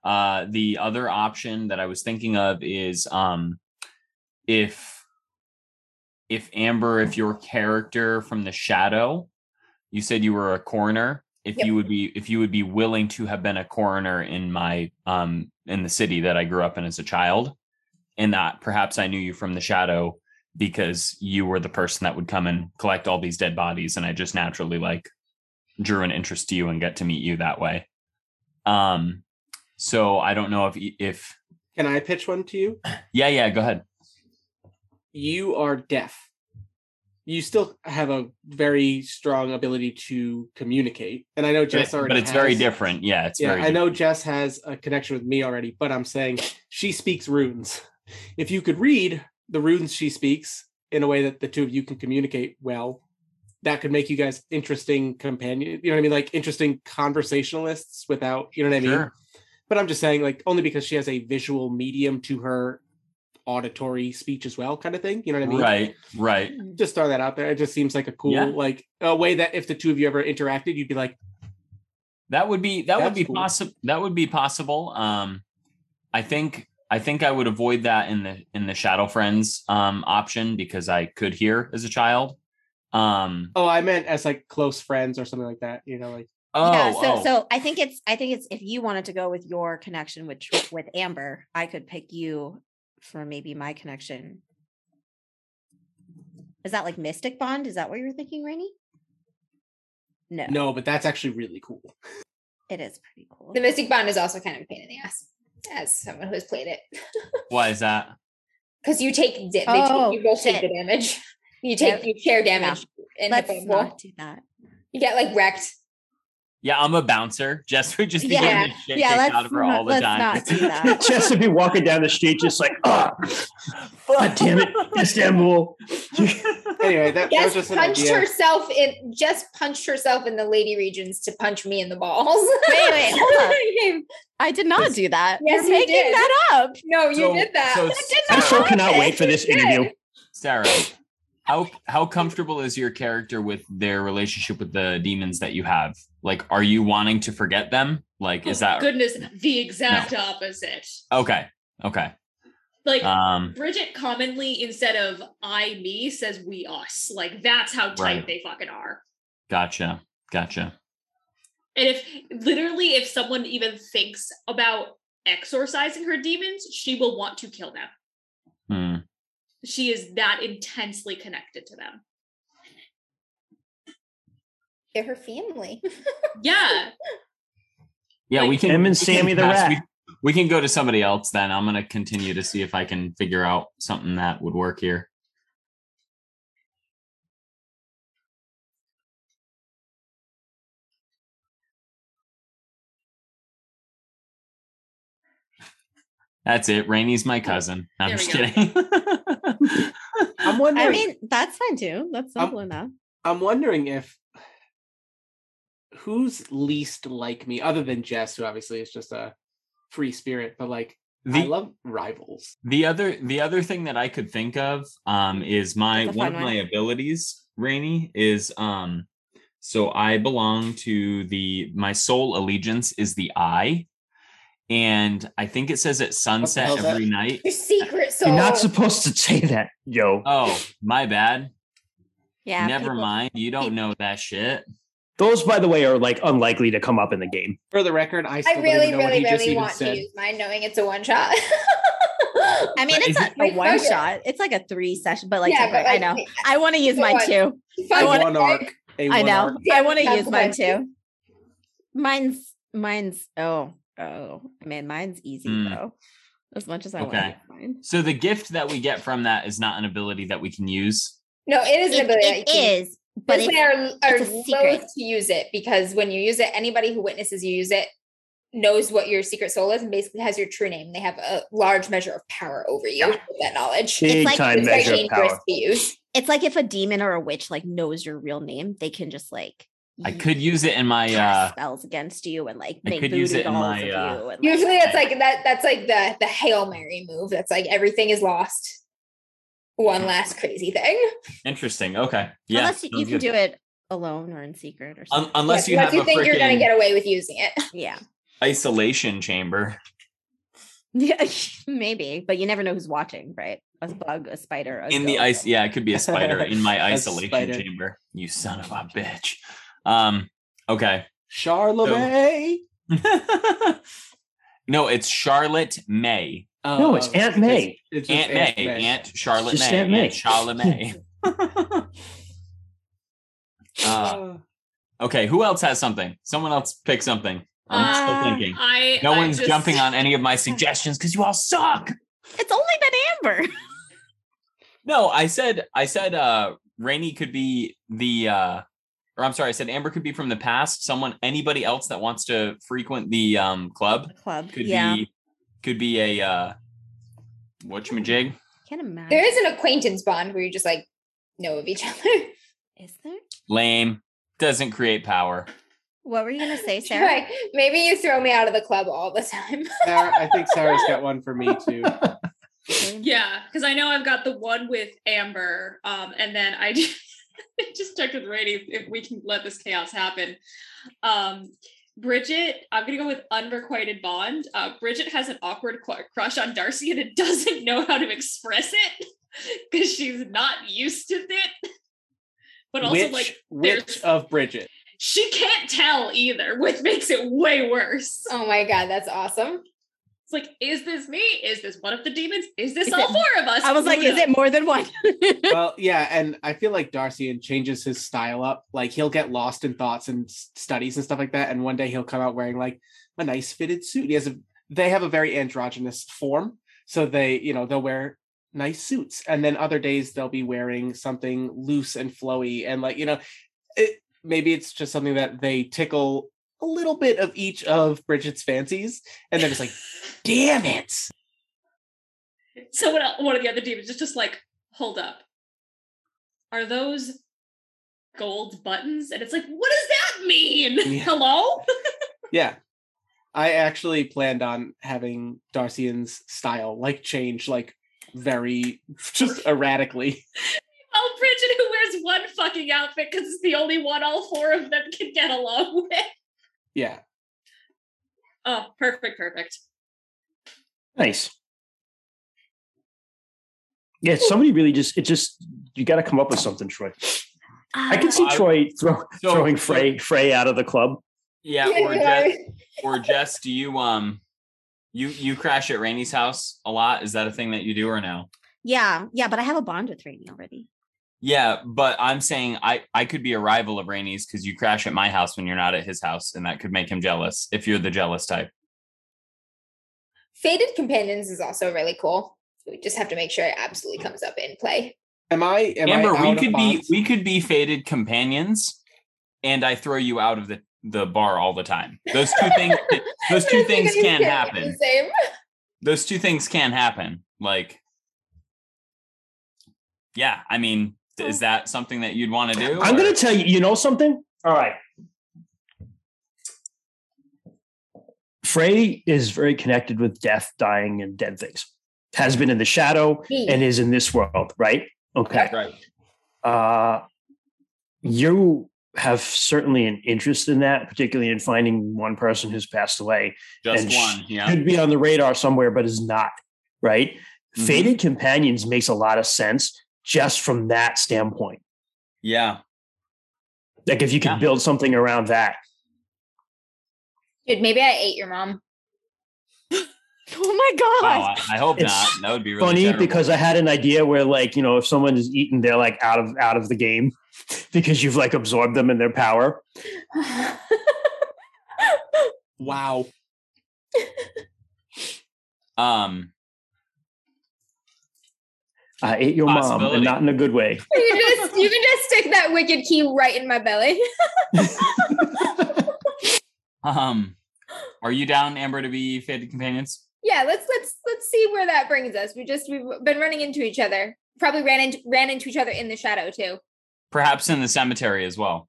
Uh, the other option that I was thinking of is um, if if Amber, if your character from the shadow, you said you were a coroner. If
Yep.
you would be, if you would be willing to have been a coroner in my, um, in the city that I grew up in as a child, and that perhaps I knew you from the shadow because you were the person that would come and collect all these dead bodies, and I just naturally like drew an interest to you and get to meet you that way. Um, so I don't know if if
Can I pitch one to you?
yeah yeah go ahead
You are deaf. You still have a very strong ability to communicate, and I know Jess
but,
already.
but it's very
has-
different yeah it's
yeah,
very
I know Jess has a connection with me already, but I'm saying she speaks runes. If you could read the runes she speaks in a way that the two of you can communicate well, that could make you guys interesting companion. You know what I mean? Like interesting conversationalists without, you know what I mean?
sure
But I'm just saying, like, only because she has a visual medium to her auditory speech as well, kind of thing. You know what I mean?
right right
Just throw that out there. It just seems like a cool,
Yeah.
like, a way that if the two of you ever interacted, you'd be like,
That would be that would
That's
be
cool.
possible. That would be possible. Um, I think I think I would avoid that in the in the Shadow Friends um option because I could hear as a child. Um.
oh, I meant as like close friends or something like that. You know, like.
Oh.
yeah, so
oh.
so I think it's I think it's if you wanted to go with your connection with Tr- with Amber, I could pick you for maybe my connection. Is that like Mystic Bond? Is that what you're thinking, Rainy? No,
No, but that's actually really cool.
it is pretty cool.
The Mystic Bond is also kind of a pain in the ass as someone who has played it.
Why is that?
Because you take, da- they
Oh,
take you both take
shit.
the damage. You take
Yep.
you share damage in the
Let's
fight roll.
not do that.
You get like wrecked.
Yeah, I'm a bouncer. Jess would just be getting
Yeah.
the shit
Yeah,
kicked
let's
out of her
not-
all the
let's
time.
not do that.
Just to be walking down the street, just like, ah, God damn it, Istanbul.
Anyway, that, that was
Jess
just an
punched
idea.
herself in just punched herself in the lady regions to punch me in the balls.
Wait, wait, hold up.
Game.
I did not do that.
Yes,
You're
you
making
did.
that up.
no, you
So-
did that.
so
That did
I
not
still
happen.
cannot wait for this
You did.
interview.
Sarah, how how comfortable is your character with their relationship with the demons that you have? Like, are you wanting to forget them? Like, is
Oh,
that
goodness the exact opposite?
okay? Okay.
Like
Um.
Bridget commonly instead of I me says we us. Like that's how tight
Right.
they fucking are.
Gotcha. Gotcha.
And if literally if someone even thinks about exorcising her demons, she will want to kill them.
Hmm.
She is that intensely connected to them.
They're her family.
Yeah.
Yeah,
Like-
we can.
Him and
we can
Sammy the
pass-
Rat.
We, we can go to somebody else then. I'm going to continue to see if I can figure out something that would work here. That's it. Rainy's my cousin. I'm
There
just
we
kidding.
I'm wondering.
I mean, that's fine too. That's
Um,
simple enough.
I'm wondering if who's least like me, other than Jess, who obviously is just a free spirit, but like I
The-
love rivals.
The other the other thing that I could think of um is my
That's a
one of
fun
my abilities, Rainy, is um so I belong to the my sole allegiance is the eye. And I think it says at sunset
hell's
every night.
Your secret soul.
You're not supposed to say that, yo.
Oh, my bad.
Yeah.
Never
people-
mind. You don't
people-
know that shit.
Those, by the way, are like unlikely to come up in the game.
For the record, I still
I really,
don't even know
really,
what he just
really
even
want
said.
to use mine, knowing it's a one shot.
I mean,
But
it's
is
not
it-
a one
Okay.
shot. It's like a three session, but like,
Yeah,
temporary-
but,
I know.
like,
I want to use
go
mine
on.
too. I
A
wanna-
one arc. A
I
one
know.
arc.
Yeah,
I want to
that's
use
what
mine
I'm
too. Mine's mine's oh oh man, mine's easy
Hmm.
though. As much as I
Okay.
want to use mine.
So the gift that we get from that is not an ability that we can use.
No, it is an
It,
ability.
it
that you can use.
is, but
This
it's,
way our, our
it's a
loath
secret.
to use it because when you use it, anybody who witnesses you use it knows what your secret soul is and basically has your true name. They have a large measure of power over you with that knowledge.
Big
like-
time
it's very
measure of
dangerous
power.
to use.
it's like if a demon or a witch like knows your real name, they can just like
I could use it in my uh
cast spells against you and like
I
they
could use
booted
it in
all
my,
of you.
uh,
and, like-
Usually it's like that that's like the the Hail Mary move. That's like everything is lost. One last crazy thing.
interesting. Okay. Yeah.
unless you, you
sounds
can
good. Um,
do it alone or in secret or
Un-
something.
unless
Yes,
you have
you
a
think you're gonna
freaking
get away with using it.
yeah.
isolation chamber.
Yeah, maybe, but you never know who's watching, right? A bug, a spider, a
in the
ghost.
ice yeah it could be a spider in my
A
isolation
spider.
chamber you son of a bitch um okay
Charlemagne.
no it's charlotte may
Oh,
No, it's
oh,
Aunt May.
it's just
aunt may aunt charlotte
Just
may
Aunt May.
aunt charlotte may uh,
Uh,
okay who else has something someone else pick something i'm
Uh,
still thinking
I
no
I
one's
just-
jumping on any of my suggestions because you all suck
It's only been Amber.
No, I said I said uh Rainey could be the uh or I'm sorry, I said Amber could be from the past. Someone anybody else that wants to frequent the um club
Club.
could
yeah.
be could be a uh whatchamajig.
Can't imagine.
There is an acquaintance bond where you just like know of each other.
Is there?
Lame. Doesn't create power.
What were you gonna say, Sarah?
Like maybe you throw me out of the club all the time.
Sarah, I think Sarah's got one for me too.
William?
Yeah, because I know I've got the one with Amber, um, and then I just, I just checked with Rainy if, if we can let this chaos happen. Um, Bridget, I'm gonna go with unrequited bond. Uh, Bridget has an awkward qu- crush on Darcy, and it doesn't know how to express it because she's not used to it. But also,
which
like,
which
there's-
of Bridget?
she can't tell either, which makes it way worse.
oh my god, that's awesome.
It's like, is this me? Is this one of the demons? Is this
Is
all
it-
four of us?
I was like,
Who
is it more than one?
well, yeah, and I feel like Darcy changes his style up. Like he'll get lost in thoughts and s- studies and stuff like that, and one day he'll come out wearing like a nice fitted suit. He has a they have a very androgynous form, so they you know they'll wear nice suits, and then other days they'll be wearing something loose and flowy, and like you know, it maybe it's just something that they tickle a little bit of each of Bridget's fancies, and they're just like, damn it.
So what el- one of the other demons is just like, hold up. Are those gold buttons? And it's like, what does that mean?
Yeah.
Hello?
Yeah. I actually planned on having Darcian's style like change like very just erratically.
Oh, Bridget, who wears one fucking outfit because it's the only one all four of them can get along with.
Yeah.
Oh, perfect, perfect.
Nice. Yeah, somebody really just it just you got to come up with something, Troy. I
Uh,
could see
I-
Troy throw,
So-
throwing Frey Frey out of the club.
Yeah, or Jess or Jess, do you um you you crash at Rainey's house a lot? Is that a thing that you do or no?
yeah, yeah, but I have a bond with Rainy already.
Yeah, but I'm saying I I could be a rival of Rainey's because you crash at my house when you're not at his house, and that could make him jealous if you're the jealous type.
Faded companions is also really cool. We just have to make sure it absolutely comes up in play.
Am I am
Amber,
I out
we
of
could be
bounds?
we could be fated companions, and I throw you out of the the bar all the time. Those two things those two things can happen.
Same.
Those two things can happen. Like, yeah, I mean, is that something that you'd want to do?
I'm
or-
going to tell you, you know something? All right. Frey is very connected with death, dying, and dead things. Has been in the shadow
Me.
and is in this world, right? Okay.
right.
Uh, you have certainly an interest in that, particularly in finding one person who's passed away.
Just
And sh-
one. Yeah.
Could be on the radar somewhere, but is not, right?
Mhm.
Faded Companions makes a lot of sense just from that standpoint.
Yeah.
Like if you could
Yeah.
build something around that.
Dude, maybe I ate your mom.
Oh my god.
Wow. I, I hope
It's
not. That would be really
funny
terrible.
because I had an idea where like you know if someone is eaten they're like out of out of the game because you've like absorbed them in their power.
Wow.
um.
I ate your mom and
Possibility.
not in a good way.
you just you can just stick that wicked key right in my belly.
Um. Are you down, Amber, to be fated companions?
yeah, let's let's let's see where that brings us. We just we've been running into each other. Probably ran into ran into each other in the shadow too.
Perhaps in the cemetery as well.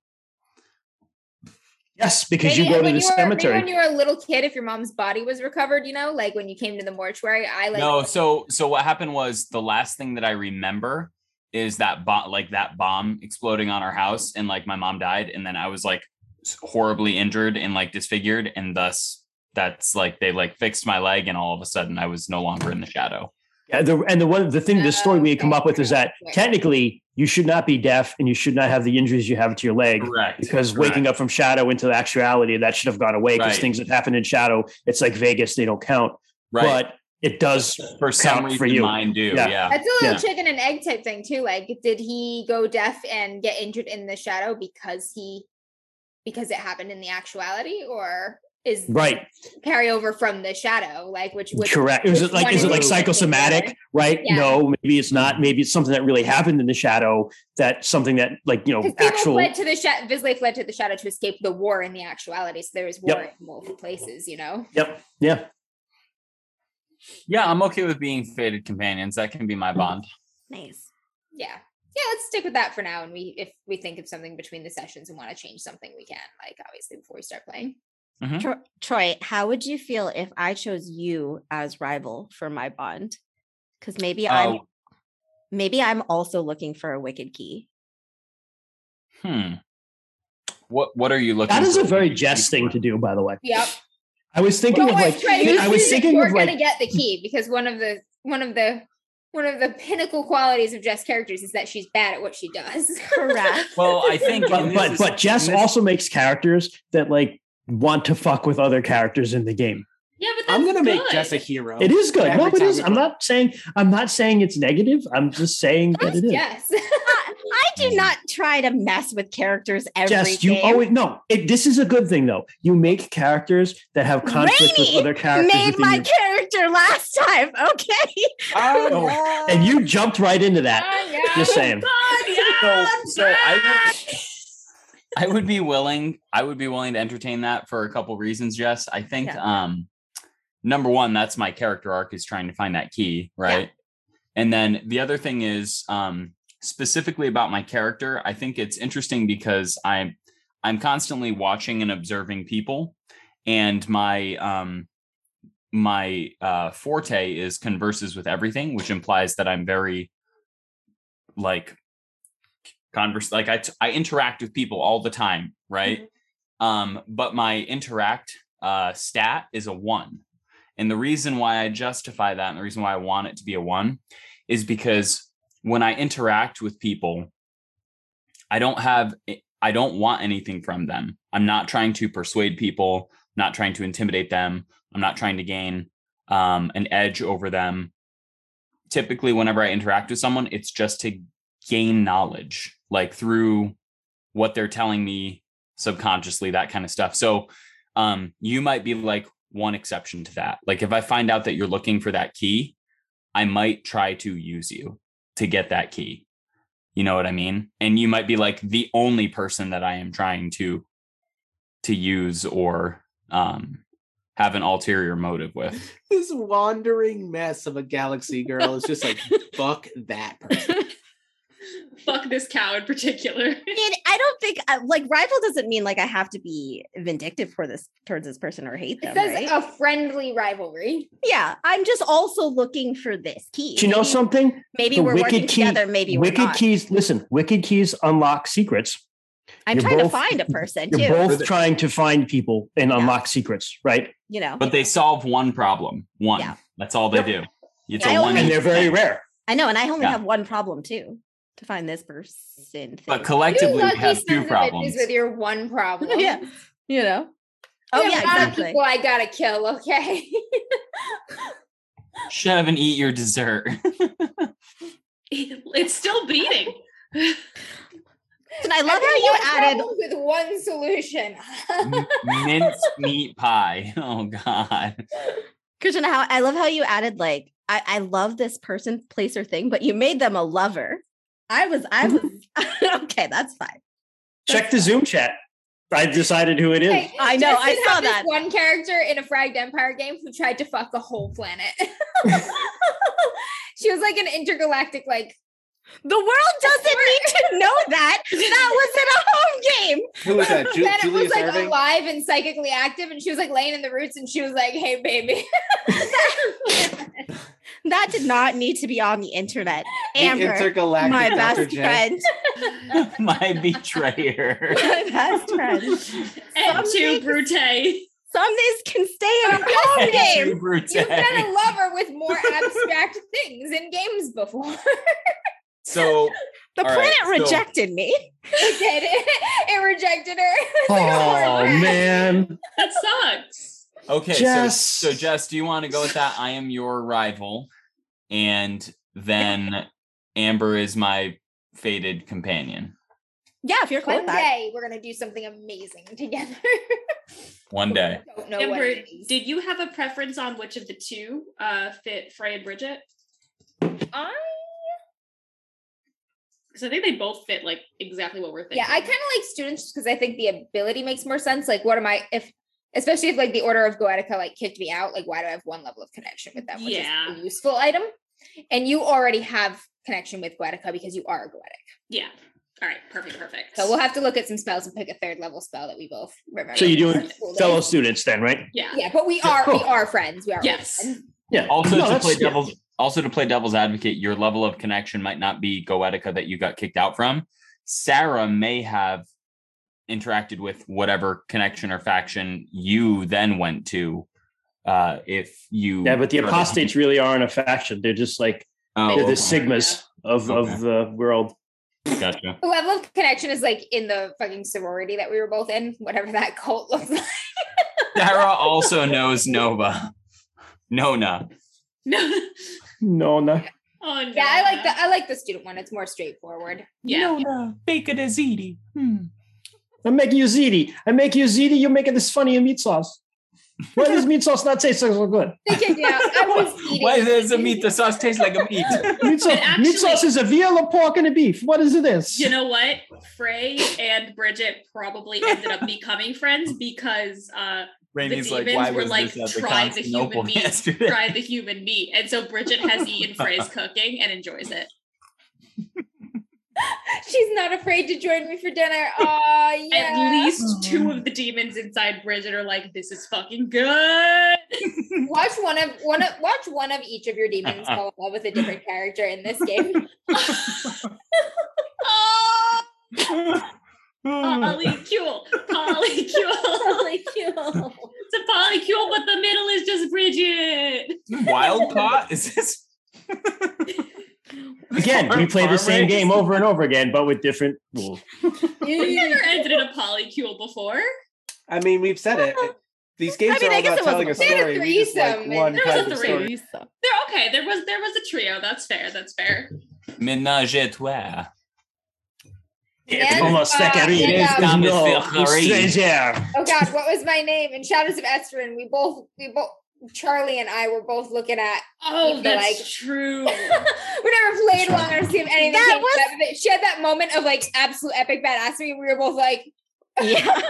Yes, because you go to
when
the
you were, maybe
cemetery.
when you were a little kid, if your mom's body was recovered, you know, like when you came to the mortuary, I like
no, so so what happened was the last thing that I remember is that bomb, like that bomb exploding on our house, and like my mom died, and then I was like s- horribly injured and like disfigured, and thus that's like they like fixed my leg, and all of a sudden I was no longer in the shadow.
Yeah, the, and the one the thing the story we had come up with is that
Okay.
technically you should not be deaf and you should not have the injuries you have to your leg
Correct.
because waking up from shadow into actuality that should have gone away because
Right.
things that happen in shadow it's like Vegas they don't count
right.
but it does
for some
count
reason,
for you.
mine do.
Yeah.
Yeah.
that's a little
Yeah.
chicken and egg type thing too. Like, did he go deaf and get injured in the shadow because he because it happened in the actuality, or is
right
carryover from the shadow? Like, which which
correct is
which
it like
one
is it like
it?
psychosomatic right
Yeah.
no maybe it's not maybe it's something that really happened in the shadow that something that like you know
Because people
actual
fled to the shadow, Visley fled to the shadow to escape the war in the actuality. So there was war in multiple places, you know?
yep yeah
Yeah, I'm okay with being fated companions. That can be my bond.
Nice.
Yeah. Yeah, let's stick with that for now. And we, if we think of something between the sessions and want to change something, we can, like, obviously, before we start playing.
Mhm.
Mm-hmm.
Tro- Troy, how would you feel if I chose you as rival for my bond? Because maybe I'm
Oh,
maybe I'm also looking for a wicked key.
hmm. What What are you looking?
that is a
for?
very Jess thing to do by the way
Yep.
I was thinking
Well,
of like
trying to
I was
see if
thinking
you're
of
gonna
like
get the key because one of the one of the one of the pinnacle qualities of Jess characters is that she's bad at what she does.
Correct.
Well, I think,
but
and this
but,
is-
but Jess
and this-
also makes characters that like want to fuck with other characters in the game.
Yeah, but that's
I'm gonna make
good.
Jess a
Oh.
hero.
It is good. No,
Every
but it
time
is.
we
I'm
play.
not saying I'm not saying it's negative. I'm just saying that it is.
Yes.
I, I do not try to mess with characters every
Mm. Jess, you
game.
always no. It, this is a good thing though. You make characters that have conflict with
Rainy
other characters,
Made
within
my
your-
character last time. Okay.
Oh,
Oh,
yeah.
and you jumped right into that.
Oh, yeah.
Just saying.
so,
Um,
so I would, I would be willing I would be willing to entertain that for a couple reasons, Jess. I think
Yeah.
um number one, that's my character arc is trying to find that key, right? And then the other thing is um specifically about my character, I think it's interesting because I'm I'm constantly watching and observing people and my um my uh forte is converses with everything, which implies that I'm very like converse like I, t- I interact with people all the time right um but my interact uh stat is a one and the reason why i justify that and the reason why i want it to be a one is because when i interact with people i don't have i don't want anything from them i'm not trying to persuade people not trying to intimidate them i'm not trying to gain um, an edge over them typically whenever i interact with someone it's just to gain knowledge like through what they're telling me subconsciously that kind of stuff so um you might be like one exception to that like if i find out that you're looking for that key i might try to use you to get that key you know what i mean and you might be like the only person that i am trying to to use or um have an ulterior motive with
this wandering mess of a galaxy girl is just like fuck that person.
Fuck this cow in particular.
I mean, I don't think uh, like rival doesn't mean like I have to be vindictive for this towards this person or hate
It
them.
says
right?
uh,
a friendly rivalry.
yeah, I'm just also looking for this key.
Do you know
Maybe-
something?
Maybe
The
we're
wicked
working
key-
together. Maybe
wicked
we're not.
keys. Listen, wicked keys unlock secrets.
I'm
you're
trying to
both-
find a person
You're
too.
both trying to find people and
Yeah.
unlock secrets, right?
you know,
but they solve one problem one
Yeah.
that's all they do it's
I
a one
only-
And they're very rare.
I know, and I only
Yeah.
have one problem too to find this person. Thing.
but
You
collectively we
lucky
have
sons
two
of bitches
problems
with your one problem.
Yeah. you know. Oh
There
yeah,
are a lot of
exactly.
people I gotta kill. Okay.
shut up and eat your dessert
it's still beating.
And I love
got
how you
one
added.
problem with one solution.
M- mince meat pie oh god
Christian, how I love how you added like I, I love this person, place, or thing, but you made them a lover. I was, I was okay. That's fine.
Check the Zoom chat. I decided who it is.
Like,
I know,
Jess
I
did
saw
have this
that.
one character in a Fragged Empire game who tried to fuck the whole planet. she was like an intergalactic, like
The world doesn't need to know that. That was in a home
name.
Who is that? Ju-
Bennett
Julius
was like uh,
Irving?
alive and psychically active, and she was like laying in the roots, and she was like, "Hey, baby."
That did not need to be on the internet.
The
Amber,
intergalactic
my
Dr.
best
J.
friend.
My betrayer.
My best friend.
and to
Something-
Brute.
Some days can stay in a
And
code name.
to Brute.
You've been a lover with more abstract things in games before.
So
The
All
planet
right, so-
rejected me.
it did. It, it rejected her.
Oh
Horrible.
man,
That sucks.
okay,
Jess.
so so Jess, do you want to go with that? I am your rival, and then Amber is my fated companion.
Yeah, if you're cool
One
with that.
day we're gonna do something amazing together.
One day.
Don't know what
Amber,
it is.
did you have a preference on which of the two uh, fit Frey and Bridget?
I-
Because I think they both fit like exactly what we're thinking.
yeah, I kind of like students because I think the ability makes more sense. Like, what am I if? Especially if like the order of Goetica like kicked me out, like why do I have one level of connection with them? Which
Yeah.
is a useful item. And you already have connection with Goetica because you are Goetica.
Yeah. All right. Perfect. Perfect.
So we'll have to look at some spells and pick a third level spell that we both remember.
So you're doing
School days.
fellow students then, right?
yeah.
Yeah, but we are we
Cool.
are friends. We are
Yes.
friends.
Yeah.
Also
No,
to
that's-
play devil's also to play devil's advocate, your level of connection might not be Goetica that you got kicked out from. Sarah may have interacted with whatever connection or faction you then went to. Uh, if you
Yeah, but the apostates really aren't a faction. They're just like
oh,
they're the
okay,
sigmas of of the world.
gotcha.
The level of connection is like in the fucking sorority that we were both in, whatever that cult looks like.
Sarah also knows Nova. Nona.
No,
No.
no.
oh no.
Yeah, I like the I like the student one. It's more straightforward.
Yeah.
Nona. Bacon Azidi. Hmm.
I'm making you ziti. I'm making you ziti. You're making this funny in meat sauce. Why does meat sauce not taste so good?
They kicked me out. I was eating.
Why does the meat the sauce taste like a meat?
Meat sauce,
actually-
meat sauce is a veal, a pork, and a beef. What is it? Is
You know what? Frey and Bridget probably ended up becoming friends because uh
Rainey's
The
like,
demons
why
were
was
like,
this at
try
the
the human
Constantinople
meat.
yesterday?
tried the human meat. And so Bridget has eaten Frey's cooking and enjoys it.
She's not afraid to join me for dinner. Oh yeah.
At least two of the demons inside Bridget are like, this is fucking good.
watch one of one of watch one of each of your demons
Uh-huh.
fall in love with a different character in this game.
Oh, polycule. Polycule.
Molecule.
It's a polycule, but the middle is just Bridget.
Wild pot? Is this
again, we play the
Farm
same
raised?
game over and over again, but with different rules.
We've never ended in a polycule before.
I mean, we've said it. It- These games
I mean,
are
I
all
guess
about
it wasn't
telling
a
a
They had a
story. We just like
threesome and-
one
There was
kind
a
of
threesome.
story.
There, okay, there was there was a trio. That's fair. That's fair.
Ménage à toi.
It's almost
uh,
secari.
and, um,
Thomas
No,
Ferrari.
stranger.
Oh God, what was my name? In Shadows of Estrin, we both we both Charlie and I were both looking at.
Oh,
You'd be
that's
like- We
true.
never played one or seen anything.
That
came of
was-
it, but she had that moment of like absolute epic badassery. and We were both like,
Yeah.
like,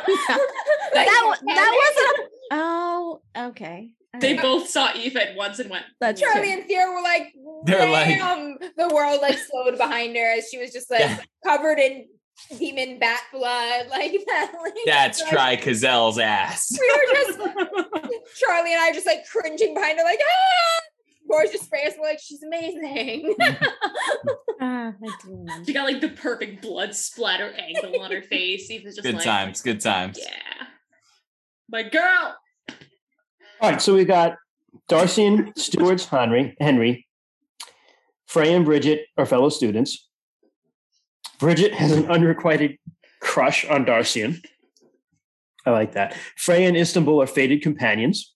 That, wa- that wasn't a. Oh, okay. All
They
right.
both saw Eve at once and went,
That's
Charlie and Theo were like,
They're like-
damn. the world like slowed behind her as she was just like
Yeah.
covered in demon bat blood, like that. Like,
That's
like,
try Cazelle's ass.
We were just Charlie and I just like cringing behind her, like ah. Boris just spray us like she's amazing.
Ah, I do remember.
She got like the perfect blood splatter angle on her face. Eve was just
Good
like,
times, good times.
Yeah. My girl.
All right, so we got Darcy and Stewart's Henry, Henry, Frey and Bridget are fellow students. Bridget has an unrequited crush on Darcian. I like that. Frey and Istanbul are fated companions.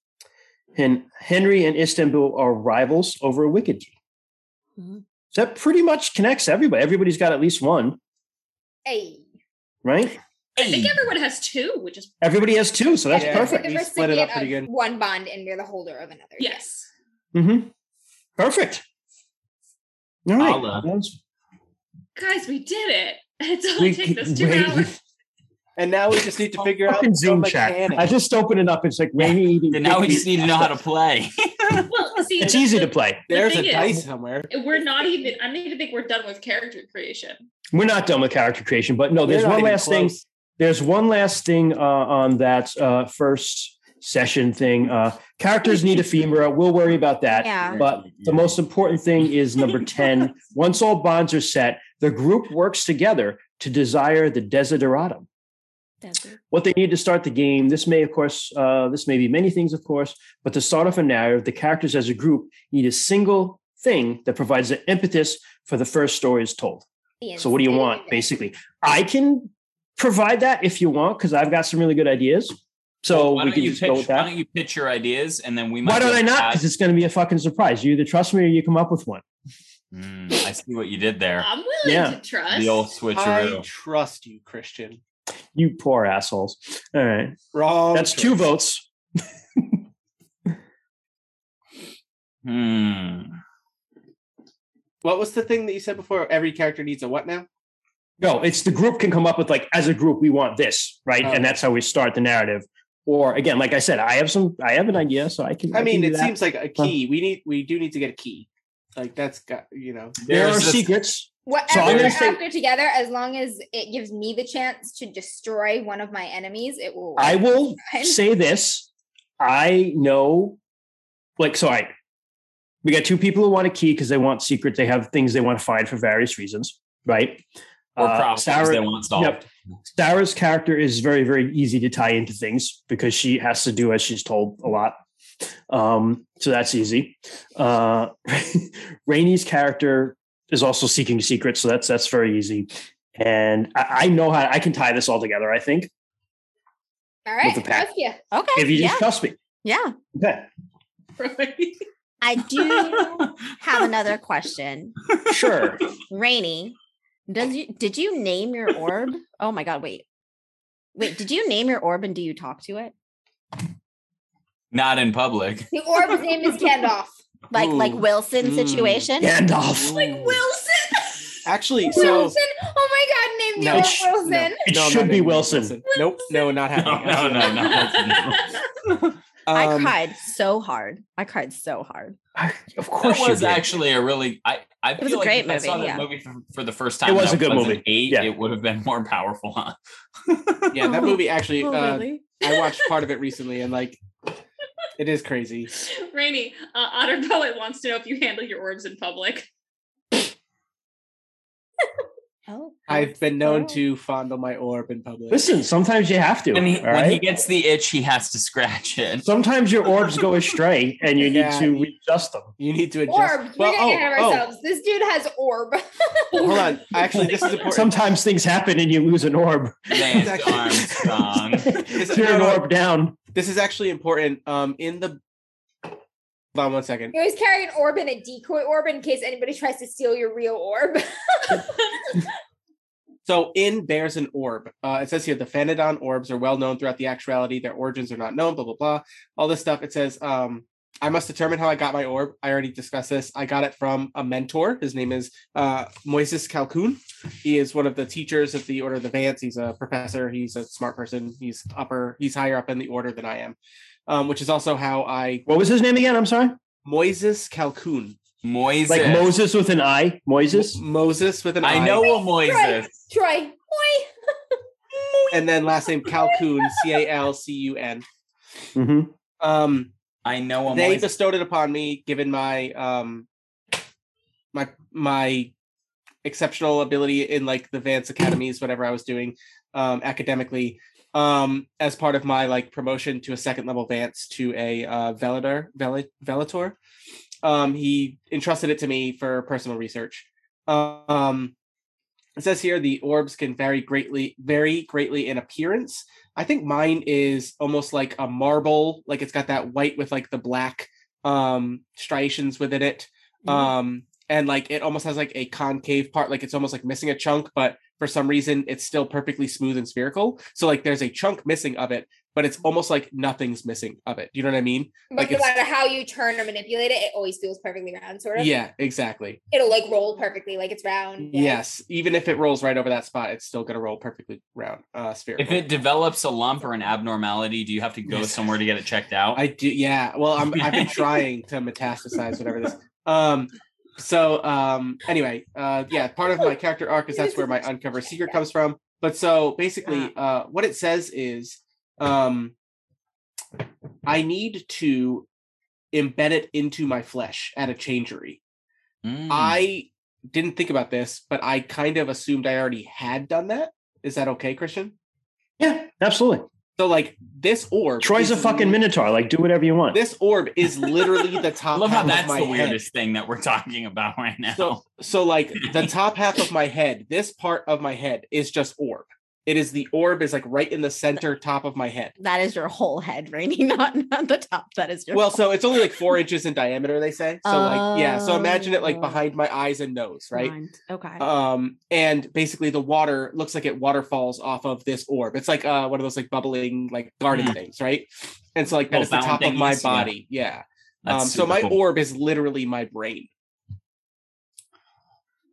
And Henry and Istanbul are rivals over a wicked key.
Mhm.
So that pretty much connects everybody. Everybody's got at least one,
hey.
right?
I think everyone has two, which is
Everybody has two, so that's
Yeah.
perfect.
The
We split it
recipient
up pretty
of
good.
One bond and you're the holder of another.
yes.
Mm-hmm. Perfect. All right.
Holla.
That's-
Guys, we did it. It's only
c-
take us two
Ray-
hours.
And now we just need to figure out
fucking
the
Zoom chat.
mechanics.
I just opened it up. It's like Rainy eating.
And now we just
cookies.
need to know how to play.
Well, see,
It's
the-
easy
the-
to play.
There's
thing
a
is-
dice somewhere.
We're not even. I don't even think we're done with character creation.
We're not done with character creation, but no,
We're
there's
not
one
even
last thing.
close.
There's one last thing uh, on that uh, first session thing. Uh, characters need ephemera. We'll worry about that.
Yeah.
But the most important thing is number 10. Once all bonds are set, the group works together to desire the desideratum
Desert.
what they need to start the game. This may, of course, uh, this may be many things, of course, but to start off a narrative, the characters as a group need a single thing that provides the impetus for the first story is told. So, what do you want, basically? I can provide that if you want, because I've got some really good ideas. So
why
we
don't
can
you
just
pitch,
go with
Why
that.
don't you pitch your ideas and then we might.
Why
be
don't
able
I
to
not?
add-
Because it's going to be a fucking surprise. You either trust me or you come up with one.
Mm, I see what you did there.
I'm willing
Yeah.
to trust.
The old
I
switcheroo.
trust you, Christian.
You poor assholes. All right,
Wrong.
that's two
choice.
votes.
Hmm.
What was the thing that you said before? Every character needs a what now?
No, it's the group can come up with like as a group we want this, right?
Oh.
And that's how we start the narrative. Or again, like I said, I have some, I have an idea, so I can.
I
can
mean,
do
it
that.
seems like a key. We need. We do need to get a key. Like that's got you know.
there are
There's this-
secrets. So I'm
Whatever
gonna
we're
say-
after together, as long as it gives me the chance to destroy one of my enemies, it will. work.
I will
Fine.
say this. I know, like, so I, we got two people who want a key because they want secrets. They have things they want to find for various reasons, right?
Or
Uh,
problems
Sarah-
they want solved.
Yep. Sarah's character is very, very easy to tie into things because she has to do as she's told a lot. Um, so that's easy. Uh, Rainey's character is also seeking secrets, so that's that's very easy. And I, I know how I can tie this all together. I think
All right,
with the pack.
trust you.
Okay.
if you
yeah.
just trust me.
yeah.
Okay,
I do have another question.
sure.
Rainy, does you did you name your orb? Oh my god, wait. Wait, did you name your orb and do you talk to it?
Not in public.
The orb's name is Gandalf.
Like like
Ooh.
Wilson
Mm.
situation?
Gandalf.
like Wilson.
Actually, so
Wilson. Oh my God, named
No,
the
sh-
orb Wilson.
It
No,
should
not
be
Nathan
Wilson.
Nope. No, not happening.
No, no, no, no.
I
Um,
cried so hard. I cried so hard.
I- of course,
That
you
was
did.
actually a really. I I
was
feel
a
like
great
if I saw
movie,
that
yeah.
movie for, for the first time.
It was
that
a good
wasn't
movie,
Eight,
yeah.
It would have been more powerful. Huh?
yeah, that movie actually. Uh,
Oh, really?
I watched part of it recently, and like, it is crazy.
Rainy, uh, Otter Poet wants to know if you handle your orbs in public.
Oh,
I've been known
so-
to fondle my orb in public.
Listen, sometimes you have to.
When, he,
all
when he
right?
gets the itch, he has to scratch it.
sometimes your orbs go astray, and you need
Yeah,
to
you-
readjust them.
you need to adjust.
Orb. We're gonna get ahead of ourselves. This dude has orb.
Oh, hold on. Actually, this is important.
Sometimes things happen and you lose an orb.
Lance
actually-
Armstrong.
This,
Tear
no,
an
no,
orb down.
this is actually important. Um, in the hold on one second.
You always carry an orb and a decoy orb in case anybody tries to steal your real orb.
So in Bears and Orb, uh, it says here the Phanodon orbs are well known throughout the actuality. Their origins are not known, blah, blah, blah. All this stuff. It says, um, I must determine how I got my orb. I already discussed this. I got it from a mentor. His name is uh, Moises Calcoon. He is one of the teachers of the Order of the Vance. He's a professor. He's a smart person. He's upper. He's higher up in the order than I am, um, which is also how I
What was his name again? I'm sorry.
Moises Calcoon.
Moises.
Like Moses with an I. Moises.
Mo- Moses with an
I know a Moises.
Troy. Oi.
and then last name Calcoon, C A L C U N.
hmm
Um,
I know a
they
Moises.
bestowed it upon me given my um my my exceptional ability in like the Vance Academies, whatever I was doing um academically, um as part of my like promotion to a second level Vance to a uh Velator Vel- Velator. Um he entrusted it to me for personal research. Um it says here the orbs can vary greatly, vary greatly in appearance. I think mine is almost like a marble, like it's got that white with like the black um striations within it. Um and like it almost has like a concave part, like it's almost like missing a chunk, but for some reason it's still perfectly smooth and spherical. So like there's a chunk missing of it, but it's almost like nothing's missing of it. You know what I mean?
But
Like
no
it's-
matter how you turn or manipulate it, it always feels perfectly round, sort of.
Yeah, exactly.
It'll like roll perfectly, like it's round. yeah.
Yes. Even if it rolls right over that spot, it's still gonna roll perfectly round, uh spherical.
If it develops a lump or an abnormality, do you have to go
Yes.
somewhere to get it checked out?
I do. Yeah. Well, I'm, I've been trying to metastasize whatever this. Um. So um. Anyway. Uh. Yeah. Part of my character arc is that's where my uncovered secret comes from. But so basically, uh, what it says is, um, I need to embed it into my flesh at a changery.
Mm.
I
Hmm.
didn't think about this, but I kind of assumed I already had done that. Is that okay, Christian?
Yeah, absolutely.
So like this orb,
Troy's a
is
fucking
lit-
minotaur. Like, do whatever you want.
This orb is literally the
I
top.
love how
half of
that's
my
the
head.
weirdest thing that we're talking about right now.
So, so like the top half of my head, this part of my head is just orb. It is the orb is like right in the center top of my head.
That is your whole head, Rainy, not, not the top. That is your
Well, so it's only like four inches in diameter, they say. So like, yeah. So imagine it like
Oh.
behind my eyes and nose, right?
mind. Okay.
Um, and basically the water looks like it waterfalls off of this orb. It's like uh one of those like bubbling like garden
Mm.
things, right? And so like that
Little
is the top
fountain
of my
thingies, yeah.
body. Yeah.
That's
um, so
super
my
cool.
orb is literally my brain.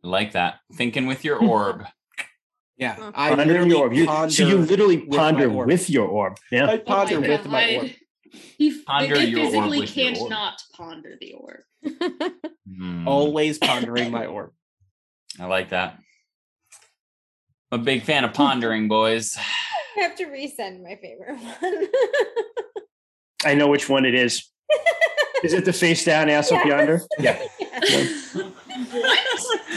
I like that. Thinking with your orb.
Yeah.
Huh.
I
ponder
literally
your orb. You- so you
ponder-
literally
with my
ponder
orb.
with your orb. Yeah.
I ponder
Oh my
with my orb.
God. He,
Ponder
they
your orb
physically
with your
can't
orb.
not ponder the orb.
Mm,
always pondering my orb.
I like that. I'm a big fan of pondering, boys.
I have to resend my favorite one.
I know which one it is. Is it the face down, ass up
Yes.
yonder? Yeah.
oh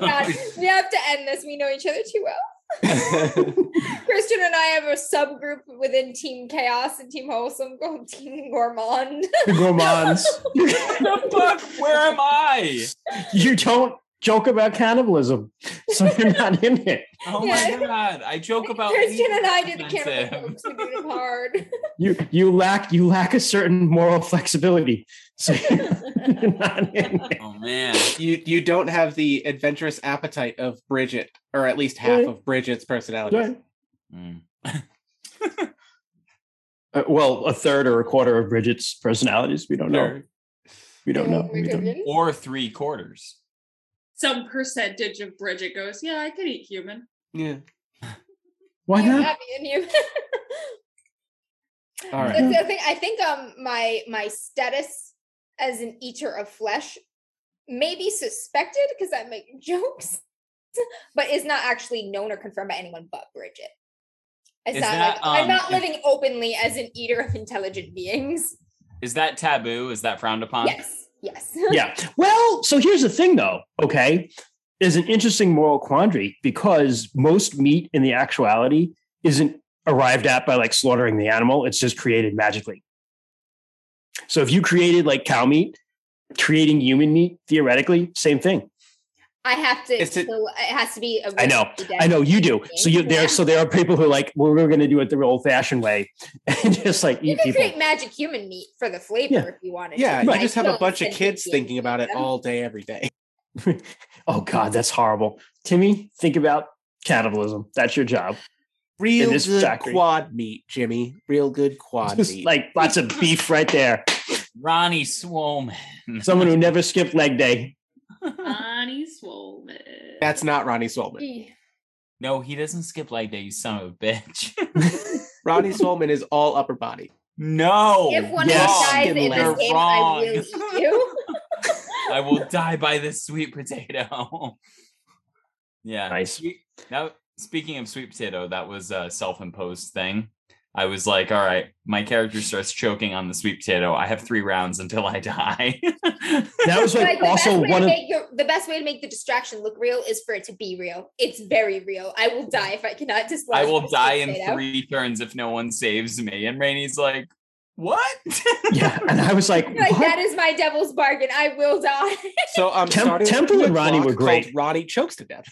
god, we have to end this. We know each other too well. Christian and I have a subgroup within Team Chaos and Team Wholesome called Team Gourmand.
The gourmands.
the fuck? Where am I?
you don't joke about cannibalism, so you're not in it.
Oh
Yeah.
my god! I joke about
Christian and I do the
expensive.
camera jokes. We do them hard.
You you lack you lack a certain moral flexibility, so you're not in it.
Oh man!
you you don't have the adventurous appetite of Bridget, or at least half
Right.
of Bridget's personality.
Right.
Mm.
Uh, well, a third or a quarter of Bridget's personalities. We don't know.
They're-
We don't know. We don't-
Or three quarters.
Some percentage of Bridget goes, Yeah, I could eat human.
Yeah.
Why not?
All right.
That's
That's the thing. I think um my my status as an eater of flesh may be suspected because I make jokes, but is not actually known or confirmed by anyone but Bridget. It's
Is
not
that,
like, I'm
um,
not
if-
living openly as an eater of intelligent beings.
Is that taboo? Is that frowned upon?
yes, yes.
Yeah. Well, so here's the thing, though. Okay, is an interesting moral quandary because most meat, in the actuality, isn't arrived at by like slaughtering the animal. It's just created magically. So if you created like cow meat, creating human meat, theoretically, same thing.
I have to.
It's a-
kill- it has to be. A
I know, I know you do. So you there. So there are people who are like, well, we're going to do it the old-fashioned way, and just like
You
eat
can
people.
create magic human meat for the flavor
Yeah.
if you wanted.
Yeah,
to.
you
but I
just have a
still
bunch of
send
kids
you
thinking about it
them.
all day, every day.
Oh God, that's horrible. Timmy, think about cannibalism. That's your job.
Real
this
good
factory.
quad meat, Jimmy. Real good quad
Just
meat.
like lots of beef right there.
Ronnie Swoman.
Someone who never skipped leg day.
Bonnie Swolman.
That's not Ronnie Solman.
Gee.
no, he doesn't skip like that. You son of a bitch.
Ronnie Solman is all upper body.
no.
If one
yes.
of you dies in
You're
this game,
wrong.
I will eat you.
I will die by this sweet potato. yeah.
Nice.
Now, speaking of sweet potato, that was a self-imposed thing. I was like, all right, my character starts choking on the sweet potato. I have three rounds until I die.
That was
Like,
like
the, best
also
way to
one of
make your, the best way to make the distraction look real is for it to be real. It's very real. I will die if I cannot dislodge.
I will
this
die in
potato.
three turns if no one saves me. And Rainey's like, what?
yeah, and I was like,
Like that
what?
is my devil's bargain. I will die.
So I'm
Tem-
starting with
Temple
a
and Ronnie
clock
were
called
great.
Ronnie chokes to death.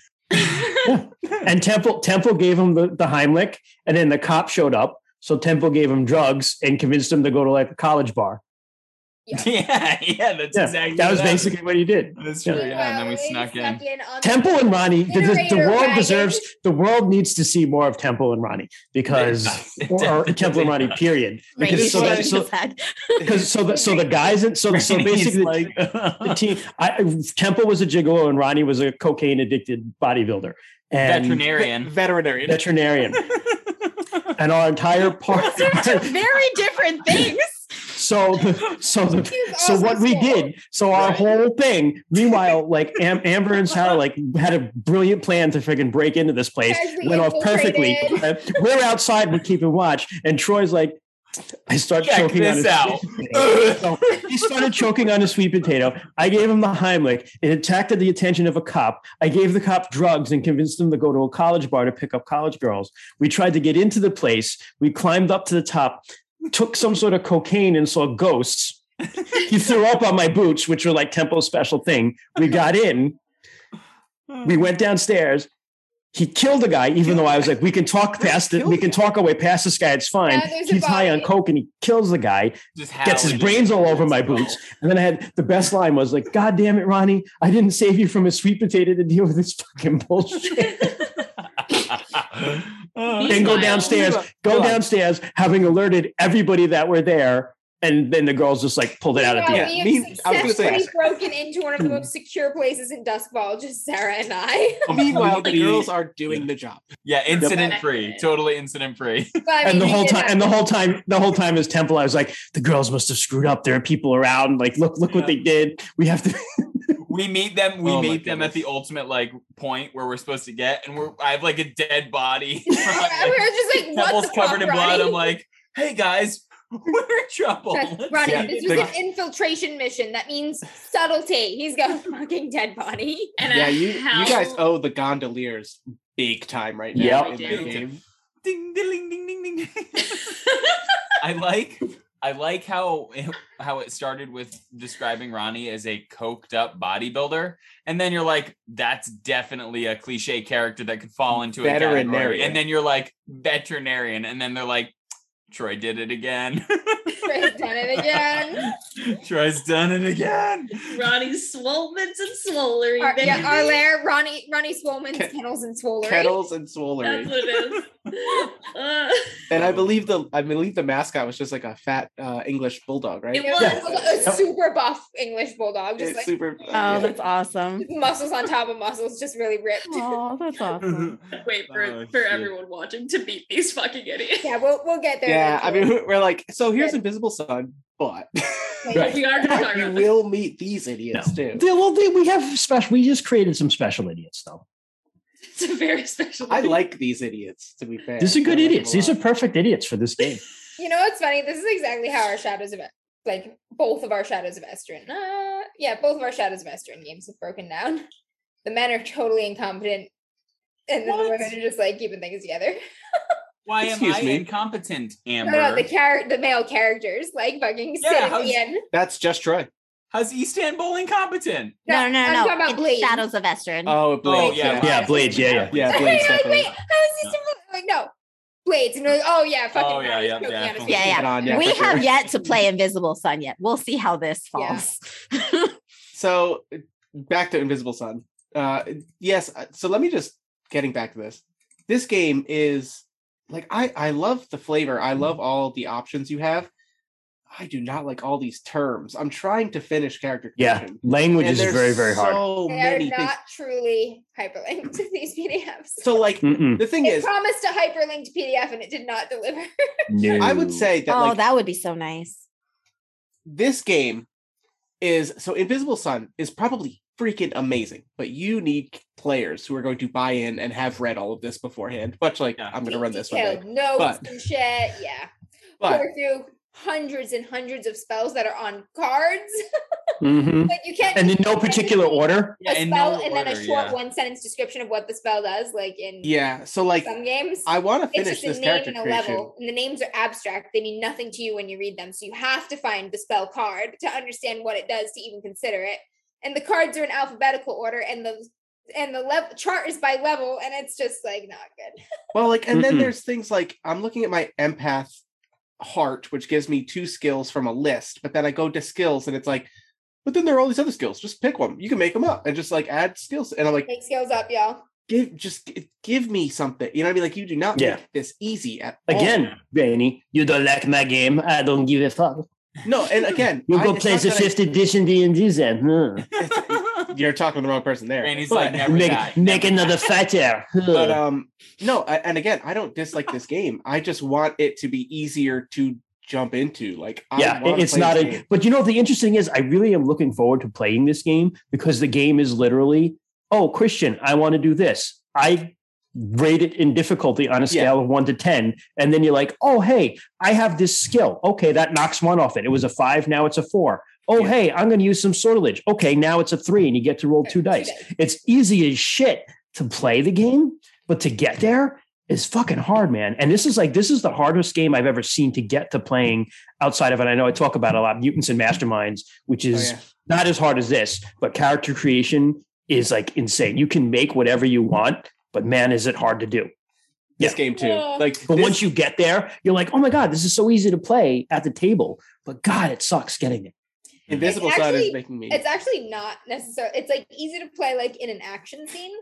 and Temple Temple gave him the, the Heimlich, and then the cop showed up. So Temple gave him drugs and convinced him to go to like a college bar.
yeah, yeah, that's
Yeah,
exactly.
that was
what happened.
basically what he did.
That's true. Yeah, and then we
Meanwhile,
snuck
Lady
in.
on the-
Temple and Ronnie, the, the- the
Generator
world
wagon.
deserves the world needs to see more of Temple and Ronnie because or, or Temple and Ronnie, period.
Rainy
Because so
shaking
that, so,
his head.
because so the so the guys in, so so basically
like,
the team I, I- Temple was a gigolo and Ronnie was a cocaine addicted bodybuilder and
Ve-
veterinarian.
veterinarian.
veterinarian. and our entire party.
Those are two very different things.
So, so the
He's
so
awesome
what we
still.
did so our
Right.
whole thing meanwhile like Am- amber and sarah like had a brilliant plan to freaking break into this place
Guys, we
went off perfectly we're outside we're keeping watch and troy's like i start
Check
choking on
this
his
out.
sweet potato. So he started choking on a sweet potato i gave him the heimlich it attracted the attention of a cop i gave the cop drugs and convinced him to go to a college bar to pick up college girls we tried to get into the place we climbed up to the top took some sort of cocaine and saw ghosts he threw up on my boots, which were like Tempo's special thing. We got in. We went downstairs. He killed the guy, even though I was like, we can talk past it. We can talk our way past this guy. It's fine.
Now there's a
He's high on
body.
coke and he kills the guy.
Just
Gets his
howling.
brains all over my boots. And then I had the best line was like, God damn it, Ronnie. I didn't save you from a sweet potato to deal with this fucking bullshit.
Oh.
then go
Meanwhile-
downstairs, go downstairs, having alerted everybody that were there. And then the girls just like pulled it out at the
Meanwhile,
end.
Yeah,
we have
mean- I was gonna say-
successfully broken into one of the most secure places in Duskball, just Sarah and I.
Meanwhile, the
Yeah.
girls are doing the job.
yeah, incident
Yep.
free, totally incident free.
But, I mean,
and the
we
whole
did
time
have-
and the whole time the whole time as temple i was like the girls must have screwed up there are people around like look look what they did we have to
We meet them. We
Oh my
meet them at
goodness.
the ultimate like point where we're supposed to get, and we're I have like a dead body.
we were just like, what
Temple's
the fuck,
covered in blood.
Ronnie?
I'm like, hey guys, we're in trouble.
That's-
Let's
Ronnie,
get
this
the-
was an infiltration mission. That means subtlety. He's got a fucking dead body.
And
Yeah,
I
you you guys
howl-
owe the gondoliers big time right now
Yep.
in
Yeah,
that
we do.
game.
ding ding ding ding ding ding. I like I like how how it started with describing Ronnie as a coked up bodybuilder, and then you're like, that's definitely a cliche character that could fall into a category.
Veterinarian.
And then you're like, veterinarian, and then they're like, Troy did it again.
Troy's done it again.
Troy's done it again.
oh.
Ronnie's swolmans and swollery.
Our,
baby.
yeah, our lair, Ronnie, Ronnie Swolman's
Ke-
kennels and swollery.
Kettles and
That's
swollery.
what it is. Uh,
And I believe the I believe the mascot was just like a fat uh, English bulldog, right?
It
It was
Yeah.
a super buff English bulldog, just
It's
like
super.
Oh, that's awesome.
muscles on top of muscles, just really ripped.
Oh, that's
Mm-hmm.
Mm-hmm.
awesome.
Wait,
wait for,
Oh,
for
shit.
everyone watching to beat these fucking idiots.
Yeah, we'll we'll get there.
yeah, I
eventually.
mean, we're like, so here's Invisible Sun, but
Right.
We are going to talk
we
about this.
will meet these idiots too.
They- well they, we have special we just created some special idiots though
It's a very special.
I like these idiots. To be fair,
these are
I
good
like
idiots
them a
these are
lot.
perfect idiots for this game
you know what's funny? This is exactly how our shadows of E- like both of our shadows of Estrian. Uh, yeah, both of our shadows of Estrian games have broken down. The men are totally incompetent, and then the
What?
women are just like keeping things together.
Why am
Excuse
I
me.
incompetent,
No,
Amber?
no, the char- the male characters like fucking
Yeah,
Sid and
how's-
Ian.
That's just Troy.
How's Istanbul incompetent?
No, no,
I'm
no.
talking about
it's
Blade.
Shadows of Estrin.
Oh, it
Oh
Blades,
yeah,
yeah,
Yeah, Blades, yeah, yeah.
yeah.
Wait,
Blades,
you're like, wait,
definitely.
how is this?
No.
simple? Like, no, Blades. And they're like, oh yeah, fucking.
Oh, yeah,
Ronnie's
yeah,
choking
yeah.
on his
Yeah,
face.
yeah.
Get on, yeah,
we
for sure.
have yet to play Invisible Sun yet. We'll see how this
Yeah.
falls.
So back to Invisible Sun. Uh yes, uh, so let me just getting back to this. This game is like I I love the flavor. I love
Mm-hmm.
all the options you have. I do not like all these terms. I'm trying to finish character
yeah
creation.
language
and
is
there's
very very hard
So
They are
many things.
not truly hyperlinked to these PDFs.
So like
Mm-mm.
the thing
it
is,
promised a hyperlinked PDF and it did not deliver.
I would
No.
say that
oh,
like
that would be so nice.
this game is so Invisible Sun is probably freaking amazing, but you need players who are going to buy in and have read all of this beforehand. Much like
Yeah.
I'm going to run this one.
Detailed notes
But-
and shit. Yeah.
But
Pour through hundreds and hundreds of spells that are on cards.
Mhm.
like you can't
and in
just
no
type
particular order
A
Yeah, in
spell
no
and then a
order,
short
yeah.
one sentence description of what the spell does, like in
yeah, so like
some games.
I want to
it's
finish
just a
this
name
character
and a
creation.
level, and the names are abstract. They mean nothing to you when you read them. So you have to find the spell card to understand what it does to even consider it. And the cards are in alphabetical order, and the and the level chart is by level, and it's just like not good.
Well, like, and then
Mm-mm.
there's things like I'm looking at my empath heart, which gives me two skills from a list, but then I go to skills and it's like, but then there are all these other skills. Just pick one. You can make them up and just like add skills. And I'm like,
Make scales up, y'all.
give just g- give me something. You know what I mean? Like you do not
Yeah.
make this easy at all.
again Rainy, you don't like my game i don't give a fuck
No, and again,
you
I-
go
it's
play
not
the
that I-
fifth edition d&d then huh.
You're talking to the wrong person there.
and he's
But-
like, never die.
make, make
never
another
die.
fighter huh.
but um, no, I- and again, I don't dislike this game. I just want it to be easier to jump into. Like, I
yeah,
wanna
it- it's
play
not.
this
A,
game.
but you know, the interesting is, I really am looking forward to playing this game because the game is literally, oh, Christian, I want to do this. I rate it in difficulty on a scale of one to ten, and then you're like, oh, hey, I have this skill. Okay, that knocks one off it. It was a five, now it's a four. Oh,
Yeah.
hey, I'm going to use some sortilege. Okay, now it's a three, and you get to roll two dice. It's easy as shit to play the game, but to get there is fucking hard, man. And this is like this is the hardest game I've ever seen to get to playing outside of it. I know I talk about it a lot mutants and masterminds, which
Oh,
is
yeah.
not as hard as this, but character creation is like insane. You can make whatever you want, but man, is it hard to do.
This
yeah.
game too.
Yeah.
Like,
But
this-
once you get there, you're like, oh my god, this is so easy to play at the table. But God, it sucks getting it.
Invisible
It's
Sun is
actually-
making me.
It's actually not necessary. It's like easy to play like in an action scene.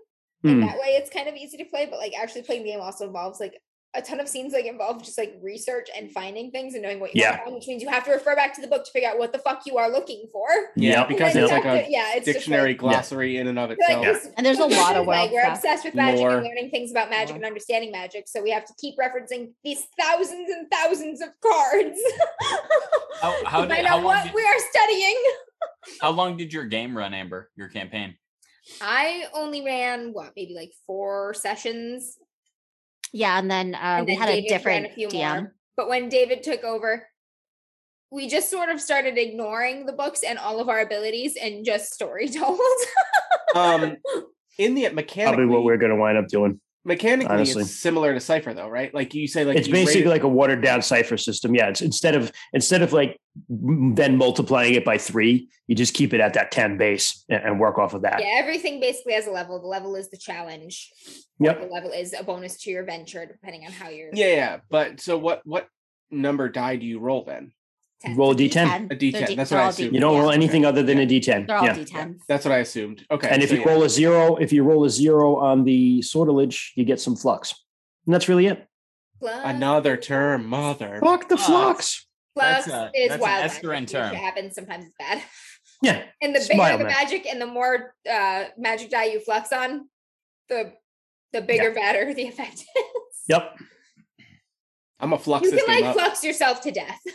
Hmm.
And that way it's kind of easy to play, but like actually playing the game also involves like a ton of scenes like involve just like research and finding things and knowing what you
Yeah.
want, which means you have to refer back to the book to figure out what the fuck you are looking for.
yeah,
Yep.
And
because
then
it's
you
like
have
a
to- yeah, it's just,
dictionary
like-
glossary in and of
like,
itself.
this-
And there's a
this
lot
is,
of world
like, we're
stuff.
obsessed with magic
Lore.
and learning things about magic
Lore.
and understanding magic, so we have to keep referencing these thousands and thousands of cards
How- how
to
did-
find
how
out
long
what
did-
we are studying.
How long did your game run, Amber? Your campaign?
I only ran what maybe like four sessions.
Yeah, and then, uh,
and
we
then
had a
David ran
different DM.
More. But when David took over, we just sort of started ignoring the books and all of our abilities and just story told.
um, in the mechanically,
Probably what we're going to wind up doing.
mechanically,
honestly.
it's similar to Cipher, though, right? Like you say, like
it's
you rate
basically
it-
like a watered down cipher system. Yeah, it's instead of instead of like m- then multiplying it by three, you just keep it at that ten base and, and work off of that.
yeah, everything basically has a level. The level is the challenge. The
Yep.
level is a bonus to your venture, depending on how you're.
yeah, yeah. But so what? What number die do you roll then?
ten.
Roll a d10.
A D10,
They're D-
that's
they're
what I
all
assumed.
You don't roll
Yeah.
anything other than
Yeah.
a d10.
They're all
yeah.
D10s.
That's what I assumed. Okay,
And if
so
you
yeah.
roll a zero, if you roll a zero on the sortilege, you get some flux. And that's really it.
Plus-
another term, mother.
Fuck the
Flux.
flux.
plus
That's a-
is
that's an
wild.
Escarin
magic, which
term.
happens sometimes it's bad.
Yeah.
And the
It's
bigger
wild
the
magic.
magic and the more uh, magic die you flex on, the the bigger, badder the effect is.
Yep.
I'm a flux
You
this
can
game up.
like flux yourself to death.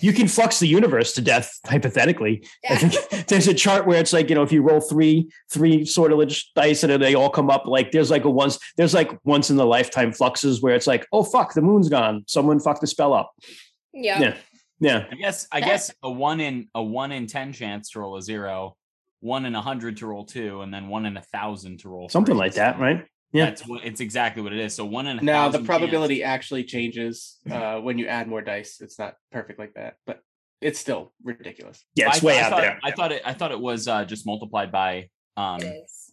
You can flux the universe to death, hypothetically. I
Yeah.
think there's a chart where it's like, you know, if you roll three, three sortilege dice and then they all come up, like there's like a once, there's like once in the lifetime fluxes where it's like, oh fuck, the moon's gone. Someone fucked the spell up.
yeah.
Yeah. Yeah.
I guess I guess a one in a one in ten chance to roll a zero, one in a hundred to roll two, and then one in a thousand to roll
Something
three.
like that, right? Yeah.
That's what it's exactly what it is. So one in a
Now the
thousand
probability
chance-
actually changes uh, when you add more dice. It's not perfect like that, but it's still ridiculous.
Yeah, it's
I-
way
I
out
thought-
there.
I thought it I thought it was uh, just multiplied by um
It is.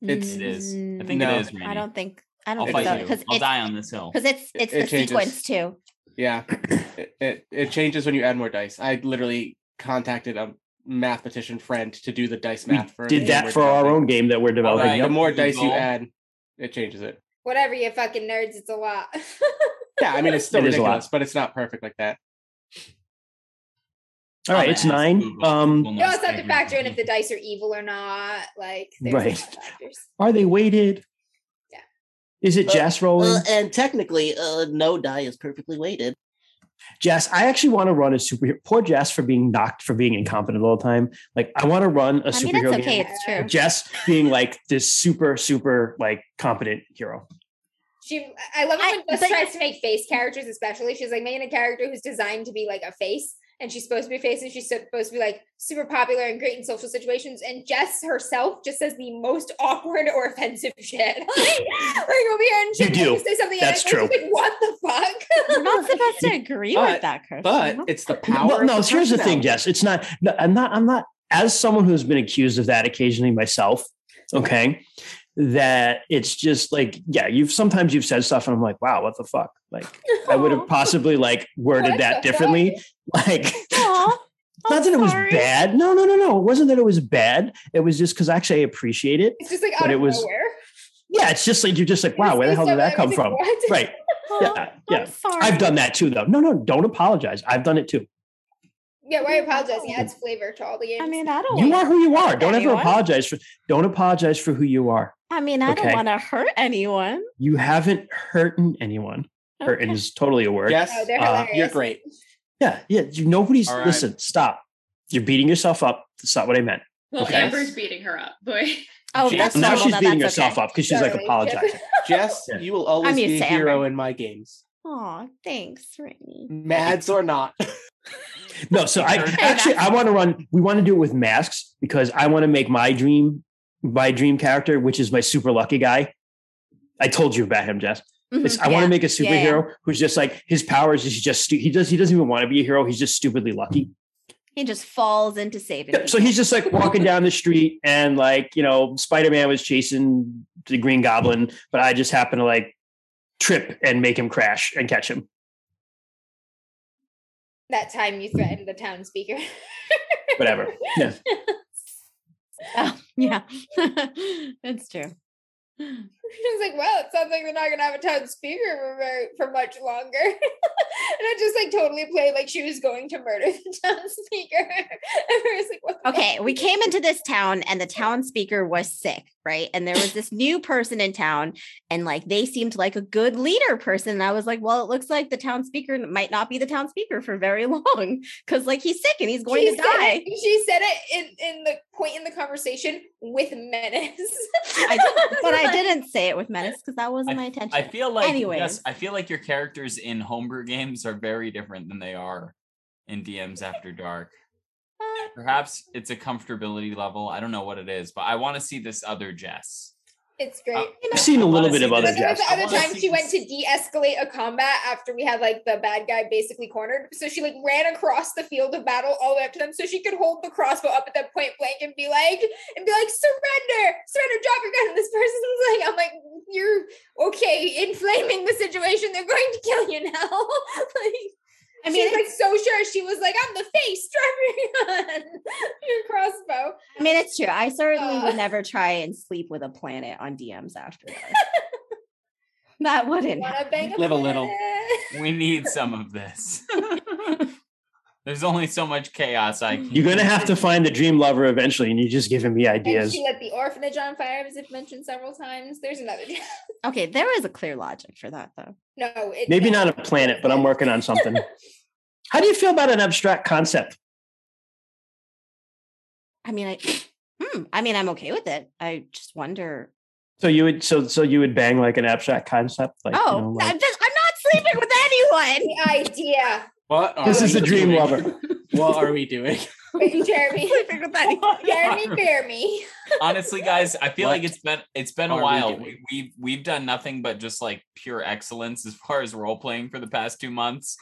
It's-
it is. I
Mm,
think
No.
it is, Randy.
I don't think. I
I'll
don't think
fight
so
you.
because
I'll
it's
die on this hill.
because it's it's
It
the
changes.
sequence too.
Yeah, it, it it changes when you add more dice. I literally contacted a mathematician friend to do the dice
We
math for a
did
game
that
we're
for our
developing.
own game that we're developing.
Alright.
The
Yep.
more dice you
Google.
add, it changes it.
Whatever you fucking nerds, it's a lot.
Yeah, I mean it's still
It is a lot.
ridiculous, but it's not perfect like that.
All right,
I'm
it's
gonna ask
nine.
Google. Google
Um,
you
knows
also have to
everything.
factor in if the dice are evil or not. Like there's a lot of
Right.
factors.
are they weighted?
Yeah.
Is it
Uh,
Jess rolling?
Uh, and technically, uh, no die is perfectly weighted.
Jess, I actually want to run a superhero. Poor Jess for being knocked for being incompetent all the time. Like, I want to run a
I mean,
superhero
that's okay.
game.
It's
Yeah.
true.
with Jess being like this super, super like competent hero.
She, I love it
I-
when Jess
but-
tries to make face characters, especially. She's like making a character who's designed to be like a face, and she's supposed to be a face, and she's supposed to be like super popular and great in social situations. And Jess herself just says the most awkward or offensive shit. like over here, and she
You do.
say something.
That's
and it's Like, what the
You're
fuck?
not supposed to agree
But-
with that, Chris.
But it's the power.
well,
of
no, here's the thing,
personality.
Jess. It's not. No, I'm not. I'm not. As someone who's been accused of that occasionally myself, okay, that it's just like, yeah, you've sometimes you've said stuff, and I'm like, wow, what the fuck? Like, I would have possibly like worded
What
that
the
differently. Like,
Aw, I'm
not that it was
sorry.
bad. No, no, no, no. It wasn't that it was bad. It was just because actually I appreciate it.
It's just like
But
out
it
of
was-
nowhere.
Yeah, it's just like you're just like, wow, where the hell did that come from? Right.
Aw,
Yeah.
I'm
Yeah.
sorry.
I've done that too, though. No, no, don't apologize. I've done it too.
Yeah, why are you apologizing? It adds flavor to all the games.
I mean, I don't.
You are
wanna-
who you are. Don't ever
Anyone?
apologize for don't apologize for who you are.
I mean, I
Okay.
don't want to hurt anyone.
You haven't hurting anyone. Hurting
Okay.
is totally a word.
Yes,
no, they're
Uh,
hilarious.
you're great.
Yeah, yeah. You nobody's
All right.
listen. Stop. You're beating yourself up. That's not what I meant.
Well,
Okay.
Amber's beating her up, but
Oh,
Jeez.
that's
now
normal.
she's
though.
beating
That's
herself
okay.
up because she's like
Sorry.
apologizing.
Jess,
Yeah.
you will always
I'm used
be a
to
hero
Amber.
in my games,
Aw, thanks, Rainy.
mads or not.
No, so I
Hey,
actually
that's-
I want to run. We want to do it with masks because I want to make my dream my dream character, which is my super lucky guy. I told you about him, Jess. It's, I want to make a
Mm-hmm. Yeah, yeah.
superhero who's just like his powers is just stu- he does he doesn't even want to be a hero. He's just stupidly lucky.
He just falls into saving.
Yep, So
people.
he's just like walking down the street and like, you know, Spider-Man was chasing the Green Goblin, but I just happened to like trip and make him crash and catch him.
That time you threatened the town speaker.
Whatever. Yeah.
Oh, yeah, that's true.
She was like, "Well, it sounds like they're not gonna have a town speaker for very, for much longer." and I just like totally played like she was going to murder the town speaker. and I was like, "What?" the
Okay,
fuck?"
we came into this town and the town speaker was sick, right? And there was this new person in town, and like they seemed like a good leader person. And I was like, well, it looks like the town speaker might not be the town speaker for very long because like he's sick and he's going
She
to
said
die.
it- she said it in in the point in the conversation with menace.
I, but I didn't say it with menace because that wasn't my intention.
I feel like
Anyways.
yes, I feel like your characters in homebrew games are very different than they are in DMs After Dark.
Uh,
Perhaps it's a comfortability level. I don't know what it is, but I want to see this other Jess.
It's great.
Uh,
I've seen a
wanna
little bit
see
of other
But
this-
there was
Jess.
the
I
other
wanna
time
see
she went
this-
to de-escalate a combat after we had like the bad guy basically cornered. So she like ran across the field of battle all the way up to them so she could hold the crossbow up at that point blank and be like and be like surrender, surrender, drop your gun. And this person's like, I'm like, you're okay, inflaming the situation. They're going to kill you now. like
I
I
mean,
mean, she's like so sure. She was like, I'm the face, drop your gun, your crossbow.
I mean, it's true. I certainly
Uh.
would never try and sleep with a planet on DMs after that. that wouldn't.
Wanna
happen.
bang a
Live a little.
planet?
We need some of this. There's only so much chaos I can.
You're gonna have to find the dream lover eventually, and you're just giving me
And
ideas.
she let the orphanage on fire, as if mentioned several times. There's another.
Okay, there is a clear logic for that, though.
No, it,
Maybe not a planet, but I'm working on something. How do you feel about an abstract concept?
I mean, I, Hmm, I mean, I'm okay with it. I just wonder.
So you would so so you would bang like an abstract concept, like you
oh,
know,
I'm,
like,
just, I'm not sleeping with anyone.
The idea,
What are
this is
we
a dream
doing?
lover.
What are we doing?
Wait, Jeremy.
Sleeping with anyone.
Jeremy, bear me.
Honestly, guys, I feel like
What
it's been it's been
are we
a while.
doing?
We, we've we've done nothing but just like pure excellence as far as role playing for the past two months,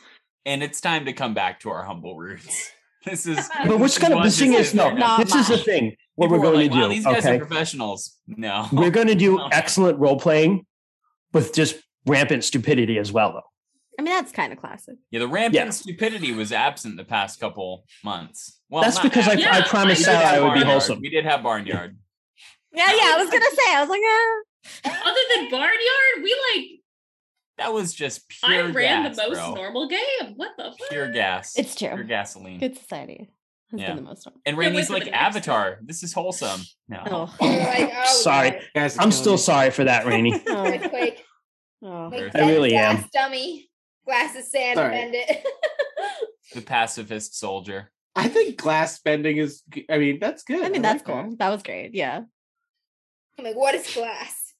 and it's time to come back to our humble roots. This is
But what's gonna the
This
thing
is
is no,
not
this is the
mine.
thing. What we're
people were
going
like, wow,
to
These
do.
guys
Okay.
are professionals. No,
We're going to do
Okay.
excellent role playing with just rampant stupidity as well, though.
I mean, that's kind of classic.
yeah, the rampant
Yeah.
stupidity was absent the past couple months. Well,
That's
not
because I,
absent.
Yeah,
I promised
We
I
did
Sarah
have
I would be
Barnyard.
wholesome.
We did have barnyard.
Yeah, yeah. I was gonna say. I was like, ah.
other than Barnyard, we like
That was just pure.
I ran
gas,
the most
bro.
normal game. What the fuck?
Pure gas.
It's true.
Pure gasoline.
Good society has
Yeah.
been the most fun.
And
Can't wait
Rainey's
for
like
the next
Avatar. This is wholesome. No.
Oh,
We were like, oh,
Sorry.
Lord.
Guys, it's
I'm
killing
still
me.
sorry for that, Rainey.
oh,
Earthquake.
oh.
Like,
I
bend
really
glass Dummy. Glass of sand.
Sorry.
Bend it.
The pacifist soldier.
I think glass bending is. g- I mean, that's good.
I mean,
like
that's
that.
cool. That was great. Yeah.
I'm like, what is glass?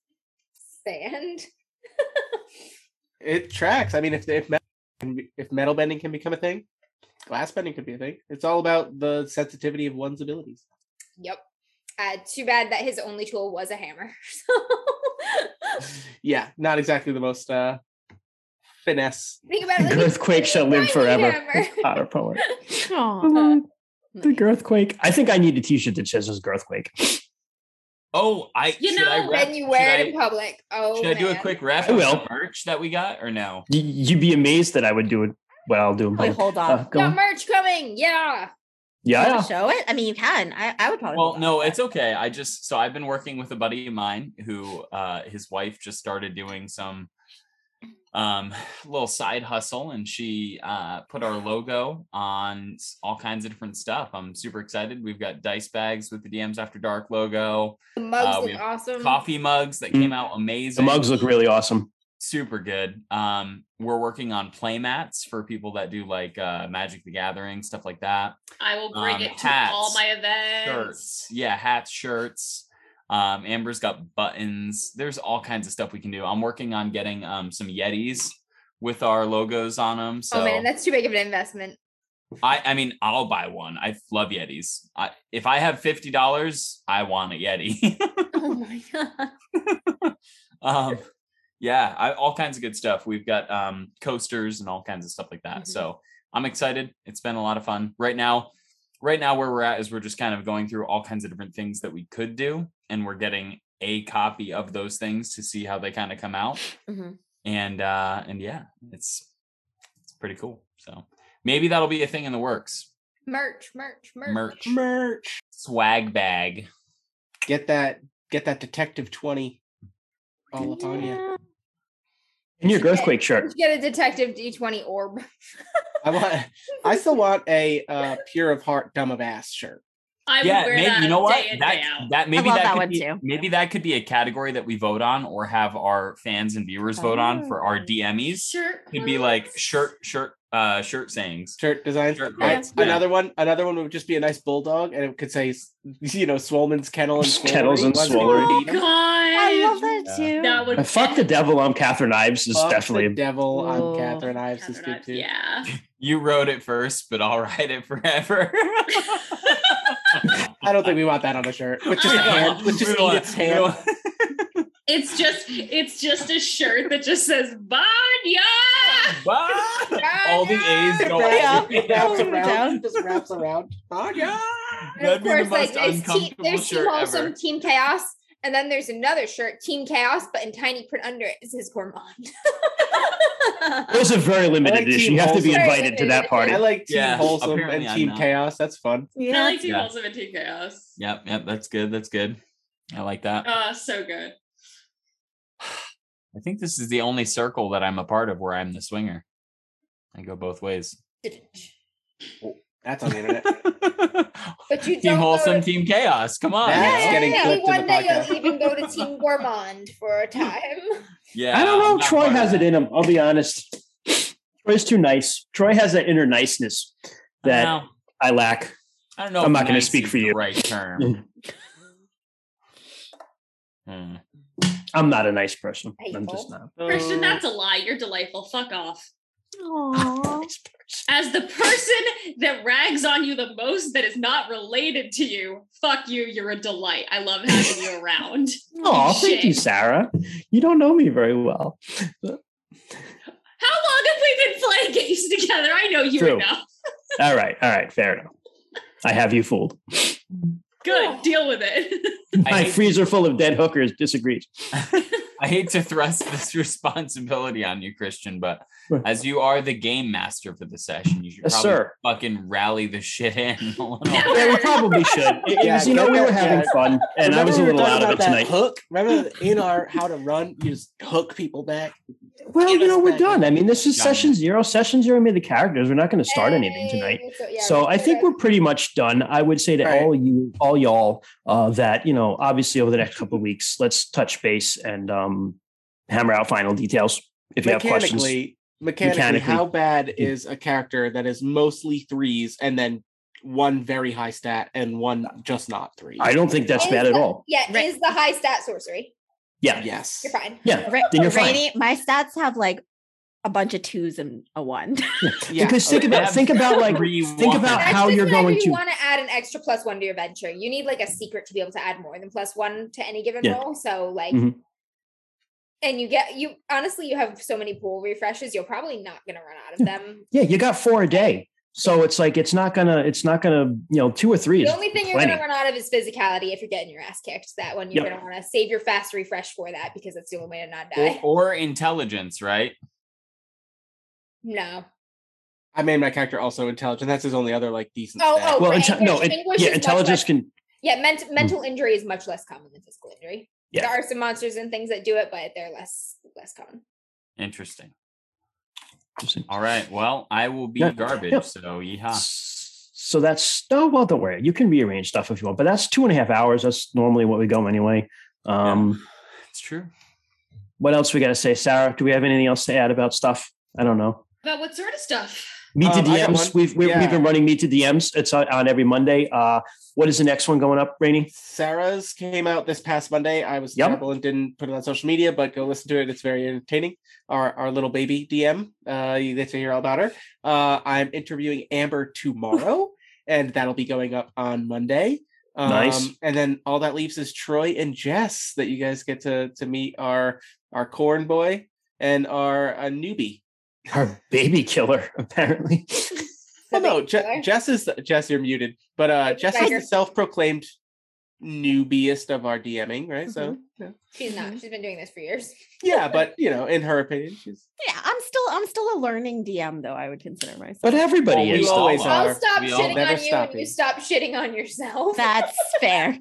Sand.
It tracks. I mean, if if metal, can be- if metal bending can become a thing, glass bending could be a thing. It's all about the sensitivity of one's abilities.
Yep. Uh, too bad that his only tool was a hammer.
Yeah, not exactly the most uh finesse.
Think about it. like, it's
Earthquake shall
a
live
tiny
forever.
hammer.
Potter poet.
Oh,
The Girthquake. I think I need a t-shirt that says this Girthquake.
Oh, I
You
should I
know,
rep-
Then you wear
should
it in public.
I,
Oh,
should I do a
man.
quick ref
I
of
will.
the merch that we got or no?
Y- You'd be amazed that I would do it. Well, I'll do
Probably
it.
Oh, hold
Uh,
on.
go
Got
on.
merch coming. Yeah.
You
Yeah.
wanna show it? I mean, you can. I, I would probably.
Well,
hold on
no,
to
it's
that.
okay. I just so I've been working with a buddy of mine who uh his wife just started doing some um little side hustle and she uh put our logo on s- all kinds of different stuff. I'm super excited. We've got dice bags with the DMs After Dark logo,
The mugs
Uh, we
look
have
awesome.
coffee mugs that came out amazing.
The mugs look really awesome.
super good. Um, we're working on play mats for people that do like uh, Magic the Gathering stuff like that.
I will bring
Um,
it to
hats,
all my events.
Shirts, yeah, hats, shirts. Um, Amber's got buttons. There's all kinds of stuff we can do. I'm working on getting um some Yetis with our logos on them. So
oh man, that's too big of an investment.
I, I mean, I'll buy one. I love Yetis. I, if I have fifty dollars, I want a Yeti.
oh my god.
um, yeah, I, all kinds of good stuff. We've got um, coasters and all kinds of stuff like that.
Mhm.
So I'm excited. It's been a lot of fun. Right now, right now where we're at is we're just kind of going through all kinds of different things that we could do, and we're getting a copy of those things to see how they kind of come out.
Mhm.
And uh, and yeah, it's it's pretty cool. So maybe that'll be a thing in the works.
Merch, merch, merch.
Merch,
Merch.
swag bag.
Get that. Get that detective twenty. All up on you.
And your
Yeah.
earthquake
You
shirt.
should Get a detective D20 orb.
I want. I still want a uh, pure of heart, dumb of ass shirt.
I
yeah,
would wear
maybe
that
you know what
day in, day
that
out.
that maybe
love
that,
that
could
one
be,
too.
maybe that could be a category that we vote on or have our fans and viewers vote on for
Oh.
our DMEs.
Shirt
Could be like shirt shirt uh shirt sayings.
Shirt design.
Shirt
I-
designs, yeah.
Another one. Another one would just be a nice bulldog, and it could say, you know, Swolman's kennel and
Kettles and
Once we
Swollery.
Oh
beat 'em.
god,
I love that
Yeah.
too.
That would
And Uh, fuck the
be-
devil. I'm Catherine Ives is
Fuck the
definitely
devil on
Ooh.
Catherine Ives is
Catherine
good
Ives,
too.
Yeah.
You wrote it first, but I'll write it forever.
I don't think we want that on a shirt. With just a
I know.
hand. With just
We don't-
Edith's
we don't-
hand.
It's just it's just a shirt that just says Banya.
What? All the A's
It
go
wraps,
Yeah.
it wraps
Oh
Down.
around. It just wraps around. Oh yeah.
And
That'd
of
be the
course,
most
like there's team,
uncomfortable
there's team
shirt ever.
wholesome, team chaos, and then there's another shirt, team chaos, but in tiny print under it is his gourmand.
Those are very limited
I like
edition.
Team
You have to be
Wholesome.
invited to that party.
I like Team
Yeah,
Wholesome
apparently
and
I'm
Team
not.
Chaos. That's fun.
I like Team
Yeah.
Wholesome and Team Chaos.
Yep, yep, that's good. That's good. I like that.
Oh, so good.
I think this is the only circle that I'm a part of where I'm the swinger. I go both ways.
That's on the internet.
but
you
team
don't go to-
wholesome, team chaos. Come on.
That's Yeah.
Yeah.
getting clipped
Maybe
in
one
the
day
podcast.
you'll even go to Team Gourmand for a time.
yeah
I don't
Um,
I'm
know.
not
Troy
part of
has
that.
it in him. I'll be honest. Troy's too nice. Troy has that inner niceness
I don't
that
know.
I lack.
I don't know.
I'm
if
not gonna
nice
speak
is
for
the
you.
Right term. Hmm.
I'm not a nice person. I'm
Hateful.
just not.
Christian, that's a lie. You're delightful. Fuck off.
Aw.
As the person that rags on you the most that is not related to you, fuck you. You're a delight. I love having you around.
Oh, thank you,
Shit.
Sarah. You don't know me very well.
How long have we been playing games together? I know you
True.
enough.
All right, all right, fair enough. I have you fooled.
Good. Deal with it.
I
My
hate-
freezer full of dead hookers disagrees.
I hate to thrust this responsibility on you, Christian, but
Right.
as you are the game master for the session, you should
Yes,
probably
sir.
fucking rally the shit in. a little.
That
Yeah, we
works.
probably should. It- it
Yeah,
was- you know,
get
we were
that
having
guy.
fun, and I
Remember
was a
we were
little
talking
out of it
about that
tonight.
Hook. Remember in our how to run, you just hook people back.
Well,
Give
you
us
know, we're
back.
done. I mean, this is
Done.
session zero. Session zero made the characters. We're not going to start anything
Hey,
tonight.
yeah,
so
we
I think
could've-
we're pretty much done. I would say to
Right.
all you, all y'all, uh, that you know, obviously over the next couple of weeks, let's touch base and um, hammer out final details. If you have questions,
mechanically, mechanically,
Mechanically. Hmm.
how bad is a character that is mostly threes and then one very high stat and one just not three?
I don't think that's
Is
bad at
the-
all.
Yeah,
Right.
is the high stat sorcery.
Yeah,
Yes.
You're fine.
yeah.
Ra-
Then you're fine.
Rainy, my stats have like a bunch of twos and a one.
Yeah.
Because think
Okay.
about think about like
Three
think about
ones.
That's
how
just
you're
whenever
going
you
to.
want to add an extra plus one to your venture. You need like a secret to be able to add more than plus one to any given
Yeah.
roll. So like,
Mhm.
and you get you honestly you have so many pool refreshes. You're probably not gonna run out of them.
Yeah, you got four a day, so it's like it's not gonna it's not gonna you know two or three.
The
Is,
only thing you're
plenty.
gonna run out of is physicality if you're getting your ass kicked. That one you're
Yep.
gonna want to save your fast refresh for that because that's the only way to not
or,
die.
or intelligence, right?
No.
I made my character also intelligent. That's his only other like decent.
Oh,
stat.
oh.
well,
for
inte- no,
anguish-
it,
anguish is
yeah,
much
intelligence
less-
can.
Yeah, ment- mental injury is much less common than physical injury.
Mm-hmm. Yeah.
There are some monsters and things that do it, but they're less less common.
Interesting. All right. Well, I will be
Yeah.
garbage.
Yep.
So yeehaw.
So that's no, well, don't worry. You can rearrange stuff if you want,
um,
but that's two and a half hours. That's normally what we go anyway. Um,
It's true.
What else we got to say, Sarah? Do we have anything else to add about stuff? I don't know.
About what sort of stuff?
Meet to
Um, I got
DMs.
one.
We've we've,
Yeah.
we've been running Meet to DMs. It's on, on every Monday. Uh, what is the next one going up, Rainey?
Sarah's came out this past Monday. I was
Yep.
terrible and didn't put it on social media, but go listen to it. It's very entertaining. Our our little baby DM, uh, you get to hear all about her. Uh, I'm interviewing Amber tomorrow, and that'll be going up on Monday. Um,
Nice.
And then all that leaves is Troy and Jess that you guys get to to meet our our corn boy and our uh, newbie.
Our baby killer, apparently. Oh,
Well, Oh, no,
big
Je-
killer?
Jess is Jess. You're muted, but uh, Jess is
Tiger.
the self-proclaimed newbiest of our DMing, right? So. yeah.
She's not.
mm-hmm.
She's been doing this for years.
Yeah, but you know, in her opinion, she's
Yeah, I'm still I'm still a learning DM though. I would consider myself.
But everybody
Well, we
is. though.
always
Well,
I'll
are.
stop
we all-
shitting
Never
on you
stopping.
and you stop shitting on yourself.
That's fair.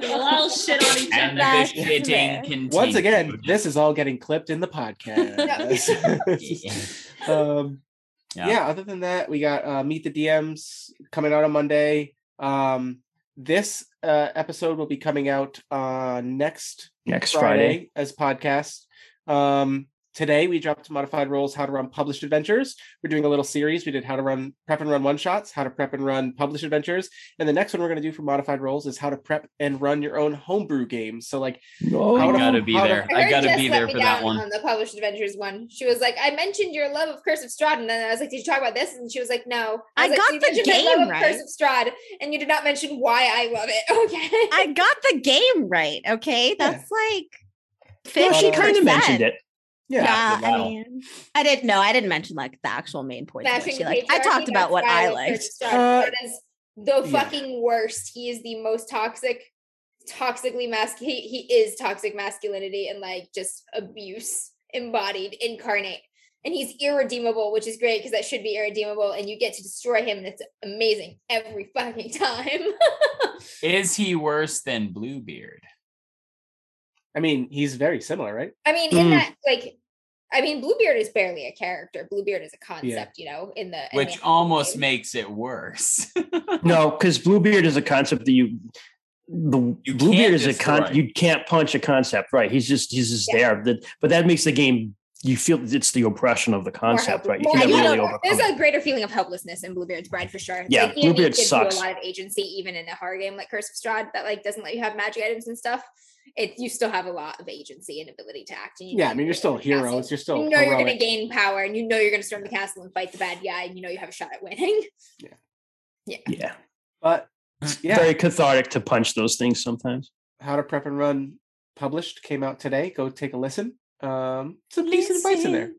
We'll all shit on each
And
other.
the
That's fair.
shitting continues.
Once again, this is all getting clipped in the podcast. um,
Yeah.
yeah. Other than that, we got uh, Meet the DMs coming out on Monday. Um, this uh, episode will be coming out uh, next
Next Friday.
Friday, as podcast. Um, today we dropped modified roles: how to run published adventures. We're doing a little series. We did how to run prep and run one shots, how to prep and run published adventures, and the next one we're going to do for modified roles is how to prep and run your own homebrew games. So like
No.
I
Out of-
gotta be
out of-
there. I
heard
gotta
Jess
be
let
there
me
for that
down
one.
On the Published Adventures one, she was like, "I mentioned your love of Curse of Strahd," and then I was like, "Did you talk about this?" And she was like, "No."
I
was like,
got
"You
the
mentioned my
game
love
right."
Of Curse of Strahd, and you did not mention why I love it. Okay.
I got the game right. Okay, that's like.
Well, she kind of
50%.
mentioned it.
yeah.
Yeah,
the
I
wow.
mean, I didn't know. I didn't mention like the actual main point. of what
Smashing
she liked. I
patriarchy,
talked about
that's
what
why
I
love
liked.
Curse of Strahd.
Uh,
Strahd is the
yeah.
fucking worst. He is the most toxic, toxically mas. He he is toxic masculinity and like just abuse embodied, incarnate. And he's irredeemable, which is great because that should be irredeemable, and you get to destroy him, and it's amazing every fucking time.
Is he worse than Bluebeard?
I mean, he's very similar, right?
I mean, in
Mm.
that like. I mean, Bluebeard is barely a character. Bluebeard is a concept, you know, in the in
Which
the-
almost makes it worse.
No, because Bluebeard is a concept that you the
You
Bluebeard
can't
is a
destroy.
con you can't punch a concept, right? He's just he's just
Yeah.
there. That but that makes the game you feel it's the oppression of the concept,
More
right? You
help-
can
more-
never
you know,
really overcome.
There's
it.
a greater feeling of helplessness in Bluebeard's Bride for sure.
Yeah,
D&D
Bluebeard
gives
sucks.
You a lot of agency, even in a horror game like Curse of Strahd, that like doesn't let you have magic items and stuff. It you still have a lot of agency and ability to act. And you
Yeah,
know
I mean, you're still
gonna win the
heroes.
castle.
You're still
you know you're going to
heroic.
gain power, and you know you're going to storm the castle and fight the bad guy, and you know you have a shot at winning.
yeah.
But yeah,
Very cathartic to punch those things sometimes.
how to prep and run published came out today. Go take a listen. Um, some decent advice in there.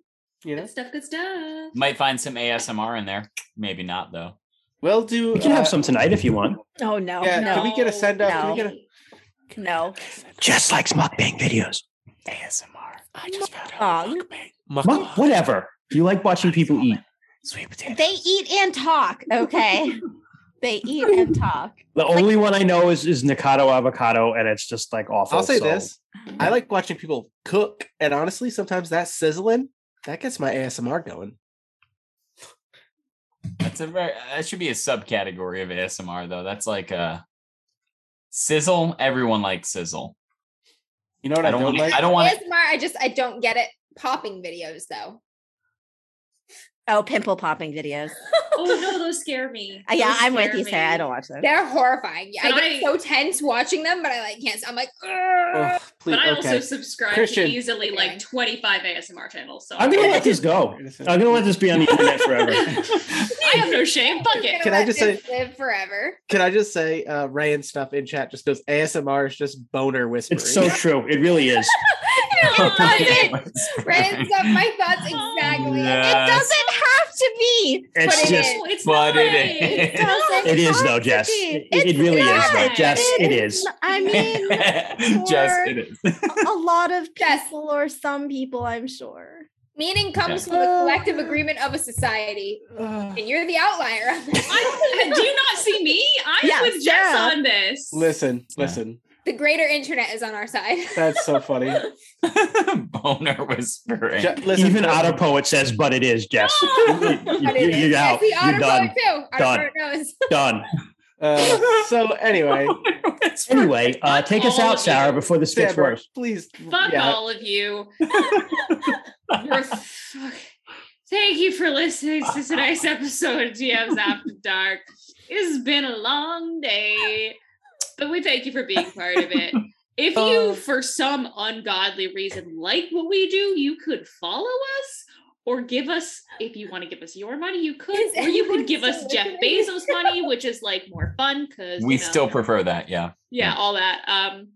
You know,
Good stuff, good stuff.
Might find some ASMR in there. Maybe not though.
we'll do.
We can
uh,
have some tonight if you want.
Oh no,
Yeah,
no,
can we get a send off? Can we
no.
get a?
no.
Just like mukbang videos.
ASMR.
I just
Wrong.
Muk- whatever. You like watching people eat.
Sweet potato.
They eat and talk. Okay, they eat and talk.
The only one I know is is Nikado avocado, and it's just like awful.
I'll say
so-
this: I like watching people cook, and honestly, sometimes that sizzling that gets my ASMR going.
That's a very that should be a subcategory of ASMR though. That's like a sizzle. Everyone likes sizzle.
You know what I,
I don't
don't
want
like?
I don't want
ASMR, I just I don't get it. Popping videos though.
Oh, pimple popping videos.
Oh no, those scare me.
Uh, yeah,
Those
I'm with
scare
you, Sarah. I
me.
don't watch those.
They're horrifying. Yeah, I
But
get
I-
so tense watching them, but I like can't. I'm like, "Ugh."
Ugh, please.
But I also
okay.
subscribe
Christian.
to easily
Okay.
like 25 ASMR channels. So
I'm gonna let this go. I'm gonna let this be on the internet forever.
I have no shame. Fuck it.
Gonna
Can I
let
just
this live forever?
Can I just say, uh, Ray and stuff in chat just goes ASMR is just boner whispering.
It's so true. It really is.
it Random stuff, my thoughts exactly.
It doesn't have to be.
It's
But it
just.
is.
No, it's
But
not
it
right.
is.
doesn't
It is
have
though,
to
Jess.
be.
It,
It's
it really is
not.
though, Jess. It
It's
is.
not- I mean,
Just it is.
a lot of
Yes.
people or some people, I'm sure.
Meaning comes from the collective agreement of a society,
Ugh.
and you're the outlier. on this.
I'm- do you not see me? I'm
Yeah,
with Jess
Sarah.
on this.
listen,
Yeah.
listen.
the greater internet is on our side.
That's so funny.
Boner whispering.
Ju- listen,
Even
just-
Otter Poet says, "But it is, Jess." you,
But it is.
are
Yes,
out.
the
You're
honor
done.
too. Our
Done.
part knows.
Done.
Uh, so anyway,
It's for-
Anyway, uh, take us out, Sarah, before this gets
Sandra,
worse.
please.
Fuck
yeah.
all of you. You're- fuck. Thank you for listening to tonight's episode of GM's After Dark. It's been a long day, but we thank you for being part of it. If
Oh.
you, for some ungodly reason, like what we do, you could follow us or give us, if you want to give us your money, you could,
Is
or you
anyone
could give us
still
Jeff
listening?
Bezos money, which is like more fun because
we still prefer that. Yeah.
yeah, all that. Um,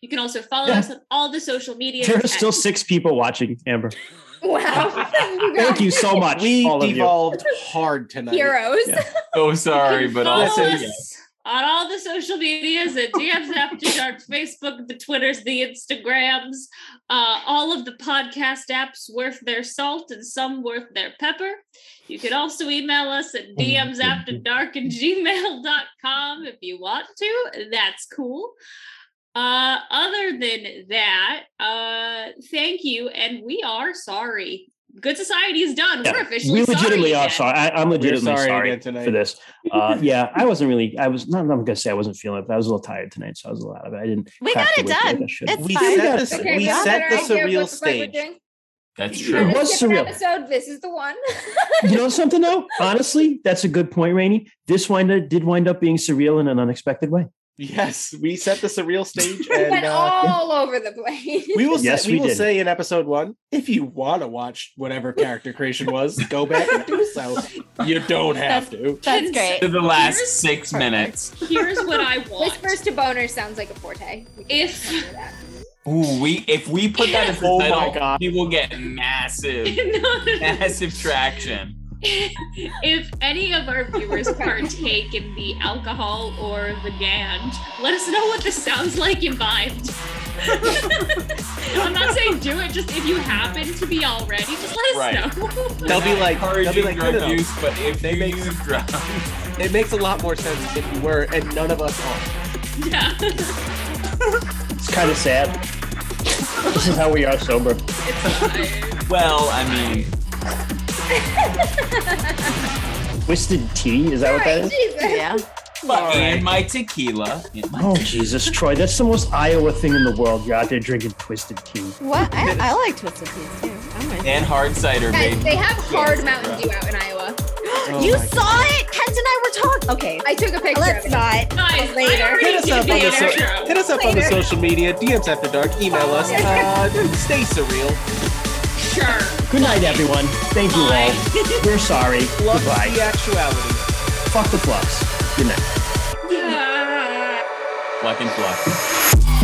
you can also follow
Yeah.
us on all the social media.
There are still six people watching, Amber.
Wow.
Thank you so much,
We
all of you.
devolved hard tonight.
Heroes.
Yeah.
So sorry, but
follow
also
us
yes.
on all the social medias at DMs After Dark, Facebook, the Twitters, the Instagrams, uh, all of the podcast apps worth their salt and some worth their pepper. You can also email us at dmsafterdark at gmail.com if you want to. That's cool. Uh, other than that, uh, thank you, and we are sorry. Good Society is done.
Yeah,
We're officially
We legitimately
sorry
are
again.
sorry. I, I'm legitimately
sorry
sorry,
again tonight.
for this. Uh, yeah, I wasn't really. I was not. I'm not gonna say I wasn't feeling it, but I was a little tired tonight, so I was a lot of it. I didn't.
We
crack
got
the
it
whip like
done.
I should.
It's
We
fine.
set the,
Okay,
we
have a
set
better
the
idea
surreal
of what the fuck we're
stage.
doing?
That's
It
true.
was
Different
surreal.
Episode. This is the one.
you know something though? Honestly, that's a good point, Rainey. This wind up, did wind up being surreal in an unexpected way.
Yes, we set the surreal stage,
we
and
went
uh,
all over the place.
we will.
Yes,
say,
we
we will
did.
say in episode one, if you want to watch whatever character creation was, go back and do so. You don't have to.
That's great.
To the last
Here's-
six
Perfect.
minutes.
Here's what I want.
Whispers to boner sounds like a forte. We can
If-
remember that.
Ooh, we if we put that as the
Oh my
title,
God.
we will get massive,
No.
massive traction.
if any of our viewers partake in the alcohol or the gand, let us know what this sounds like imbibed. I'm not saying do it, just if you happen to be already, just let us
Right.
know.
They'll be like, they'll be
encouraging
like, no,
drug
no, no.
use, but if
They
they
make-
make use drugs,
It makes a lot more sense if you were, and none of us are.
yeah.
It's kind of sad. this is how we are sober.
It's
well, I mean,
Twisted tea? Is that what that
Alright,
is?
Jesus.
Yeah.
All
and
right.
my tequila, and my
Oh Jesus, Troy! That's the most Iowa thing in the world. You're out there drinking twisted tea.
What? I, I like twisted teas too. Oh I'm with
and hard cider,
Guys,
baby.
they have hard Mountain Dew out in Iowa.
Oh
you
my
saw it. Kent and I were talking. Okay,
I took a picture
let's
of it.
not.
Guys,
Later.
I already
Hit us
did
up on
the
the so-
intro.
Hit us up on the
Later.
social media, DMs After Dark, email us. Uh, stay surreal.
Sure.
Good night, everyone. Thank you all. We're sorry.
Love
Goodbye.
the actuality.
Fuck the plus. Good night.
Yeah.
Pluck and fluff.